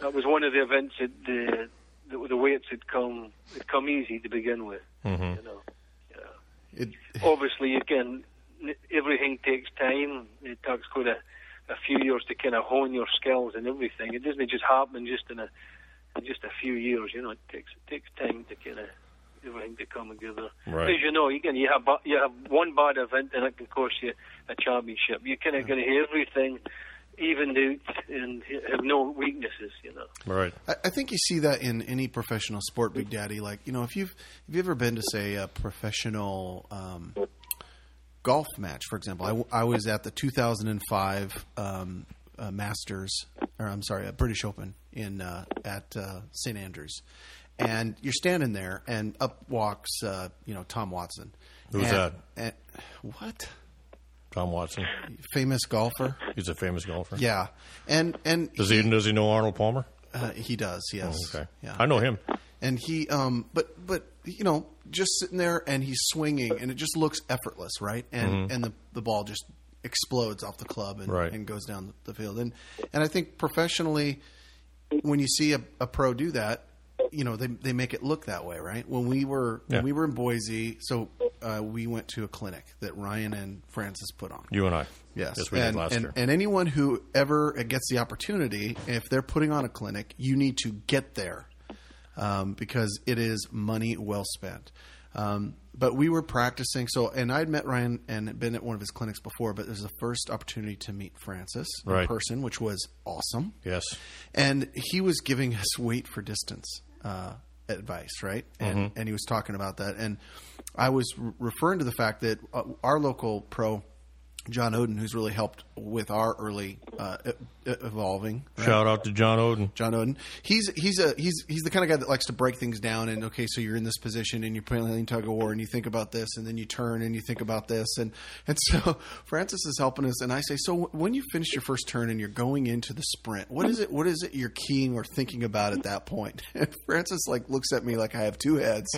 That was one of the events that the, the, the weights had come, had come easy to begin with.
Mm-hmm.
You know, yeah.
It,
Obviously, again, n- everything takes time. It takes quite a, a few years to kind of hone your skills and everything. It doesn't just happen just in a in just a few years. You know, it takes it takes time to kind of everything to come together.
Right.
As you know, again, you have ba- you have one bad event and it can cost you a championship. You're kind of going to hear everything evened out and h- have no weaknesses. You know.
Right.
I, I think you see that in any professional sport, Big Daddy. Like you know, if you've have you ever been to say a professional um, golf match, for example, I w- I, was at the 2005 um, uh, Masters, or I'm sorry, uh, British Open in uh, at uh, St Andrews, and you're standing there, and up walks uh, you know Tom Watson.
Who's
And-
that?
and- what?
Tom Watson.
Famous golfer.
He's a famous golfer.
Yeah, and and
Does he does he know Arnold Palmer?
Uh, he does. Yes.
Oh, okay.
Yeah.
I know him.
And he, um, but but you know, just sitting there and he's swinging, and it just looks effortless, right? And
Mhm.
and the the ball just explodes off the club and
Right.
and goes down the field. And and I think professionally, when you see a, a pro do that, you know they they make it look that way, right? When we were
Yeah.
when we were in Boise, so uh, we went to a clinic that Ryan and Francis put on.
You and I.
Yes,
Yes, we
and,
did last
and,
year.
and anyone who ever gets the opportunity, if they're putting on a clinic, you need to get there um, because it is money well spent. Um, but we were practicing, so and I'd met Ryan and been at one of his clinics before, but it was the first opportunity to meet Francis
Right.
in person, which was awesome.
Yes.
And he was giving us weight for distance uh, advice, right? And,
Mhm.
and he was talking about that. And I was re- referring to the fact that uh, our local pro, John Oden, who's really helped with our early uh, e- e- evolving. right?
Shout out to John Oden.
John Oden. He's he's a he's he's the kind of guy that likes to break things down and okay, so you're in this position and you're playing tug of war and you think about this and then you turn and you think about this and and so Francis is helping us and I say, so when you finish your first turn and you're going into the sprint, what is it? What is it you're keying or thinking about at that point? And Francis like looks at me like I have two heads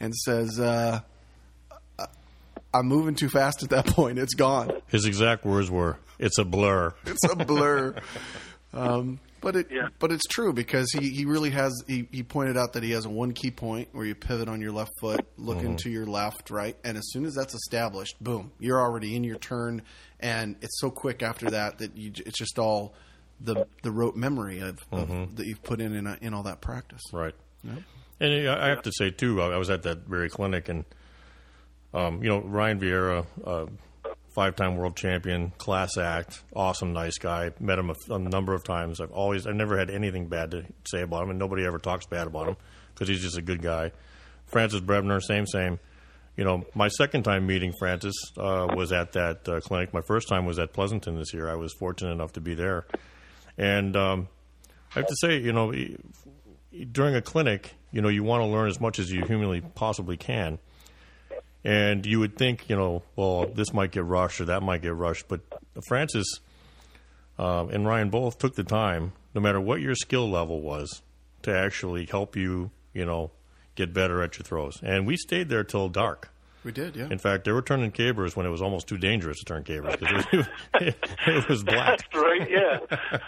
and says, uh, I- "I'm moving too fast at that point. It's gone."
His exact words were, "It's a blur."
it's a blur. Um, but it but it's true because he, he really has he, he pointed out that he has one key point where you pivot on your left foot, look
Mhm.
into your left, right, and as soon as that's established, boom, you're already in your turn, and it's so quick after that that you j- it's just all the the rote memory of, of that you've put in in, in uh, all that practice.
Mm-hmm. Right.
Yep.
And I I have to say too, I I was at that very clinic, and um, you know Ryan Vieira, uh, five-time world champion, class act, awesome, nice guy. Met him a, a number of times. I've always, I've never had anything bad to say about him, and nobody ever talks bad about him because he's just a good guy. Francis Brebner, same, same. You know, my second time meeting Francis uh, was at that uh, clinic. My first time was at Pleasanton this year. I was fortunate enough to be there, and um, I have to say, you know, he- during a clinic, you know, you want to learn as much as you humanly possibly can. And you would think, you know, well, this might get rushed or that might get rushed. But Francis uh, and Ryan both took the time, no matter what your skill level was, to actually help you, you know, get better at your throws. And we stayed there till dark.
We did, yeah.
In fact, they were turning cabers when it was almost too dangerous to turn cabers because it, it was black.
That's right. Yeah.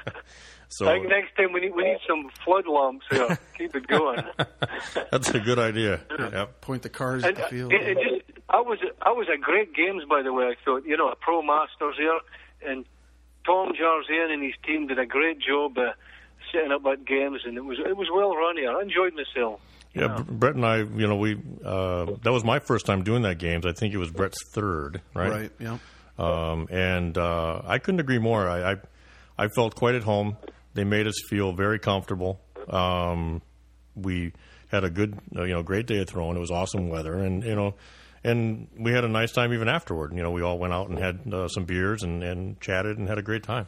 So
I think next time we need we need some flood lumps. Yeah. Keep it going.
that's a good idea. Yep.
Point the cars
And, uh,
at the field.
and- and just, I was I was at great games by the way. I thought you know a pro masters here, and Tom Jarzian and his team did a great job uh, setting up that games, and it was it was well run here. I enjoyed myself.
Yeah, Br- Brett and I, you know, we uh, that was my first time doing that games. I think it was Brett's third, right?
Right, yeah.
Um, and uh, I couldn't agree more. I, I I felt quite at home. They made us feel very comfortable. Um, we had a good, uh, you know, great day of throwing. It was awesome weather, and you know, and we had a nice time even afterward. You know, we all went out and had uh, some beers and, and chatted and had a great time.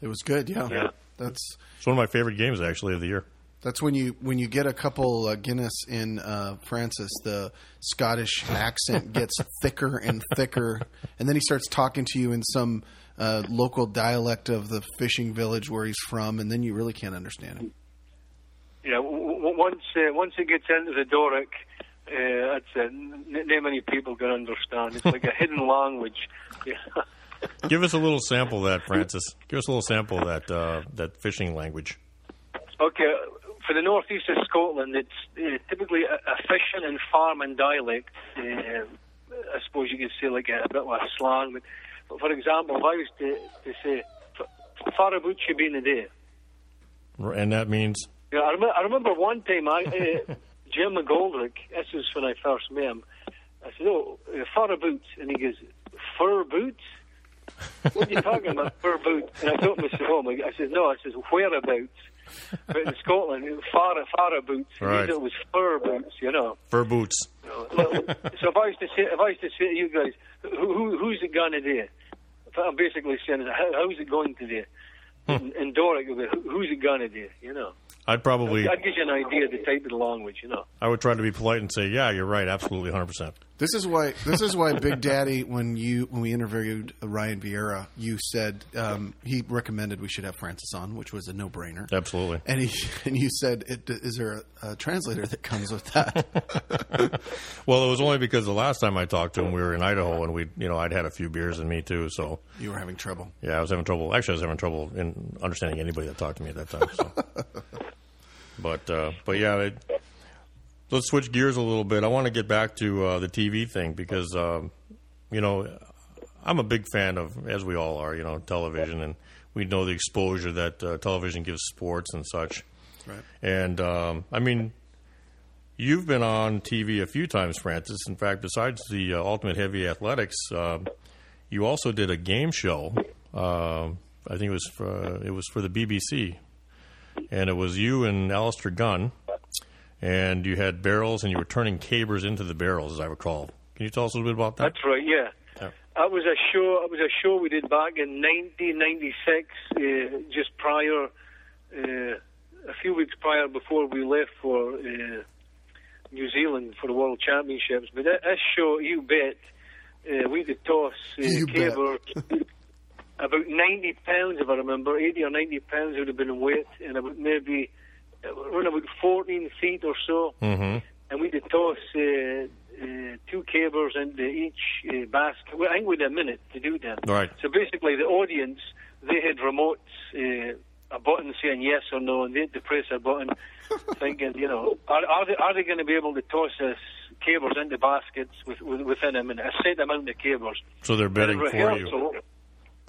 It was good, yeah.
Yeah.
That's
It's one of my favorite games actually of the year.
that's when you when you get a couple uh, Guinness in uh, Francis, the Scottish accent gets thicker and thicker, and then he starts talking to you in some uh, local dialect of the fishing village where he's from, and then you really can't understand him.
Yeah, w- w- once uh, once it gets into the Doric, uh, that's it. N- not many people can understand. It's like a hidden language. Yeah.
Give us a little sample of that, Francis. Give us a little sample of that uh, that fishing language.
Okay, for the northeast of Scotland, it's uh, typically a, a fishing and farming dialect. Uh, I suppose you could say like a, a bit like slang. But, but for example, if I was to, to say, "Farabuchi being a day,"
And that means
Yeah, I, rem- I remember one time I, uh, Jim McGoldrick, this was when I first met him, I said, oh, uh, fur boots. And he goes, fur boots? What are you talking about, fur boots? And I thought to myself, oh, my God. I said, no, I says, whereabouts? But in Scotland, it was far, far boots. And
Right.
he said it was fur boots, you know.
fur boots.
so if I was to say, if I was to say to you guys, who, who, who's it going today? I'm basically saying, how, how's it going today? In, in Doric, it would be, "Who- who's it going today, you know?
I'd probably
I'd give you an idea of the type of the language, you know.
I would try to be polite and say, "Yeah, you're right, absolutely, 100." percent
This is why this is why Big Daddy, when you when we interviewed Ryan Vieira, you said um, he recommended we should have Francis on, which was a no brainer.
Absolutely.
And he and you said, it, "Is there a, a translator that comes with that?"
Well, it was only because the last time I talked to him, we were in Idaho, and we, you know, I'd had a few beers and me too. So
you were having trouble.
yeah, I was having trouble. Actually, I was having trouble in understanding anybody that talked to me at that time. So. but uh, but yeah, it, let's switch gears a little bit. I want to get back to uh, the TV thing because um, you know I'm a big fan of, as we all are, you know, television, and we know the exposure that uh, television gives sports and such.
Right.
And um, I mean, you've been on TV a few times, Francis. In fact, besides the uh, Ultimate Heavy Athletics, um you also did a game show. Um I think it was for, it was for the BBC, and it was you and Alistair Gunn, and you had barrels, and you were turning cabers into the barrels, as I recall. Can you tell us a little bit about that?
That's right, yeah.
Yeah.
That was a show. That was a show we did back in 1996, uh, just prior, uh, a few weeks prior before we left for uh, New Zealand for the World Championships. But that, that show, you bet, uh, we did toss uh,
You bet.
cable about 90 pounds, if I remember, 80 or 90 pounds would have been in weight, and about maybe uh, around about 14 feet or so.
Mm-hmm.
and we did toss uh, uh, two cables into each uh, basket. Well, I think we had a minute to do that.
Right.
So basically, the audience they had remotes, uh, a button saying yes or no, and they had to press a button, thinking, you know, are are they, are they going to be able to toss us cables into baskets with, with, within a minute, a set amount of cables?
So they're betting
And at
for you
rehearsal-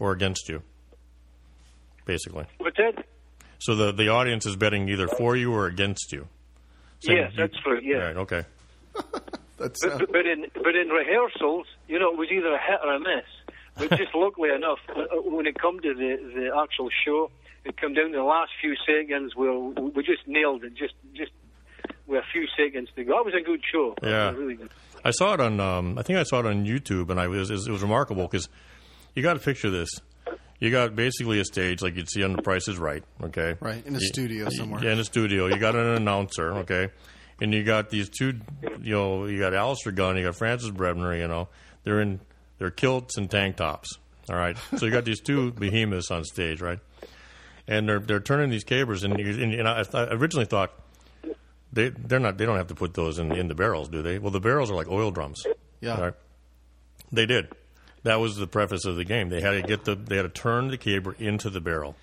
or against you, basically.
What's that?
So the the audience is betting either for you or against you. Same-
yes, that's true. Yeah.
Right, okay.
That's,
but, but in but in rehearsals, you know, it was either a hit or a miss. But just luckily enough, uh, when it come to the the actual show, it come down to the last few seconds where we just nailed it. Just just with a few seconds to go. That was a good show. That was
Yeah.
really good.
I saw it on. Um, I think I saw it on YouTube, and I it was it was remarkable because you got to picture this. You got basically a stage like you'd see on The Price Is Right, okay?
Right, in a
You-
studio
you-
somewhere.
Yeah, in a studio. You got an announcer, okay? And you got these two, you know, you got Alistair Gunn, you got Francis Brebner, you know. They're in their kilts and tank tops, all right? So you got these two behemoths on stage, right? And they're they're turning these cabers, and, you, and, and I, I originally thought, they they're not they don't have to put those in in the barrels, do they? Well, the barrels are like oil drums.
Yeah.
Right? They did. That was the preface of the game. They had to get the they had to turn the caber into the barrel.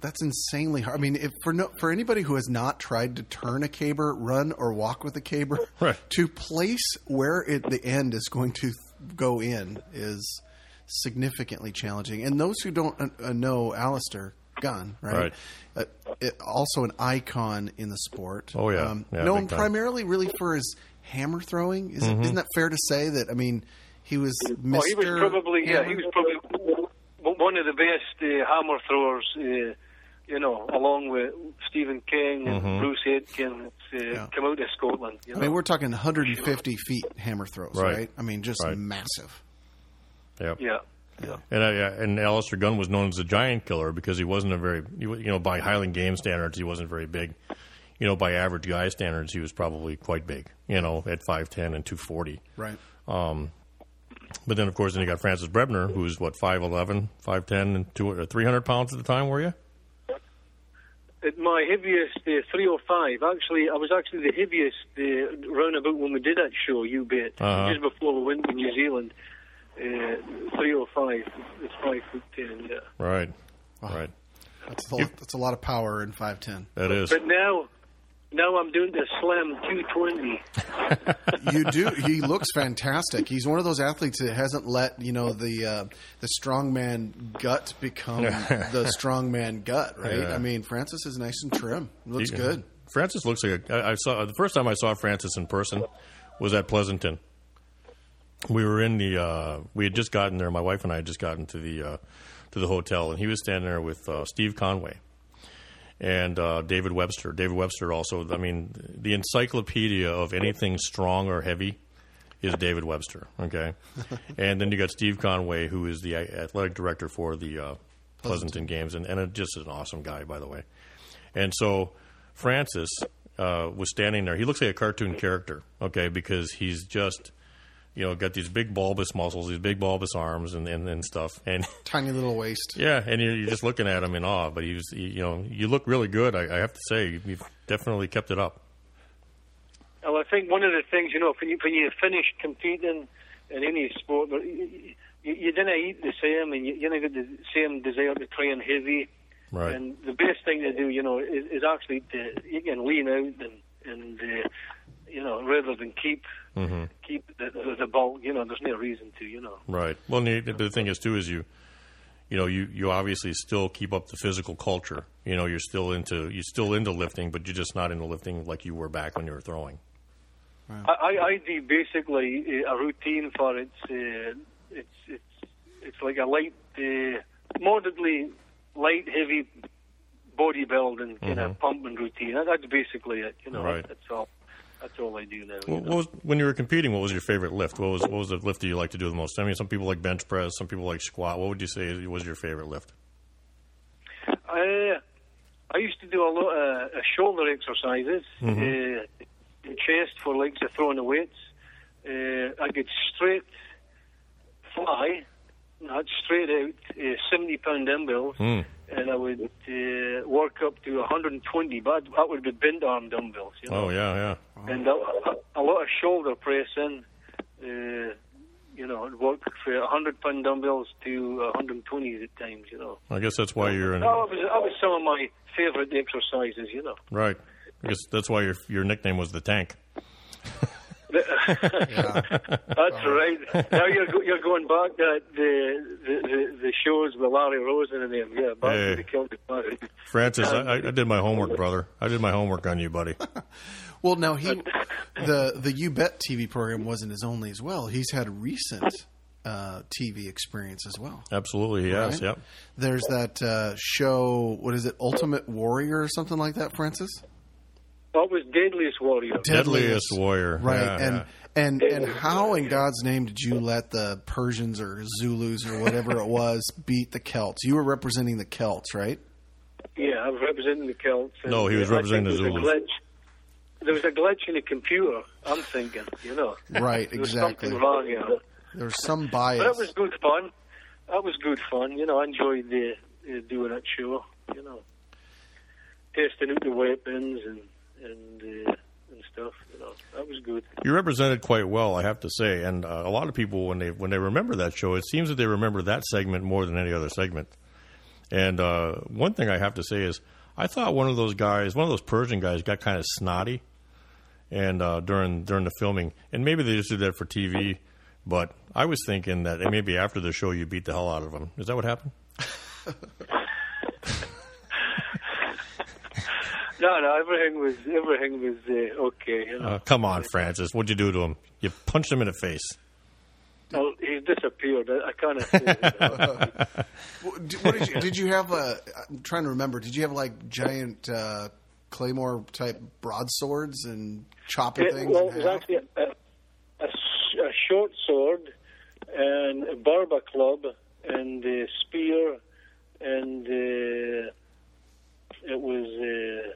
That's insanely hard. I mean, if for no, for anybody who has not tried to turn a caber, run or walk with a caber, to place where it, the end is going to go in is significantly challenging. And those who don't uh, uh, know Alistair Gunn, right? Uh, it- also an icon in the sport. Um,
Oh, yeah. Yeah,
known
big time.
primarily really for his hammer throwing. Is
Mhm.
it, isn't that fair to say that? I mean, he was Mr.
Oh, he was probably yeah, he
Hammer?
was probably w- w- one of the best uh, hammer throwers. Uh, you know, along with Stephen King and
Mm-hmm.
Mhm.
Bruce Aitken, uh, come out of Scotland. You
I
know?
mean, we're talking 150 feet hammer throws,
Right.
right? I mean, just
Right.
massive.
Yep.
yeah.
And I, I- and Alistair Gunn was known as the giant killer because he wasn't a very he wa- you know by Highland game standards he wasn't very big. You know, by average guy standards, he was probably quite big. You know, at five ten and two forty.
Right.
Um, but then, of course, then you got Francis Brebner, who's what 5'11", 5'10", and two, or 300 pounds at the time, were you?
At my heaviest uh, 305, actually, I was actually the heaviest uh, roundabout when we did that show, you bet,
Uh-huh.
just before we went to New Zealand. Uh, 305, it's 5 foot 10, yeah.
Right. Right.
That's a, lot, that's a lot of power in 5'10.
That is.
But now, now I'm doing the slam 220.
you do. He looks fantastic. He's one of those athletes that hasn't let you know the uh, the strongman gut become the strongman gut. Right.
Yeah.
I mean, Francis is nice and trim. Looks
He-
good.
Francis looks like a, I, I saw the first time I saw Francis in person was at Pleasanton. We were in the uh, we had just gotten there. My wife and I had just gotten to the uh, to the hotel, and he was standing there with uh, Steve Conway and uh, David Webster. David Webster also. I mean, the encyclopedia of anything strong or heavy is David Webster. Okay, and then you got Steve Conway, who is the athletic director for the uh, Pleasanton Games, and, and a, just an awesome guy, by the way. And so Francis uh, was standing there. He looks like a cartoon character, okay, because he's just, you know, got these big bulbous muscles, these big bulbous arms, and and, and stuff. And
Tiny little waist.
yeah, and you're, you're just looking at him in awe. But he was, he, you know, you look really good. I, I have to say, you've definitely kept it up.
Well, I think one of the things you know when you when you finish competing in any sport, but you, you, you didn't eat the same, and you, you didn't get the same desire to train heavy.
Right.
And the best thing to do, you know, is, is actually to you can lean out and and uh, you know rather than keep
hmm
keep the, the, the bulk. You know, there's no reason to. You know.
Right. Well, and the, but the thing is too is you, you know, you, you obviously still keep up the physical culture. You know, you're still into you're still into lifting, but you're just not into lifting like you were back when you were throwing.
I, I, I do basically uh, a routine for it's uh, it's it's it's like a light, uh, moderately light, heavy bodybuilding kind
Mhm.
of pumping routine. That, that's basically it. You know,
Right.
that's all. That's all I do now.
What, what was when you were competing? What was your favorite lift? What was what was the lift that you like to do the most? I mean, some people like bench press, some people like squat. What would you say was your favorite lift?
Uh, I used to do a lot of uh, shoulder exercises,
Mhm.
uh, and chest for legs of throwing the weights. Uh, I could straight fly, not straight out, uh, 70 pound dumbbells,
Hmm.
and I would uh, work up to 120, but that would be bent arm dumbbells, you know.
Oh yeah, yeah.
And a, a lot of shoulder pressing, uh, you know, I'd work for 100 pound dumbbells to 120 at times, you know.
I guess that's why you're in.
Oh, that was, that was some of my favorite exercises, you know.
Right. I guess that's why your your nickname was the tank.
That's right. Now you're go- you're going back to the the, the, the shows with Larry Rosen and them. Yeah, back
Hey.
to the Celtic.
Francis, I, I I did my homework, brother. I did my homework on you, buddy.
Well, now he the the You Bet TV program wasn't his only as well. He's had recent uh, TV experience as well.
Absolutely, yes,
Right?
yep.
There's that uh, show. What is it? Ultimate Warrior or something like that, Francis?
What was Deadliest Warrior?
Deadliest Warrior,
right?
yeah,
and
yeah.
and and how in God's name did you let the Persians or Zulus or whatever it was beat the Celts? You were representing the Celts, right?
Yeah, I was representing the Celts. and
No, he was
I think
representing the
there was a
Zulus.
glitch- There was a glitch in the computer. I'm thinking, you know.
Right,
There was
exactly.
something wrong, you know.
There's some
But that was
bias.
good fun. That was good fun. You know, I enjoyed the, uh, doing that show. You know, testing out the weapons and and uh, and stuff. You know, that was good.
You represented quite well, I have to say. And uh, a lot of people, when they when they remember that show, it seems that they remember that segment more than any other segment. And uh, one thing I have to say is, I thought one of those guys, one of those Persian guys, got kind of snotty, and uh, during during the filming, and maybe they just did that for TV. But I was thinking that maybe after the show, you beat the hell out of him. Is that what happened?
No, no, everything was everything was uh, okay. You know,
Uh, come on, Francis, what'd you do to him? You punched him in the face.
well, he's disappeared. I, I kind of.
What did you, did you have a? I'm trying to remember. Did you have like giant uh, claymore type broadswords and chopping
It,
things?
well,
in
it was
half?
actually a, a, sh- a short sword and a barber club and a spear and uh, it was uh,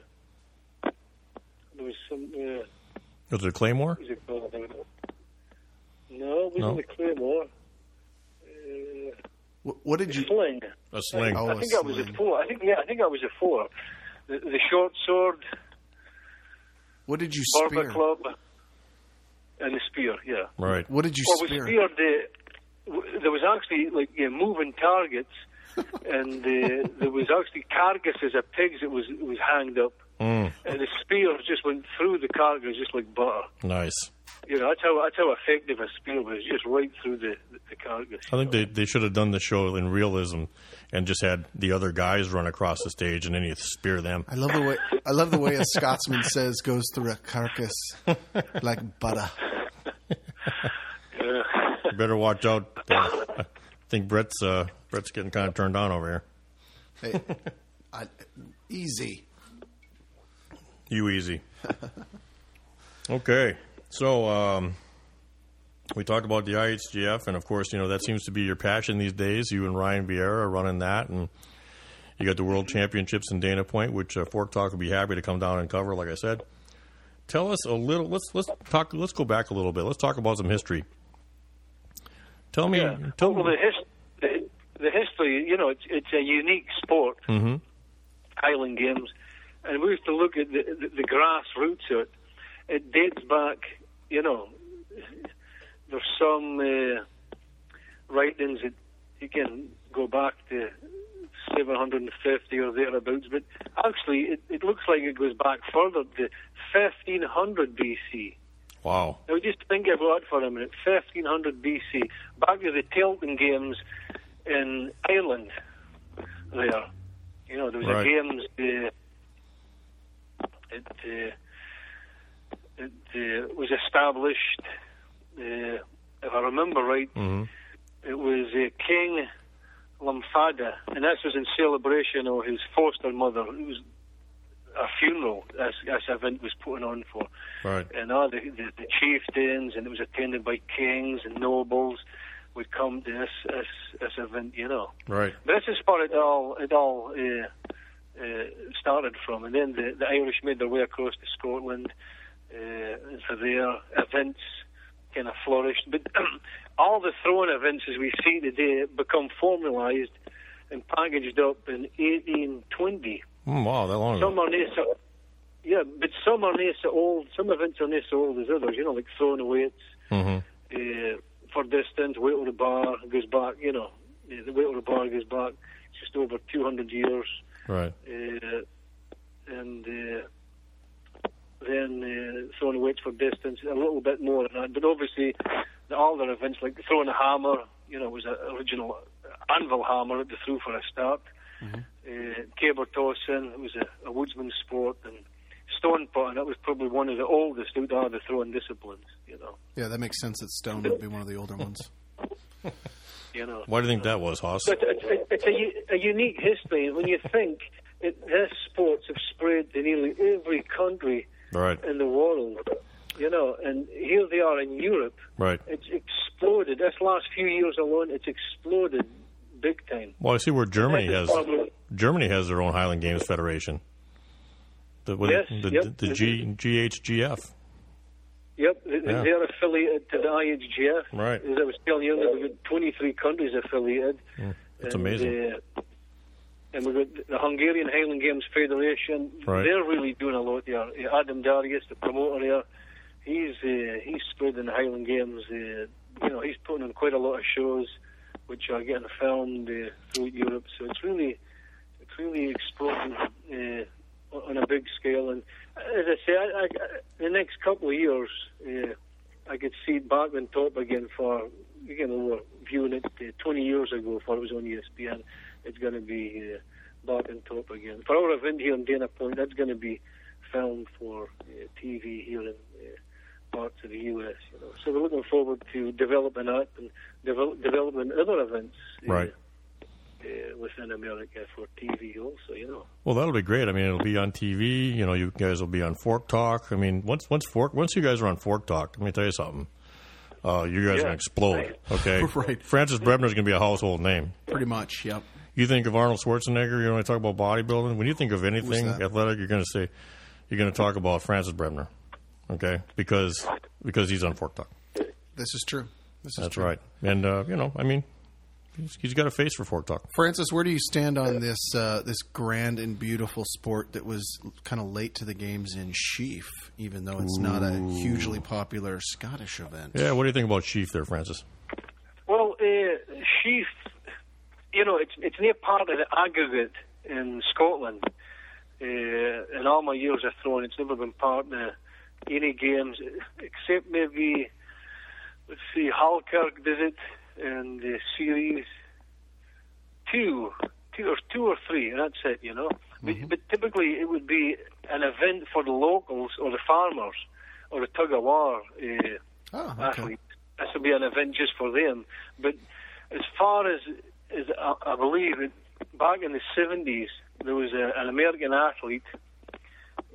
there was some uh,
Was it Claymore?
what is it called? No, it wasn't
No.
the claymore. Uh,
Wh- What did
a
you?
sling.
A sling.
Oh,
I
a
think I was a
sling.
four. I think yeah, I think I was a four. The, the short sword,
What did you
barber
spear?
club, and the spear. Yeah.
Right.
What did you
well,
spear?
we speared the. w- There was actually like yeah, moving targets, and uh, there was actually carcasses of pigs that was was hanged up,
Mm,
and the spear just went through the carcass just like butter.
nice.
You know, that's how that's how effective a spear was, just right through the the carcass.
I think they, they should have done the show in realism and just had the other guys run across the stage and then you spear them.
I love the way I love the way a Scotsman says goes through a carcass like butter.
You better watch out. Uh, I think Brett's uh, Brett's getting kind of turned on over here.
Hey, I, easy.
You easy. Okay, so um, we talked about the IHGF, and of course, you know that seems to be your passion these days. You and Ryan Vieira are running that, and you got the World Championships in Dana Point, which uh, Fork Talk would be happy to come down and cover. Like I said, tell us a little. Let's let's talk. Let's go back a little bit. Let's talk about some history. Tell me. Tell
Well,
me.
the, his, the the history, you know, it's it's a unique sport.
hmm
Highland Games, and we used to look at the, the, the grassroots of it. It dates back, you know, there's some uh, writings that you can go back to 750 or thereabouts, but actually it, it looks like it goes back further to 1500 BC.
Wow.
Now just think about that for a minute. 1500 BC, back to the Tilton Games in Ireland. There, you know, there was
Right.
a games uh, it, uh, it uh, was established. Uh, if I remember right,
hmm
it was uh, King Lamphada, and this was in celebration of his foster mother. It was a funeral this, this event was putting on for
Right.
and all the, the, the chieftains, and it was attended by kings and nobles, would come to this this, this event, you know.
Right.
But this is where it all it all uh, uh, started from, and then the, the Irish made their way across to Scotland, uh, and for their events kind of flourished. But all the throwing events as we see today become formalised and packaged up in 1820.
Mm, wow. That long
Some
ago.
are near so, yeah, but some are near so old. Some events are near so old as others. You know, like throwing away
hmm
uh, for distance, weight of the bar goes back. You know, uh, the weight of the bar goes back just over 200 years,
Right.
uh, and uh, then uh, throwing away for distance a little bit more than that. But obviously, the other events like throwing a hammer, you know, was an original anvil hammer that they threw for a start uh, caber tossing, it was a, a woodsman sport, and stone putting, that was probably one of the oldest, hardest throwing disciplines. You know,
Yeah, that makes sense that Stone would be one of the older ones.
you know.
Why do you think that was, Hoss?
But it's, it's a, u- a unique history. And when you think it, their sports have spread to nearly every country
Right,
in the world, you know, and here they are in Europe.
right.
It's exploded. This last few years alone, it's exploded big time.
Well, I see where Germany
That
has
is probably-
Germany has their own Highland Games Federation. The, what-
Yes,
the,
yep.
the G, GHGF.
Yep, th-
Yeah.
they're affiliated to the IHGF.
Right. Mm.
As I was telling you, there were 23 countries affiliated.
That's
And,
amazing.
uh, and we've got the Hungarian Highland Games Federation.
Right.
They're really doing a lot there. Uh, Adam Darius, the promoter there, he's uh, he's spreading the Highland Games. Uh, you know, he's putting on quite a lot of shows, which are getting filmed uh, through Europe. So it's really it's really exploding uh, on on a big scale. And as I say, I, I, the next couple of years, uh, I could see back on top again for again we were viewing it uh, 20 years ago before it was on E ESPN. It's going to be uh, back on top again. For our event here in Dana Point, that's going to be filmed for uh, TV here in uh, parts of the US. You know, so we're looking forward to developing that and develop, developing other events
Right.
uh, within America for TV also. You know.
Well, that'll be great. I mean, it'll be on TV. You know, you guys will be on Fork Talk. I mean, once once Fork once you guys are on Fork Talk, let me tell you something. Uh, you guys are
Yeah.
gonna explode. Okay,
Right.
Francis Brebner's gonna be a household name.
Pretty much, yep.
You think of Arnold Schwarzenegger, you want to talk about bodybuilding. When you think of anything
that?
athletic, you're going to say you're going to talk about Francis Bremner, okay? Because because he's on Fork Talk.
This is true. This is
That's
true.
right. And uh, you know, I mean, he's, he's got a face for Fork Talk.
Francis, where do you stand on this uh, this grand and beautiful sport that was kind of late to the games in Sheaf, even though it's not a
Ooh.
hugely popular Scottish event?
Yeah. What do you think about Chief there, Francis?
Well, uh, sheaf, you know, it's it's near part of the aggregate in Scotland. Uh, in all my years of throwing, it's never been part of any games except maybe let's see, Halkirk did it in the series two, two or two or three, and that's it, you know. But, but typically, it would be an event for the locals or the farmers or the tug of war. Uh,
Oh,
okay. This will be an event just for them. But as far as as I, I believe, it, back in the seventies, there was a, an American athlete,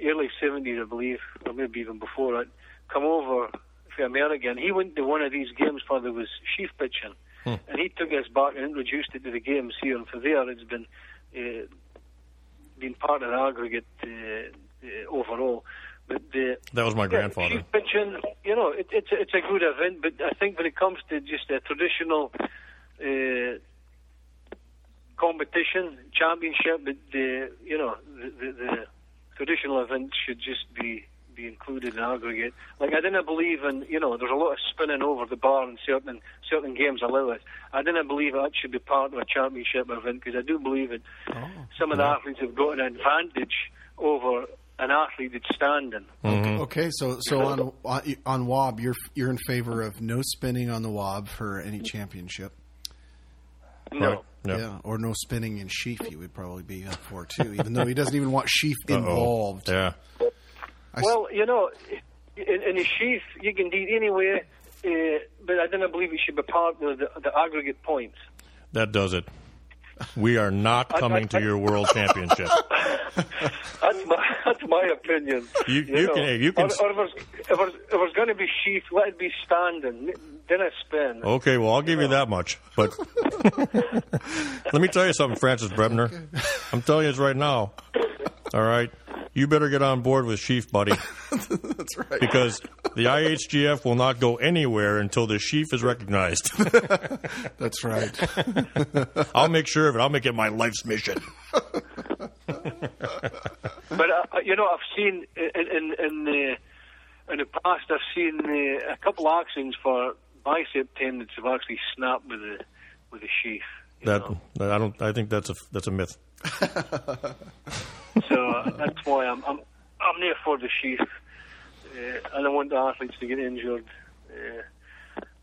early seventies, I believe, or maybe even before it, come over from America, and he went to one of these games where there was sheaf pitching,
Hmm.
and he took us back and introduced it to the games here, and for there it's been. Uh, been part of the aggregate uh, uh, overall, but uh,
That was my grandfather.
Sheep pitching, you know, it, it's it's a good event, but I think when it comes to just a traditional uh, competition championship, but the you know the, the, the traditional event should just be be included in aggregate. Like I didn't believe in you know there's a lot of spinning over the bar in certain certain games allow it. I didn't believe that should be part of a championship event because I do believe it. Some of the athletes have got an advantage over an athlete that's standing.
Okay, so so on on- on WOB, you're you're in favor of no spinning on the WOB for any championship.
No.
No.
Yeah, or no spinning in sheaf. You would probably be up for too, even though he doesn't even want sheaf
Uh-oh.
involved.
Yeah.
well, you know, in, in a sheaf, you can deed anywhere, uh, but I don't believe it should be part of the, the aggregate points.
That does it. We are not
I- I-
coming to your world championship.
That's my, that's my opinion.
You- you
know.
can- hey, you can-
Or, or if it's, if it's, if it's going to be sheaf, let it be standing, then a spin.
Okay, well, I'll give you that much. But let me tell you something, Francis Brebner. I'm telling you this right now. All right. You better get on board with Sheaf, buddy. That's
right.
Because the IHGF will not go anywhere until the Sheaf is recognized.
That's right.
I'll make sure of it. I'll make it my life's mission.
But uh, you know, I've seen in in in the, in the past, I've seen uh, a couple actions for bicep tendons have actually snapped with a with a sheath.
That, that I don't. I think that's a that's a myth.
So uh, that's why I'm I'm I'm there for the sheath. Uh, I don't want the athletes to get injured. Uh,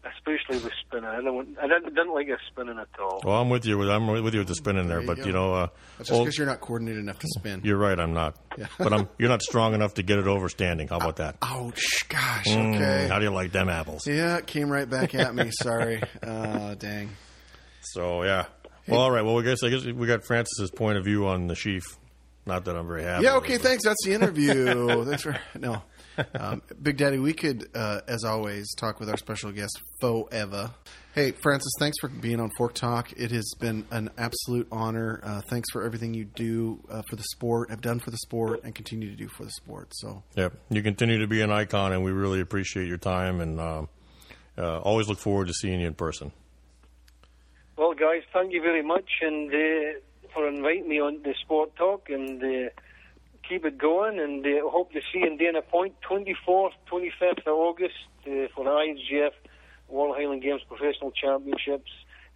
especially with spinning. I don't, want- I didn't, didn't like his spinning at all.
Well, I'm with you. With, I'm with you with the spinning there,
you
but
go.
you know, uh,
That's just
old-
because you're not coordinated enough to spin.
you're right. I'm not.
Yeah.
but I'm. You're not strong enough to get it over standing. How about that?
Ouch! Gosh.
Mm,
Okay.
how do you like them apples?
Yeah, it came right back at me. Sorry. Uh, dang.
So yeah. Well, all right. Well, I guess I guess we got Francis's point of view on the sheaf. Not that I'm very happy.
Yeah.
with
Okay.
it.
Thanks. That's the interview. Thanks for no, um, Big Daddy. We could, uh, as always, talk with our special guest forever. Hey, Francis. Thanks for being on Fork Talk. It has been an absolute honor. Uh, thanks for everything you do uh, for the sport, have done for the sport, and continue to do for the sport. So
Yep. You continue to be an icon, and we really appreciate your time, and um, uh, always look forward to seeing you in person.
Well, guys, thank you very much and uh, for inviting me on the Sport Talk and uh, keep it going. And uh, hope to see you in Dana Point, 24th, 25th of August uh, for the ISGF World Highland Games Professional Championships.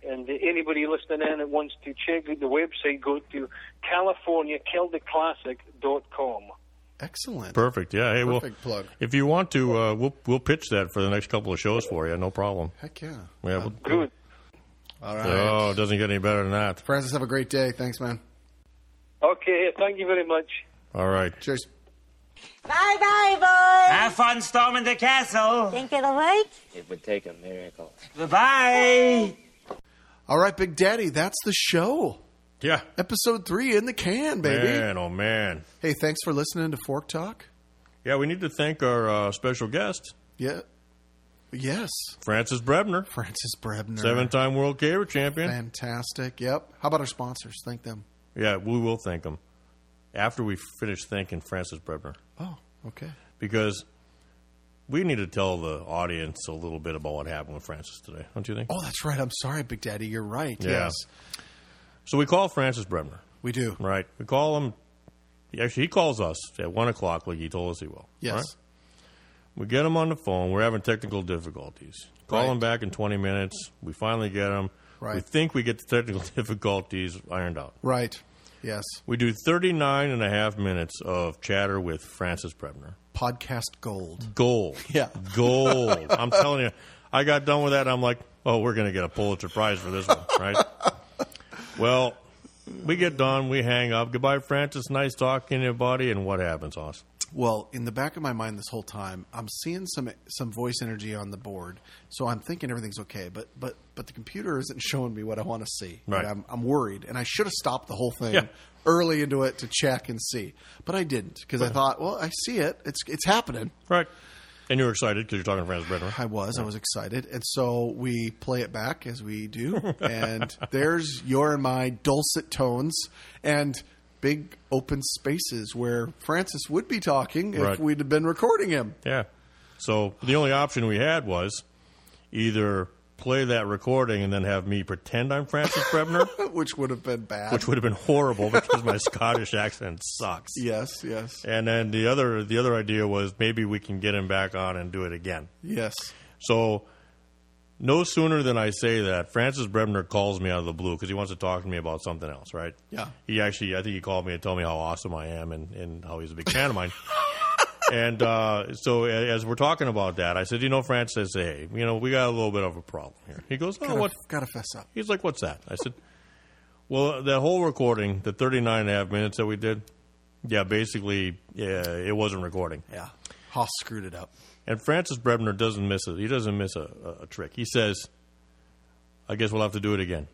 And uh, anybody listening in that wants to check out the website, go to californiakildaclassic.com.
excellent.
Perfect. Yeah. Hey.
Perfect
well,
plug.
If you want to, uh, we'll we'll pitch that for the next couple of shows for you. No problem.
Heck yeah.
Yeah. we'll-
Good.
All right.
Oh, it doesn't get any better than that.
Francis, have a great day. Thanks, man.
Okay, thank you very much.
All right.
Cheers.
Bye bye, boys.
Have fun storming the castle.
Think it'll work?
It would take a miracle.
Bye. All right, Big Daddy. That's the show.
Yeah.
Episode three in the can, baby.
Man, oh man.
Hey, thanks for listening to Fork Talk.
Yeah, we need to thank our uh, special guest,
Yeah. Yes.
Francis Brebner,
Francis Brebner,
seven-time world caber champion.
Fantastic. Yep. How about our sponsors? Thank them.
Yeah, we will thank him after we finish thanking Francis Brebner
Oh, okay.
because we need to tell the audience a little bit about what happened with Francis today, don't you think?
Oh, that's right. I'm sorry, Big Daddy. You're right.
Yeah.
Yes.
So we call Francis Brebner.
We do.
Right. We call him. he- Actually, he calls us at 1 o'clock like he told us he will.
Yes.
Right? We get him on the phone. We're having technical difficulties. Call
Right.
him back in 20 minutes. We finally get him. We
Right.
think we get the technical difficulties ironed out.
Right. Yes.
We do 39 and a half minutes of chatter with Francis Brebner.
Podcast gold.
Gold.
Yeah.
Gold. I'm telling you, I got done with that. I'm like, oh, we're going to get a Pulitzer Prize for this one, right? well, we get done. We hang up. Goodbye, Francis. Nice talking to you, buddy. And what happens, Austin?
Well, in the back of my mind this whole time, I'm seeing some some voice energy on the board, so I'm thinking everything's okay. But but but the computer isn't showing me what I want to see. And
Right.
I'm, I'm worried, and I should have stopped the whole thing
Yeah.
early into it to check and see, but I didn't because I thought, well, I see it. It's it's happening.
Right. And you were excited because you're talking to Francis Brebner.
I was. I was excited. And so we play it back as we do. And there's your and my dulcet tones and big open spaces where Francis would be talking if
Right.
we'd have been recording him.
Yeah. So the only option we had was either play that recording and then have me pretend I'm Francis Brebner,
Which would have been bad.
which would have been horrible because my Scottish accent sucks.
Yes, yes.
And then the other the other idea was maybe we can get him back on and do it again.
Yes.
Oh, So no sooner than I say that, Francis Brebner calls me out of the blue because he wants to talk to me about something else, right?
Yeah.
He actually, I think he called me and told me how awesome I am and, and how he's a big fan of mine. and uh, so a- as we're talking about that, I said, you know, Francis, I say, hey, you know, we got a little bit of a problem here. He goes, oh,
Gotta,
what?
gotta fess up.
He's like, what's that? I said, well, that whole recording, the 39 and a half minutes that we did, yeah, basically, yeah, it wasn't recording.
Yeah. Haas screwed it up.
And Francis Brebner doesn't miss it. He doesn't miss a, a, a trick. He says, "I guess we'll have to do it again."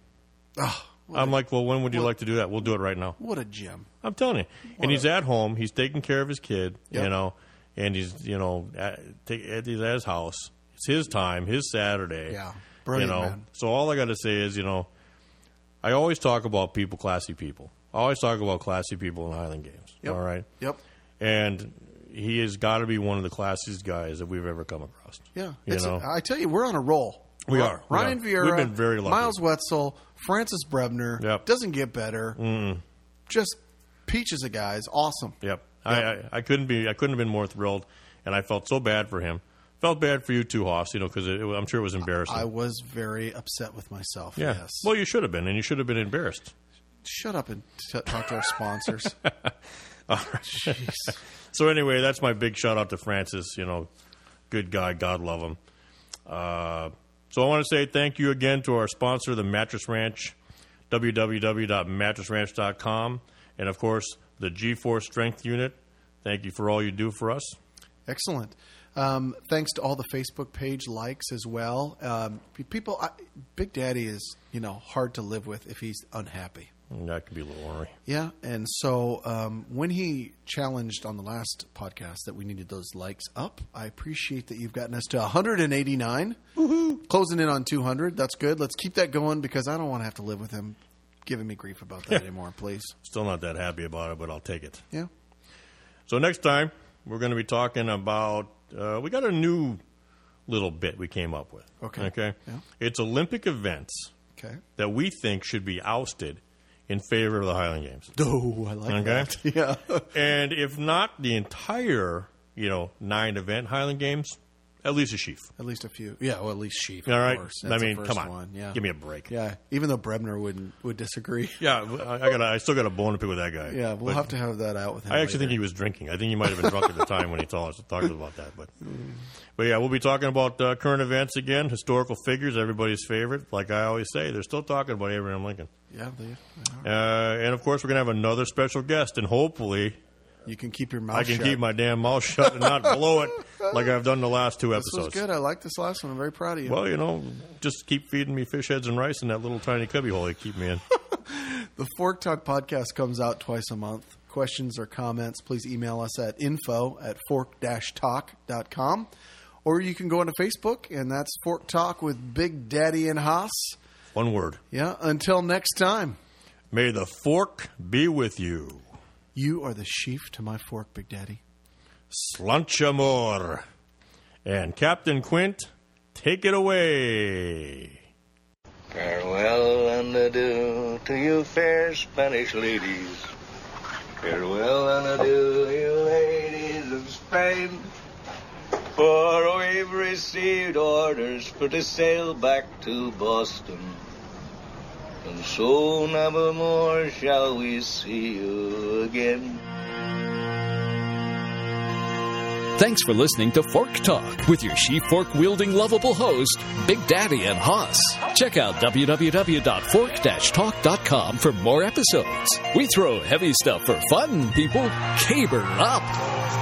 Ah,
I'm like, "Well, when would you like to do that? We'll do it right now."
What a gem.
I'm telling you. And he's at home. He's taking care of his kid. You know, and he's you know at, take, at, his, at his house. It's his time. His Saturday.
Yeah. Brilliant,
You know.
man.
So all I got to say is, you know, I always talk about people, classy people. I always talk about classy people in Highland Games.
Yep.
All right.
Yep.
And he has got to be one of the classiest guys that we've ever come across.
Yeah.
You
It's-
know.
I tell you, we're on a roll.
We
Ri-
are. We
Ryan
are.
Vieira.
We've been very lucky.
Miles Wetzel, Francis Brebner. Doesn't get better. Just peaches of guys. Awesome.
Yep. I, I, I couldn't be. I couldn't have been more thrilled, and I felt so bad for him. Felt bad for you too, Hoss. You know, because I'm sure it was embarrassing.
I was very upset with myself.
yeah.
Yes.
Well, you should have been, and you should have been embarrassed.
Shut up and t- talk to our sponsors.
All right. so anyway, that's my big shout out to Francis. You know, good guy. God love him. Uh, So I want to say thank you again to our sponsor, the Mattress Ranch, www.mattressranch.com, and of course, the G4 Strength Unit. Thank you for all you do for us.
Excellent. Um, thanks to all the Facebook page likes as well. Um, pe- people, I, Big Daddy is you know hard to live with if he's unhappy.
That Mm, could be a little ornery.
Yeah, and so um, when he challenged on the last podcast that we needed those likes up, I appreciate that you've gotten us to 189, closing in on 200. That's good. Let's keep that going because I don't want to have to live with him giving me grief about that anymore. Please.
Still not that happy about it, but I'll take it.
Yeah.
So next time we're going to be talking about uh, we got a new little bit we came up with.
Okay.
Okay.
Yeah.
It's Olympic events
Okay.
that we think should be ousted in favor of the Highland Games.
Oh, I like that.
Yeah. and if not the entire, you know, nine event Highland Games, at least a sheaf.
At least a few. Yeah, well, at least sheep.
All
of
right.
course.
I
That's the
mean,
first
come on.
One. Yeah.
Give me a break.
Yeah. Even though Brebner wouldn't would disagree.
Yeah, I, I got. I still got a bone to pick with that guy.
Yeah,
But
we'll have to have that out with him.
I actually think he was drinking. I think he might have been drunk at the time when he told us talked about that. But, but yeah, we'll be talking about uh, current events again, historical figures, everybody's favorite. Like I always say, they're still talking about Abraham Lincoln.
Yeah, they,
Uh, and of course, we're gonna have another special guest, and hopefully,
you can keep your mouth.
I can
shut.
keep my damn mouth shut and not blow it like I've done the last two
This was
episodes.
good. I like this last one. I'm very proud of you.
Well, you know, just keep feeding me fish heads and rice in that little tiny cubbyhole you keep me in.
The Fork Talk podcast comes out twice a month. Questions or comments, please email us at info at fork-talk.com. Or you can go onto Facebook, and that's Fork Talk with Big Daddy and Haas.
One word.
Yeah, until next time.
May the fork be with you.
You are the sheaf to my fork, Big Daddy.
Slunchamore. And Captain Quint, take it away.
Farewell and adieu to you fair Spanish ladies. Farewell and adieu, you ladies of Spain. For we've received orders for to sail back to Boston. And so nevermore shall we see you again.
Thanks for listening to Fork Talk with your she fork wielding lovable host, Big Daddy and Haas. Check out www.fork talk.com for more episodes. We throw heavy stuff for fun, people. Caber up.